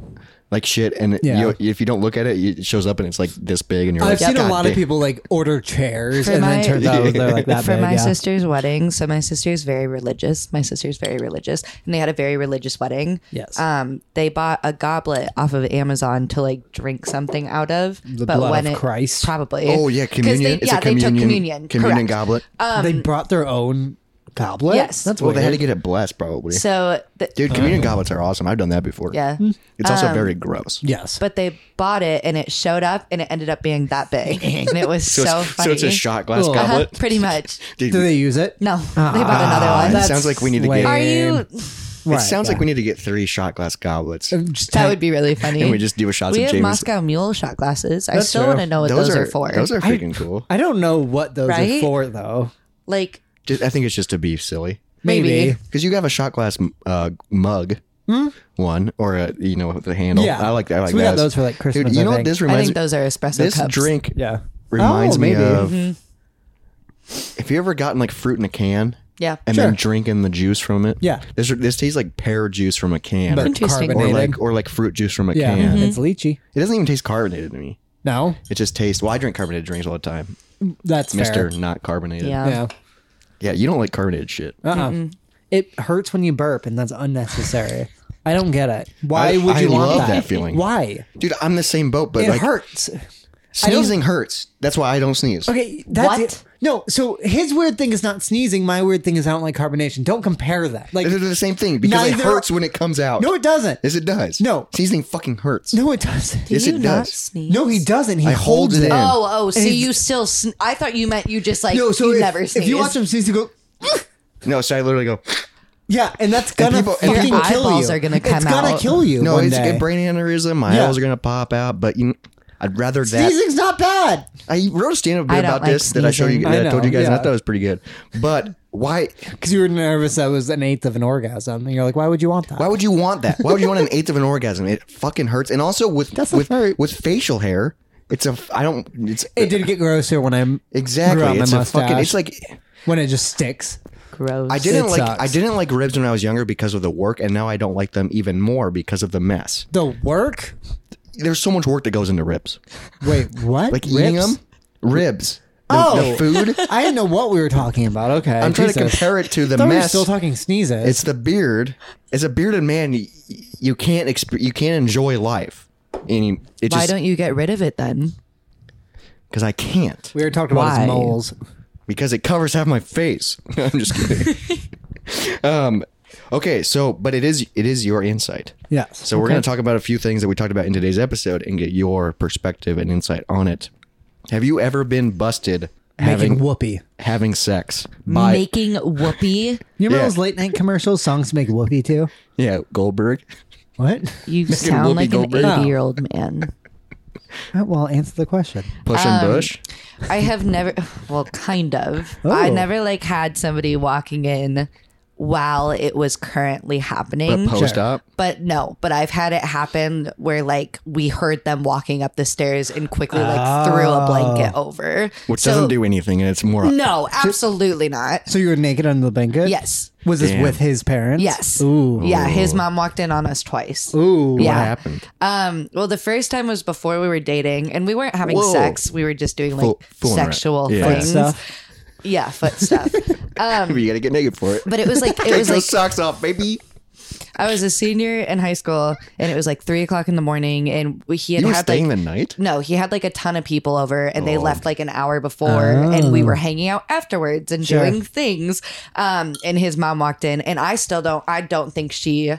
Speaker 1: like shit, and
Speaker 2: Yeah.
Speaker 1: you, if you don't look at it, it shows up and it's like this big, and you're
Speaker 2: I've
Speaker 1: like,
Speaker 2: seen a
Speaker 1: "God
Speaker 2: lot of
Speaker 1: damn."
Speaker 2: people like order chairs
Speaker 3: For
Speaker 2: and
Speaker 3: my-
Speaker 2: then turn out they're like that
Speaker 3: for
Speaker 2: big.
Speaker 3: my
Speaker 2: yeah.
Speaker 3: sister's wedding. So my sister's very religious. My sister's very religious, and they had a very religious wedding.
Speaker 2: Yes.
Speaker 3: Um, they bought a goblet off of Amazon to like drink something out of.
Speaker 2: The blood of Christ.
Speaker 3: probably.
Speaker 1: Oh yeah,
Speaker 3: 'Cause
Speaker 1: communion.
Speaker 3: They,
Speaker 1: it's
Speaker 3: yeah,
Speaker 1: a communion,
Speaker 3: they took communion.
Speaker 1: communion
Speaker 3: correct. Uh,
Speaker 1: goblet.
Speaker 2: they brought their own goblet.
Speaker 3: Um, Yes.
Speaker 2: that's
Speaker 1: well,
Speaker 2: weird.
Speaker 1: they had to get it blessed, probably.
Speaker 3: So, the,
Speaker 1: Dude, communion goblets are awesome. I've done that before.
Speaker 3: yeah. Um,
Speaker 1: It's also very gross.
Speaker 2: yes,
Speaker 3: But they bought it and it showed up and it ended up being that big. and it was so,
Speaker 1: it's,
Speaker 3: funny.
Speaker 1: it's a shot glass
Speaker 2: Ugh.
Speaker 3: Uh-huh,
Speaker 1: goblet.
Speaker 3: pretty much.
Speaker 1: Dude, ah,
Speaker 2: do they use it?
Speaker 3: No, they bought
Speaker 2: Ah,
Speaker 3: another one.
Speaker 1: it sounds like we need to get.
Speaker 3: Are you?
Speaker 1: It sounds like we need to get three shot glass goblets.
Speaker 3: That would be really funny.
Speaker 1: And we just do a shots
Speaker 3: We
Speaker 1: of
Speaker 3: have
Speaker 1: Jameson.
Speaker 3: Moscow Mule shot glasses. I still
Speaker 2: true.
Speaker 3: want to know what those, are, for.
Speaker 1: Those are freaking cool.
Speaker 2: I don't know what those are
Speaker 3: Right?
Speaker 2: for though.
Speaker 3: like
Speaker 1: Just, I think it's just to be silly
Speaker 2: Maybe.
Speaker 3: Maybe.
Speaker 1: because you have a shot glass uh, mug. One or a, you know with the handle.
Speaker 2: Hmm? Yeah.
Speaker 1: I like that. I like
Speaker 2: So we got
Speaker 1: that.
Speaker 2: those for, like, Christmas,
Speaker 1: Dude, you
Speaker 2: I
Speaker 1: know what
Speaker 2: think.
Speaker 1: this
Speaker 3: I
Speaker 1: reminds
Speaker 3: think
Speaker 1: me?
Speaker 3: those are espresso
Speaker 1: This
Speaker 3: cups.
Speaker 1: drink
Speaker 2: Yeah,
Speaker 1: reminds
Speaker 2: Oh,
Speaker 1: me
Speaker 2: maybe. Mm-hmm.
Speaker 1: of. Have you ever gotten like fruit in a can?
Speaker 3: Yeah.
Speaker 1: And then drinking the juice from it.
Speaker 2: Yeah.
Speaker 1: This this tastes like pear juice from a can,
Speaker 2: But
Speaker 1: or,
Speaker 3: Interesting.
Speaker 1: or
Speaker 2: carbonated.
Speaker 1: like or like fruit juice from a
Speaker 2: yeah,
Speaker 3: Mm-hmm.
Speaker 1: can.
Speaker 2: it's lychee.
Speaker 1: It doesn't even taste carbonated to me.
Speaker 2: No,
Speaker 1: It just tastes. Well, I drink carbonated drinks all the time,
Speaker 2: that's
Speaker 1: Mister
Speaker 2: fair.
Speaker 1: Not Carbonated.
Speaker 3: Yeah.
Speaker 2: Yeah.
Speaker 1: Yeah, you don't like carbonated shit.
Speaker 2: Uh-uh. It hurts when you burp, and that's unnecessary. I don't get it. Why
Speaker 1: I-
Speaker 2: would
Speaker 1: I
Speaker 2: you want
Speaker 1: love
Speaker 2: that?
Speaker 1: that feeling.
Speaker 2: Why?
Speaker 1: Dude, I'm the same boat, but
Speaker 2: It
Speaker 1: like
Speaker 2: hurts.
Speaker 1: sneezing hurts. That's why I don't sneeze.
Speaker 2: Okay, that's
Speaker 3: What?
Speaker 2: it. No, so his weird thing is not sneezing. My weird thing is I don't like carbonation. Don't compare that. Like,
Speaker 1: They're the same thing because it
Speaker 2: Neither-
Speaker 1: hurts when it comes out.
Speaker 2: no, it doesn't.
Speaker 1: Yes, it does.
Speaker 2: No.
Speaker 1: Sneezing fucking hurts.
Speaker 2: No, it doesn't.
Speaker 1: Yes,
Speaker 3: Do you
Speaker 1: it
Speaker 3: not
Speaker 1: does.
Speaker 3: sneeze?
Speaker 2: No, he doesn't. He
Speaker 1: I hold
Speaker 2: holds
Speaker 1: it
Speaker 2: it.
Speaker 1: in.
Speaker 3: Oh, oh. So
Speaker 2: And
Speaker 3: you still? Sn- I thought you meant you just like
Speaker 2: No, so
Speaker 3: you
Speaker 2: if,
Speaker 3: never sneeze.
Speaker 2: if you watch him sneeze, you go.
Speaker 1: No, so I literally go,
Speaker 2: Yeah, and that's gonna
Speaker 1: people- and
Speaker 2: fucking
Speaker 1: people-
Speaker 2: kill
Speaker 3: eyeballs
Speaker 2: you.
Speaker 3: are gonna come
Speaker 2: it's gonna
Speaker 3: out.
Speaker 2: kill you.
Speaker 1: no,
Speaker 2: one
Speaker 1: it's
Speaker 2: day.
Speaker 1: a brain aneurysm. My
Speaker 2: Yeah.
Speaker 1: eyes are going to pop out, but you, I'd rather that.
Speaker 2: Sneezing's not bad.
Speaker 1: I wrote a stand up
Speaker 3: I
Speaker 1: bit
Speaker 3: don't
Speaker 1: about
Speaker 3: like
Speaker 1: this that I showed you,
Speaker 3: sneezing.
Speaker 1: that I,
Speaker 2: I
Speaker 1: told you
Speaker 2: know,
Speaker 1: guys, and I
Speaker 2: yeah.
Speaker 1: thought it was pretty good. But why?
Speaker 2: Because you were nervous that was an eighth of an orgasm, and you're like, why would you want that?
Speaker 1: Why would you want that? Why would you want an eighth of an orgasm? It fucking hurts. And also with
Speaker 2: Doesn't
Speaker 1: with
Speaker 2: hurt.
Speaker 1: with facial hair, it's a I don't. It's
Speaker 2: it did get grosser when I'm
Speaker 1: exactly.
Speaker 2: grew out my
Speaker 1: It's a fucking.
Speaker 2: mustache.
Speaker 1: It's like
Speaker 2: when it just sticks.
Speaker 3: gross.
Speaker 1: I didn't
Speaker 2: It
Speaker 1: like
Speaker 2: sucks.
Speaker 1: I didn't like ribs when I was younger because of the work, and now I don't like them even more because of the mess.
Speaker 2: The work.
Speaker 1: There's so much work that goes into ribs,
Speaker 2: Wait, what?
Speaker 1: like eating
Speaker 2: Ribs?
Speaker 1: them, ribs. The,
Speaker 2: Oh.
Speaker 1: the food.
Speaker 2: I didn't know what we were talking about. Okay,
Speaker 1: I'm trying to
Speaker 2: Jesus.
Speaker 1: compare it to the
Speaker 2: I thought we were
Speaker 1: mess.
Speaker 2: still talking sneezes.
Speaker 1: it's the beard. As a bearded man, you, you can't exp- you can't enjoy life. Any it
Speaker 3: Why
Speaker 1: just
Speaker 3: don't you get rid of it then?
Speaker 1: because I can't
Speaker 2: we were talking about his
Speaker 3: Why?
Speaker 2: moles.
Speaker 1: because it covers half my face. I'm just kidding. um, okay, so but it is it is your insight.
Speaker 2: Yes.
Speaker 1: So we're going to talk about a few things that we talked about in today's episode and get your perspective and insight on it. Have you ever been busted
Speaker 2: making
Speaker 1: having
Speaker 2: whoopee.
Speaker 1: having sex by
Speaker 3: Making whoopee.
Speaker 2: You remember
Speaker 1: Yeah.
Speaker 2: those late night commercials, songs to make whoopee too?
Speaker 1: yeah Goldberg?
Speaker 2: What?
Speaker 3: You
Speaker 1: whoopee
Speaker 3: sound like an
Speaker 1: Goldberg.
Speaker 3: eighty-year-old man.
Speaker 2: Uh, Well, answer the question.
Speaker 1: Push
Speaker 3: Um,
Speaker 1: and Bush.
Speaker 3: I have never, well, kind of.
Speaker 2: Oh.
Speaker 3: I never like had somebody walking in while it was currently happening.
Speaker 1: Post up.
Speaker 3: But no, but I've had it happen where like we heard them walking up the stairs and quickly like threw a blanket
Speaker 2: Ah.
Speaker 3: over.
Speaker 1: Which
Speaker 3: So-
Speaker 1: doesn't do anything and it's more
Speaker 3: No, absolutely not.
Speaker 2: So you were naked under the blanket?
Speaker 3: Yes.
Speaker 2: Was this
Speaker 1: Damn.
Speaker 2: with his parents?
Speaker 3: Yes.
Speaker 2: Ooh.
Speaker 3: Yeah, his mom walked in on us twice.
Speaker 2: Ooh.
Speaker 1: what
Speaker 3: Yeah.
Speaker 1: happened.
Speaker 3: Um, well, the first time was before we were dating and we weren't having
Speaker 1: Whoa.
Speaker 3: sex. We were just doing like
Speaker 1: Fool- fooling around.
Speaker 3: sexual
Speaker 1: Yeah. Foot
Speaker 3: things.
Speaker 2: Stuff.
Speaker 3: Yeah, foot stuff.
Speaker 1: you got to get naked for it.
Speaker 3: Um, but it was like, it
Speaker 1: Take
Speaker 3: was
Speaker 1: those
Speaker 3: like,
Speaker 1: socks off, baby.
Speaker 3: I was a senior in high school, and it was like three o'clock in the morning, and we- he had
Speaker 1: You were
Speaker 3: had
Speaker 1: staying
Speaker 3: like
Speaker 1: the night?
Speaker 3: no, he had like a ton of people over, and they left like an hour before, and we were hanging out afterwards and
Speaker 2: Sure.
Speaker 3: doing things. Um, and his mom walked in, and I still don't, I don't think she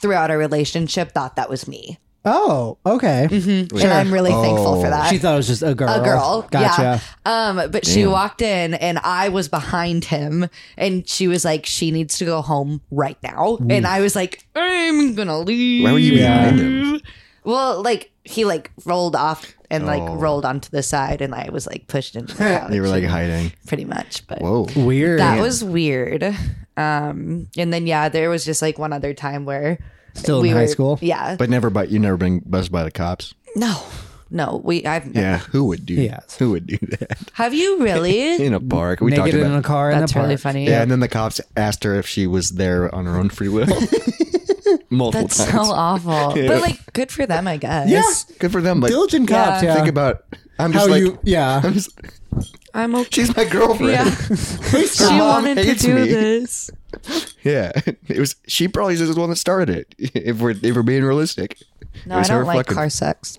Speaker 3: throughout our relationship thought that was me,
Speaker 2: Oh, okay.
Speaker 3: and I'm really thankful
Speaker 1: Oh.
Speaker 3: for that.
Speaker 2: She thought it was just a girl.
Speaker 3: a girl,
Speaker 2: Gotcha.
Speaker 3: yeah. Um, but she walked in, and I was behind him, and she was like, "She needs to go home right now," and I was like, "I'm gonna leave."
Speaker 1: Why were you behind him?
Speaker 3: Well, like he like rolled off and like
Speaker 1: Oh.
Speaker 3: rolled onto the side, and I was like pushed into the couch.
Speaker 1: They were like hiding.
Speaker 3: pretty much, but
Speaker 1: Whoa.
Speaker 2: Weird.
Speaker 3: that was weird. Um, and then yeah, there was just like one other time where
Speaker 2: Still in high school?
Speaker 3: Yeah,
Speaker 1: But never by you never been busted by the cops.
Speaker 3: no, No, we. I've.
Speaker 1: Yeah, who would do?
Speaker 2: Yes.
Speaker 1: who would do that
Speaker 3: Have you really?
Speaker 1: in a park? We talked
Speaker 2: Naked
Speaker 1: about.
Speaker 2: in a car in
Speaker 3: That's
Speaker 2: the park.
Speaker 3: really funny.
Speaker 1: yeah. and then the cops asked her if she was there on her own free will. Multiple
Speaker 3: That's so
Speaker 1: times.
Speaker 3: awful.
Speaker 1: Yeah.
Speaker 3: But like, good for them, I guess.
Speaker 2: Yes.
Speaker 1: Good for them. Like,
Speaker 2: Diligent
Speaker 3: Yeah.
Speaker 2: cops. Yeah.
Speaker 1: think about. I'm
Speaker 2: how
Speaker 1: just like.
Speaker 2: you. Yeah.
Speaker 1: I'm just,
Speaker 3: I'm okay.
Speaker 1: she's my girlfriend.
Speaker 3: Yeah.
Speaker 1: Yeah.
Speaker 3: she
Speaker 1: mom
Speaker 3: wanted to
Speaker 1: hates
Speaker 3: do
Speaker 1: me.
Speaker 3: this.
Speaker 1: it was. She probably is the one that started it. If we're if we're being realistic. It
Speaker 3: No, I
Speaker 1: was her
Speaker 3: don't like
Speaker 1: fucking-
Speaker 3: car sex.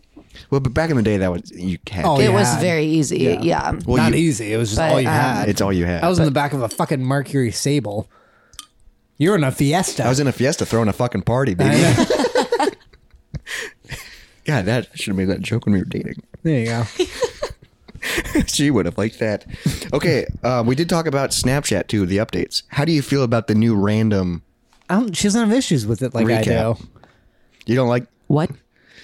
Speaker 1: Well, but back in the day, that was you had.
Speaker 2: Oh,
Speaker 1: to.
Speaker 2: yeah.
Speaker 3: It was very easy. Yeah.
Speaker 1: Well,
Speaker 2: Not
Speaker 1: you-
Speaker 2: easy. It was just
Speaker 3: But,
Speaker 2: all you
Speaker 3: um,
Speaker 2: had.
Speaker 1: It's all you had.
Speaker 2: I was in the back of a fucking Mercury Sable. You're in a Fiesta.
Speaker 1: I was in a fiesta throwing a fucking party, baby. Yeah, that should have made that joke when we were dating.
Speaker 2: there you go.
Speaker 1: she would have liked that. Okay, um, we did talk about Snapchat too. The updates. How do you feel about the new random?
Speaker 2: I don't, she doesn't have issues with it like I
Speaker 1: Recap.
Speaker 2: do.
Speaker 1: You don't like
Speaker 3: What?
Speaker 1: like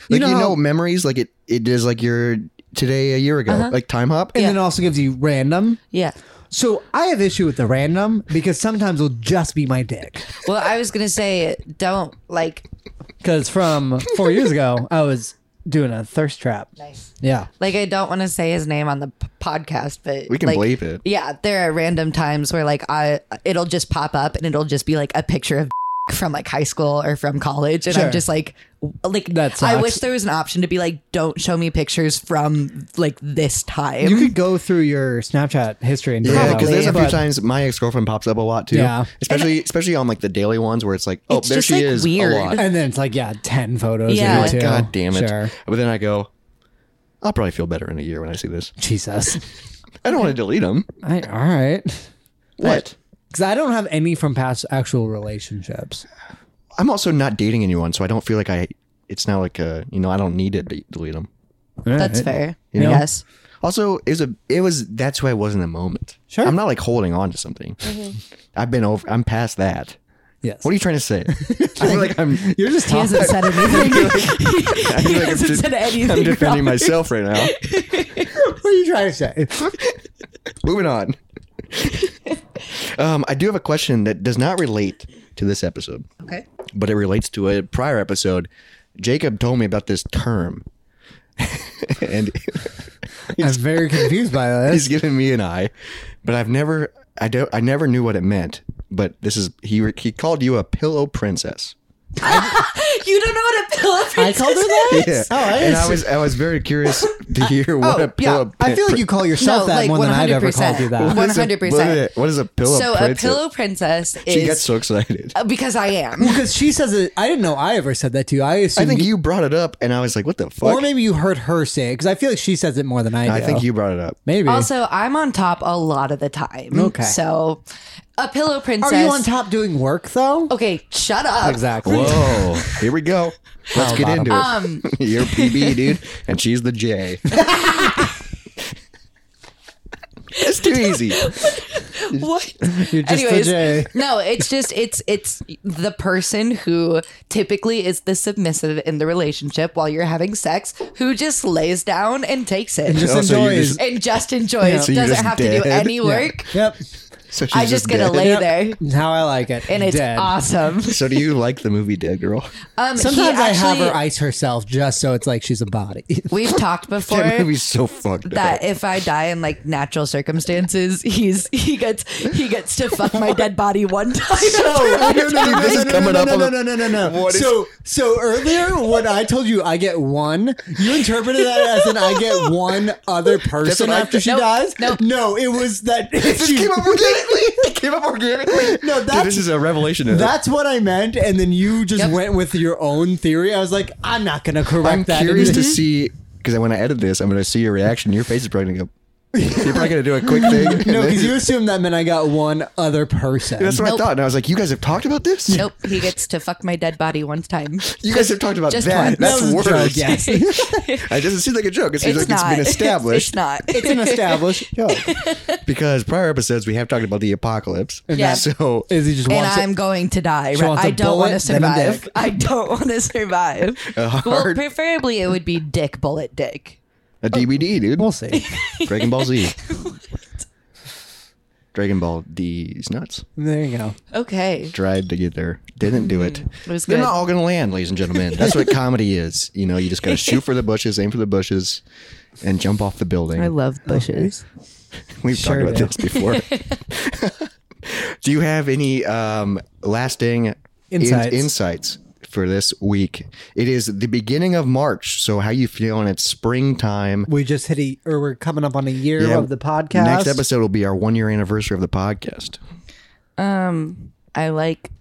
Speaker 1: you
Speaker 2: know
Speaker 1: know,
Speaker 2: how-
Speaker 1: memories like it it is like your today a year ago like time hop.
Speaker 2: And then it also gives you random.
Speaker 3: Yeah.
Speaker 2: So I have issue with the random because sometimes it'll just be my dick.
Speaker 3: Well, I was gonna say, don't like.
Speaker 2: Because from four years ago, I was doing a thirst trap.
Speaker 3: Nice.
Speaker 2: Yeah.
Speaker 3: Like I don't want to say his name on the p- podcast, but
Speaker 1: We can
Speaker 3: like,
Speaker 1: bleep it.
Speaker 3: Yeah, there are random times where like I it'll just pop up and it'll just be like a picture of from like high school or from college, and
Speaker 2: Sure.
Speaker 3: I'm just like, w- like
Speaker 2: That sucks.
Speaker 3: I wish there was an option to be like, don't show me pictures from like this time.
Speaker 2: You could go through your Snapchat history and
Speaker 1: Yeah, because there's a few
Speaker 2: But
Speaker 1: times my ex girlfriend pops up a lot too.
Speaker 2: Yeah.
Speaker 1: especially especially on like the daily ones where it's like, oh,
Speaker 3: It's
Speaker 1: there
Speaker 3: just,
Speaker 1: she
Speaker 3: like,
Speaker 1: is
Speaker 3: weird.
Speaker 1: a lot.
Speaker 2: And then it's like, yeah, 10 photos.
Speaker 3: Yeah.
Speaker 2: Yeah.
Speaker 3: Like,
Speaker 2: Two.
Speaker 1: God damn it!
Speaker 2: Sure.
Speaker 1: But then I go, I'll probably feel better in a year when I see this.
Speaker 2: Jesus.
Speaker 1: I don't want to delete them.
Speaker 2: I, all right.
Speaker 1: What?
Speaker 2: Because I don't have any from past actual relationships.
Speaker 1: I'm also not dating anyone, so I don't feel like I. It's not like uh, you know, I don't need to de- delete them.
Speaker 3: That's fair.
Speaker 1: You know?
Speaker 3: Yes.
Speaker 1: Also, it was a. It was that's who I was in the moment.
Speaker 2: Sure.
Speaker 1: I'm not like holding on to something. I've been over. I'm past that.
Speaker 2: Yes.
Speaker 1: What are you trying to say? I feel like I'm.
Speaker 2: You're just
Speaker 3: He hasn't said anything.
Speaker 1: I
Speaker 3: he
Speaker 1: feel like I'm,
Speaker 3: hasn't
Speaker 1: de-
Speaker 3: said anything.
Speaker 1: I'm defending
Speaker 3: Robert.
Speaker 1: myself right now.
Speaker 2: what are you trying to say?
Speaker 1: Moving on. um, I do have a question that does not relate to this episode,
Speaker 3: Okay.
Speaker 1: but it relates to a prior episode. Jacob told me about this term, and
Speaker 2: I'm very confused by
Speaker 1: he's
Speaker 2: this.
Speaker 1: given me an eye, but I've never, I don't, I never knew what it meant. But this is he he called you a pillow princess.
Speaker 3: You don't know what a pillow
Speaker 2: I
Speaker 3: princess
Speaker 2: called her that?
Speaker 1: Yeah.
Speaker 2: Oh, I
Speaker 1: and
Speaker 2: didn't
Speaker 1: I
Speaker 2: see-
Speaker 1: was I was very curious to hear what
Speaker 3: Oh,
Speaker 1: a pillow.
Speaker 2: I feel like you call yourself that more than I've ever called you that.
Speaker 3: One
Speaker 1: What is a-
Speaker 3: hundred percent.
Speaker 1: What is a pillow?
Speaker 3: So a
Speaker 1: princess?
Speaker 3: pillow princess is
Speaker 1: She gets so excited.
Speaker 3: Uh, because I am.
Speaker 2: Because she says it. I didn't know I ever said that to you. I
Speaker 1: I
Speaker 2: assume.
Speaker 1: think
Speaker 2: you,
Speaker 1: you brought it up, and I was like, "What the fuck?"
Speaker 2: or maybe you heard her say it because I feel like she says it more than I do.
Speaker 1: I think you brought it up.
Speaker 2: Maybe.
Speaker 3: Also, I'm on top a lot of the time.
Speaker 2: Okay.
Speaker 3: So a pillow princess.
Speaker 2: Are you on top doing work though?
Speaker 3: Okay, shut up.
Speaker 2: Exactly.
Speaker 1: Whoa! Here we go. Let's get into it.
Speaker 3: Um,
Speaker 1: You're PB, dude, and she's the J. It's too easy.
Speaker 3: What?
Speaker 2: You're just
Speaker 3: Anyways,
Speaker 2: the J.
Speaker 3: no, it's just it's it's the person who typically is the submissive in the relationship while you're having sex who just lays down and takes it. And
Speaker 2: Just
Speaker 1: Oh, so you
Speaker 2: enjoys.
Speaker 1: just-
Speaker 3: just enjoys,
Speaker 1: So you're
Speaker 3: doesn't
Speaker 1: just
Speaker 3: have to do
Speaker 1: dead?
Speaker 3: any work.
Speaker 2: Yep.
Speaker 1: So she's
Speaker 3: I just get to
Speaker 1: dead.
Speaker 3: lay
Speaker 2: Yep.
Speaker 3: there,
Speaker 2: How I like it.
Speaker 3: and it's
Speaker 2: Dead.
Speaker 3: awesome.
Speaker 1: So do you like the movie Dead Girl?
Speaker 3: Um, he
Speaker 2: Sometimes I have
Speaker 3: actually-
Speaker 2: her ice herself just so it's like she's a body.
Speaker 3: We've talked before.
Speaker 1: that movie's so fucked
Speaker 3: that
Speaker 1: up.
Speaker 3: if I die in like natural circumstances, he's he gets he gets to fuck my dead body one time.
Speaker 1: no, no, no,
Speaker 2: no,
Speaker 1: This is
Speaker 2: no,
Speaker 1: coming
Speaker 2: no,
Speaker 1: up
Speaker 2: no,
Speaker 1: on
Speaker 2: no,
Speaker 1: the-
Speaker 2: no, no, no, no.
Speaker 1: What is-
Speaker 2: So, so earlier when I told you I get one, you interpreted that as an I get one other person
Speaker 1: what I-
Speaker 2: after she
Speaker 3: Nope,
Speaker 2: dies.
Speaker 3: nope.
Speaker 2: No, it was that.
Speaker 1: This came up organically. It came up organically.
Speaker 2: No,
Speaker 1: Dude,
Speaker 2: that's-
Speaker 1: this is a revelation. to-
Speaker 2: That's what I meant, and then you just
Speaker 3: Yep.
Speaker 2: went with your own theory. I was like, I'm not gonna correct
Speaker 1: I'm
Speaker 2: that.
Speaker 1: curious
Speaker 2: And
Speaker 1: to
Speaker 3: mm-hmm.
Speaker 2: then-
Speaker 1: see because when I edit this, I'm going to see your reaction. Your face is probably going to go. You're probably going to do a quick thing. and
Speaker 2: No,
Speaker 1: then-
Speaker 2: because you assumed that meant I got one other person.
Speaker 1: that's what
Speaker 3: Nope.
Speaker 1: I thought, and I was like, "You guys have talked about this.
Speaker 3: nope, he gets to fuck my dead body one time.
Speaker 1: You guys have talked about
Speaker 3: Just
Speaker 1: that.
Speaker 3: once.
Speaker 1: That's
Speaker 2: that
Speaker 1: worse.
Speaker 2: was a joke. Yes, it's
Speaker 1: It doesn't seem like a joke. It seems
Speaker 3: It's
Speaker 1: like it's
Speaker 3: not.
Speaker 1: been
Speaker 3: It's,
Speaker 1: established.
Speaker 3: not.
Speaker 2: an established joke.
Speaker 1: because prior episodes we have talked about the apocalypse.
Speaker 3: Yeah.
Speaker 1: So
Speaker 2: Izzy just
Speaker 3: and
Speaker 2: wants it.
Speaker 3: I'm going to die. Right?
Speaker 2: wants a
Speaker 3: I don't
Speaker 2: bullet,
Speaker 3: want to
Speaker 2: then a
Speaker 3: survive.
Speaker 2: dick.
Speaker 3: I don't want to survive.
Speaker 1: A
Speaker 3: Well,
Speaker 1: hard-
Speaker 3: preferably it would be dick bullet dick.
Speaker 1: a DVD, dude.
Speaker 2: We'll see.
Speaker 1: Dragon Ball Z. Dragon Ball D's nuts.
Speaker 2: There you go.
Speaker 3: Okay.
Speaker 1: Tried to get there, didn't do it.
Speaker 3: It was
Speaker 1: They're
Speaker 3: Mm-hmm. good.
Speaker 1: not all gonna land, ladies and gentlemen. That's what comedy is. You know, you just gotta shoot for the bushes, aim for the bushes, and jump off the building.
Speaker 4: I love bushes.
Speaker 1: We've
Speaker 2: Sure
Speaker 1: talked
Speaker 2: do.
Speaker 1: about this before. Do you have any um, lasting in-
Speaker 2: Insights.
Speaker 1: insights for this week? It is the beginning of March, so how you feeling? It's springtime.
Speaker 2: We just hit a, or we're coming up on a year
Speaker 1: Yeah.
Speaker 2: of the podcast.
Speaker 1: Next episode will be our one year anniversary of the podcast.
Speaker 3: Um, I like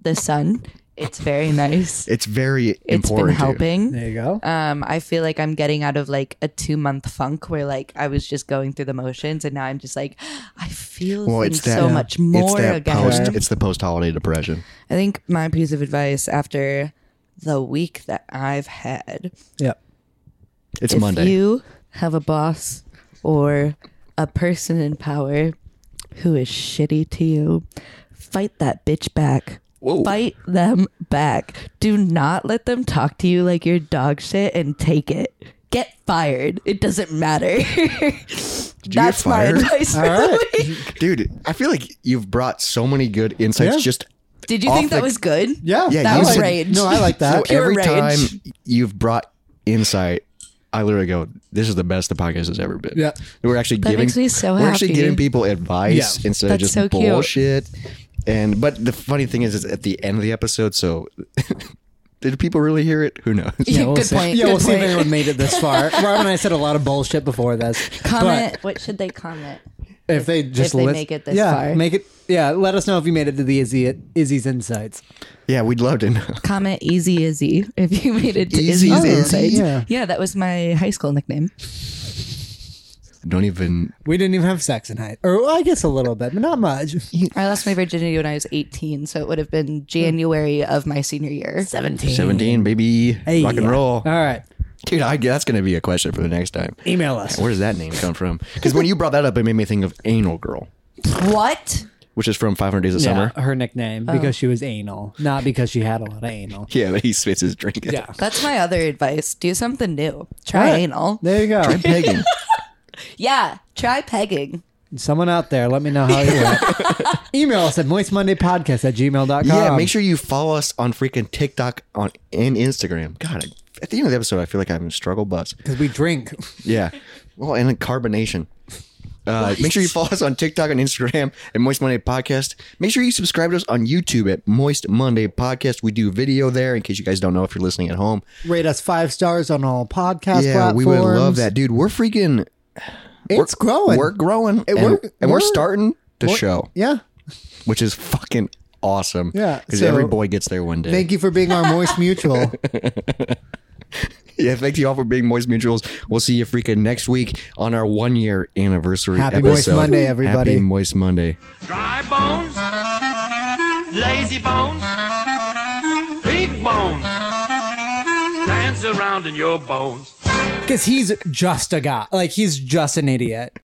Speaker 3: the sun. It's very nice.
Speaker 1: It's very
Speaker 3: It's
Speaker 1: important.
Speaker 3: been helping.
Speaker 2: There you go.
Speaker 3: Um, I feel like I'm getting out of like a two month funk where like I was just going through the motions and now I'm just like I feel
Speaker 1: Well,
Speaker 3: things
Speaker 1: it's that
Speaker 3: so much more
Speaker 1: It's that
Speaker 3: again.
Speaker 1: post. It's the post holiday depression.
Speaker 3: I think my piece of advice after the week that I've had
Speaker 2: Yeah.
Speaker 1: It's
Speaker 3: if
Speaker 1: Monday.
Speaker 3: you have a boss or a person in power who is shitty to you, fight that bitch back.
Speaker 1: Whoa.
Speaker 3: Fight them back. Do not let them talk to you like your dog shit and take it. Get fired. It doesn't matter. That's my
Speaker 1: fired?
Speaker 3: advice.
Speaker 2: All
Speaker 3: for the
Speaker 2: right.
Speaker 3: week.
Speaker 1: Dude, I feel like you've brought so many good insights
Speaker 2: Yeah.
Speaker 1: just
Speaker 3: Did you
Speaker 1: Off
Speaker 3: think that
Speaker 1: the-
Speaker 3: was good?
Speaker 2: Yeah.
Speaker 1: Yeah,
Speaker 3: That
Speaker 1: you
Speaker 3: was
Speaker 1: said-
Speaker 3: rage.
Speaker 2: No, I like that.
Speaker 3: Pure
Speaker 1: every
Speaker 3: rage.
Speaker 1: time you've brought insight, I literally go, "This is the best the podcast has ever been."
Speaker 2: Yeah.
Speaker 1: we're actually
Speaker 3: That
Speaker 1: giving
Speaker 3: makes me so
Speaker 1: we're actually
Speaker 3: happy.
Speaker 1: giving people advice
Speaker 2: Yeah.
Speaker 1: instead of
Speaker 3: That's
Speaker 1: just
Speaker 3: so cute.
Speaker 1: bullshit. And but the funny thing is, is at the end of the episode, so did people really hear it? Who knows?
Speaker 3: Yeah,
Speaker 2: we'll
Speaker 3: good
Speaker 2: see.
Speaker 3: point.
Speaker 2: Yeah,
Speaker 3: good
Speaker 2: we'll see if
Speaker 3: point.
Speaker 2: anyone made it this far. Rob and I said a lot of bullshit before this.
Speaker 3: Comment. what should they comment?
Speaker 2: But if they just
Speaker 3: they
Speaker 2: lis-
Speaker 3: make it this
Speaker 2: yeah,
Speaker 3: far.
Speaker 2: make it. Yeah, let us know if you made it to the Izzy Izzy's insights.
Speaker 1: Yeah, we'd love to know.
Speaker 3: Comment Easy Izzy if you made it to
Speaker 1: Easy
Speaker 3: Izzy's
Speaker 1: Izzy.
Speaker 3: Insights.
Speaker 2: Yeah.
Speaker 3: yeah, that was my high school nickname.
Speaker 1: Don't even.
Speaker 2: We didn't even have sex in high, or well, I guess a little bit, but not much.
Speaker 3: I lost my virginity when I was 18, so it would have been January of my senior year.
Speaker 4: 17.
Speaker 1: 17 baby
Speaker 2: Hey,
Speaker 1: rock and
Speaker 2: yeah.
Speaker 1: roll
Speaker 2: All right,
Speaker 1: dude I, that's gonna be a question for the next time
Speaker 2: email us.
Speaker 1: where does that name come from because when you brought that up it made me think of anal girl
Speaker 3: What?
Speaker 1: which is from 500 days of
Speaker 2: Yeah,
Speaker 1: summer
Speaker 2: her nickname because she was anal, not because she had a lot of anal.
Speaker 1: yeah but he spits his drink
Speaker 2: Yeah,
Speaker 3: That's my other advice. Do something new. Try
Speaker 2: All right.
Speaker 3: anal.
Speaker 2: There you go.
Speaker 1: Megan,
Speaker 3: Yeah, try pegging.
Speaker 2: Someone out there, let me know how you went. Email us at moistmondaypodcast at gmail.com.
Speaker 1: yeah make sure you follow us on freaking tiktok on and instagram god I- at the end of the episode i feel like i'm in struggle bus
Speaker 2: Because we drink.
Speaker 1: yeah well and then carbonation uh, make sure you follow us on TikTok and Instagram at Moist Monday Podcast. Make sure you subscribe to us on YouTube at Moist Monday Podcast. We do video there in case you guys don't know if you're listening at home.
Speaker 2: Rate us five stars on all podcast
Speaker 1: yeah,
Speaker 2: platforms.
Speaker 1: we would love that, dude. We're freaking.
Speaker 2: It's growing.
Speaker 1: We're growing, and,
Speaker 2: we're-
Speaker 1: we're, and we're
Speaker 2: we're-
Speaker 1: starting the show,
Speaker 2: Yeah.
Speaker 1: which is fucking awesome.
Speaker 2: Yeah,
Speaker 1: because
Speaker 2: so-
Speaker 1: every boy gets there one day.
Speaker 2: Thank you for being our Moist Mutual.
Speaker 1: yeah, thank you all for being Moist Mutuals. We'll see you freaking next week on our one year anniversary.
Speaker 2: Happy
Speaker 1: episode.
Speaker 2: Moist Monday, everybody.
Speaker 1: Happy Moist Monday.
Speaker 5: Dry bones, lazy bones, big bones, dance around in your bones.
Speaker 2: Because he's just a guy. Like, he's just an idiot.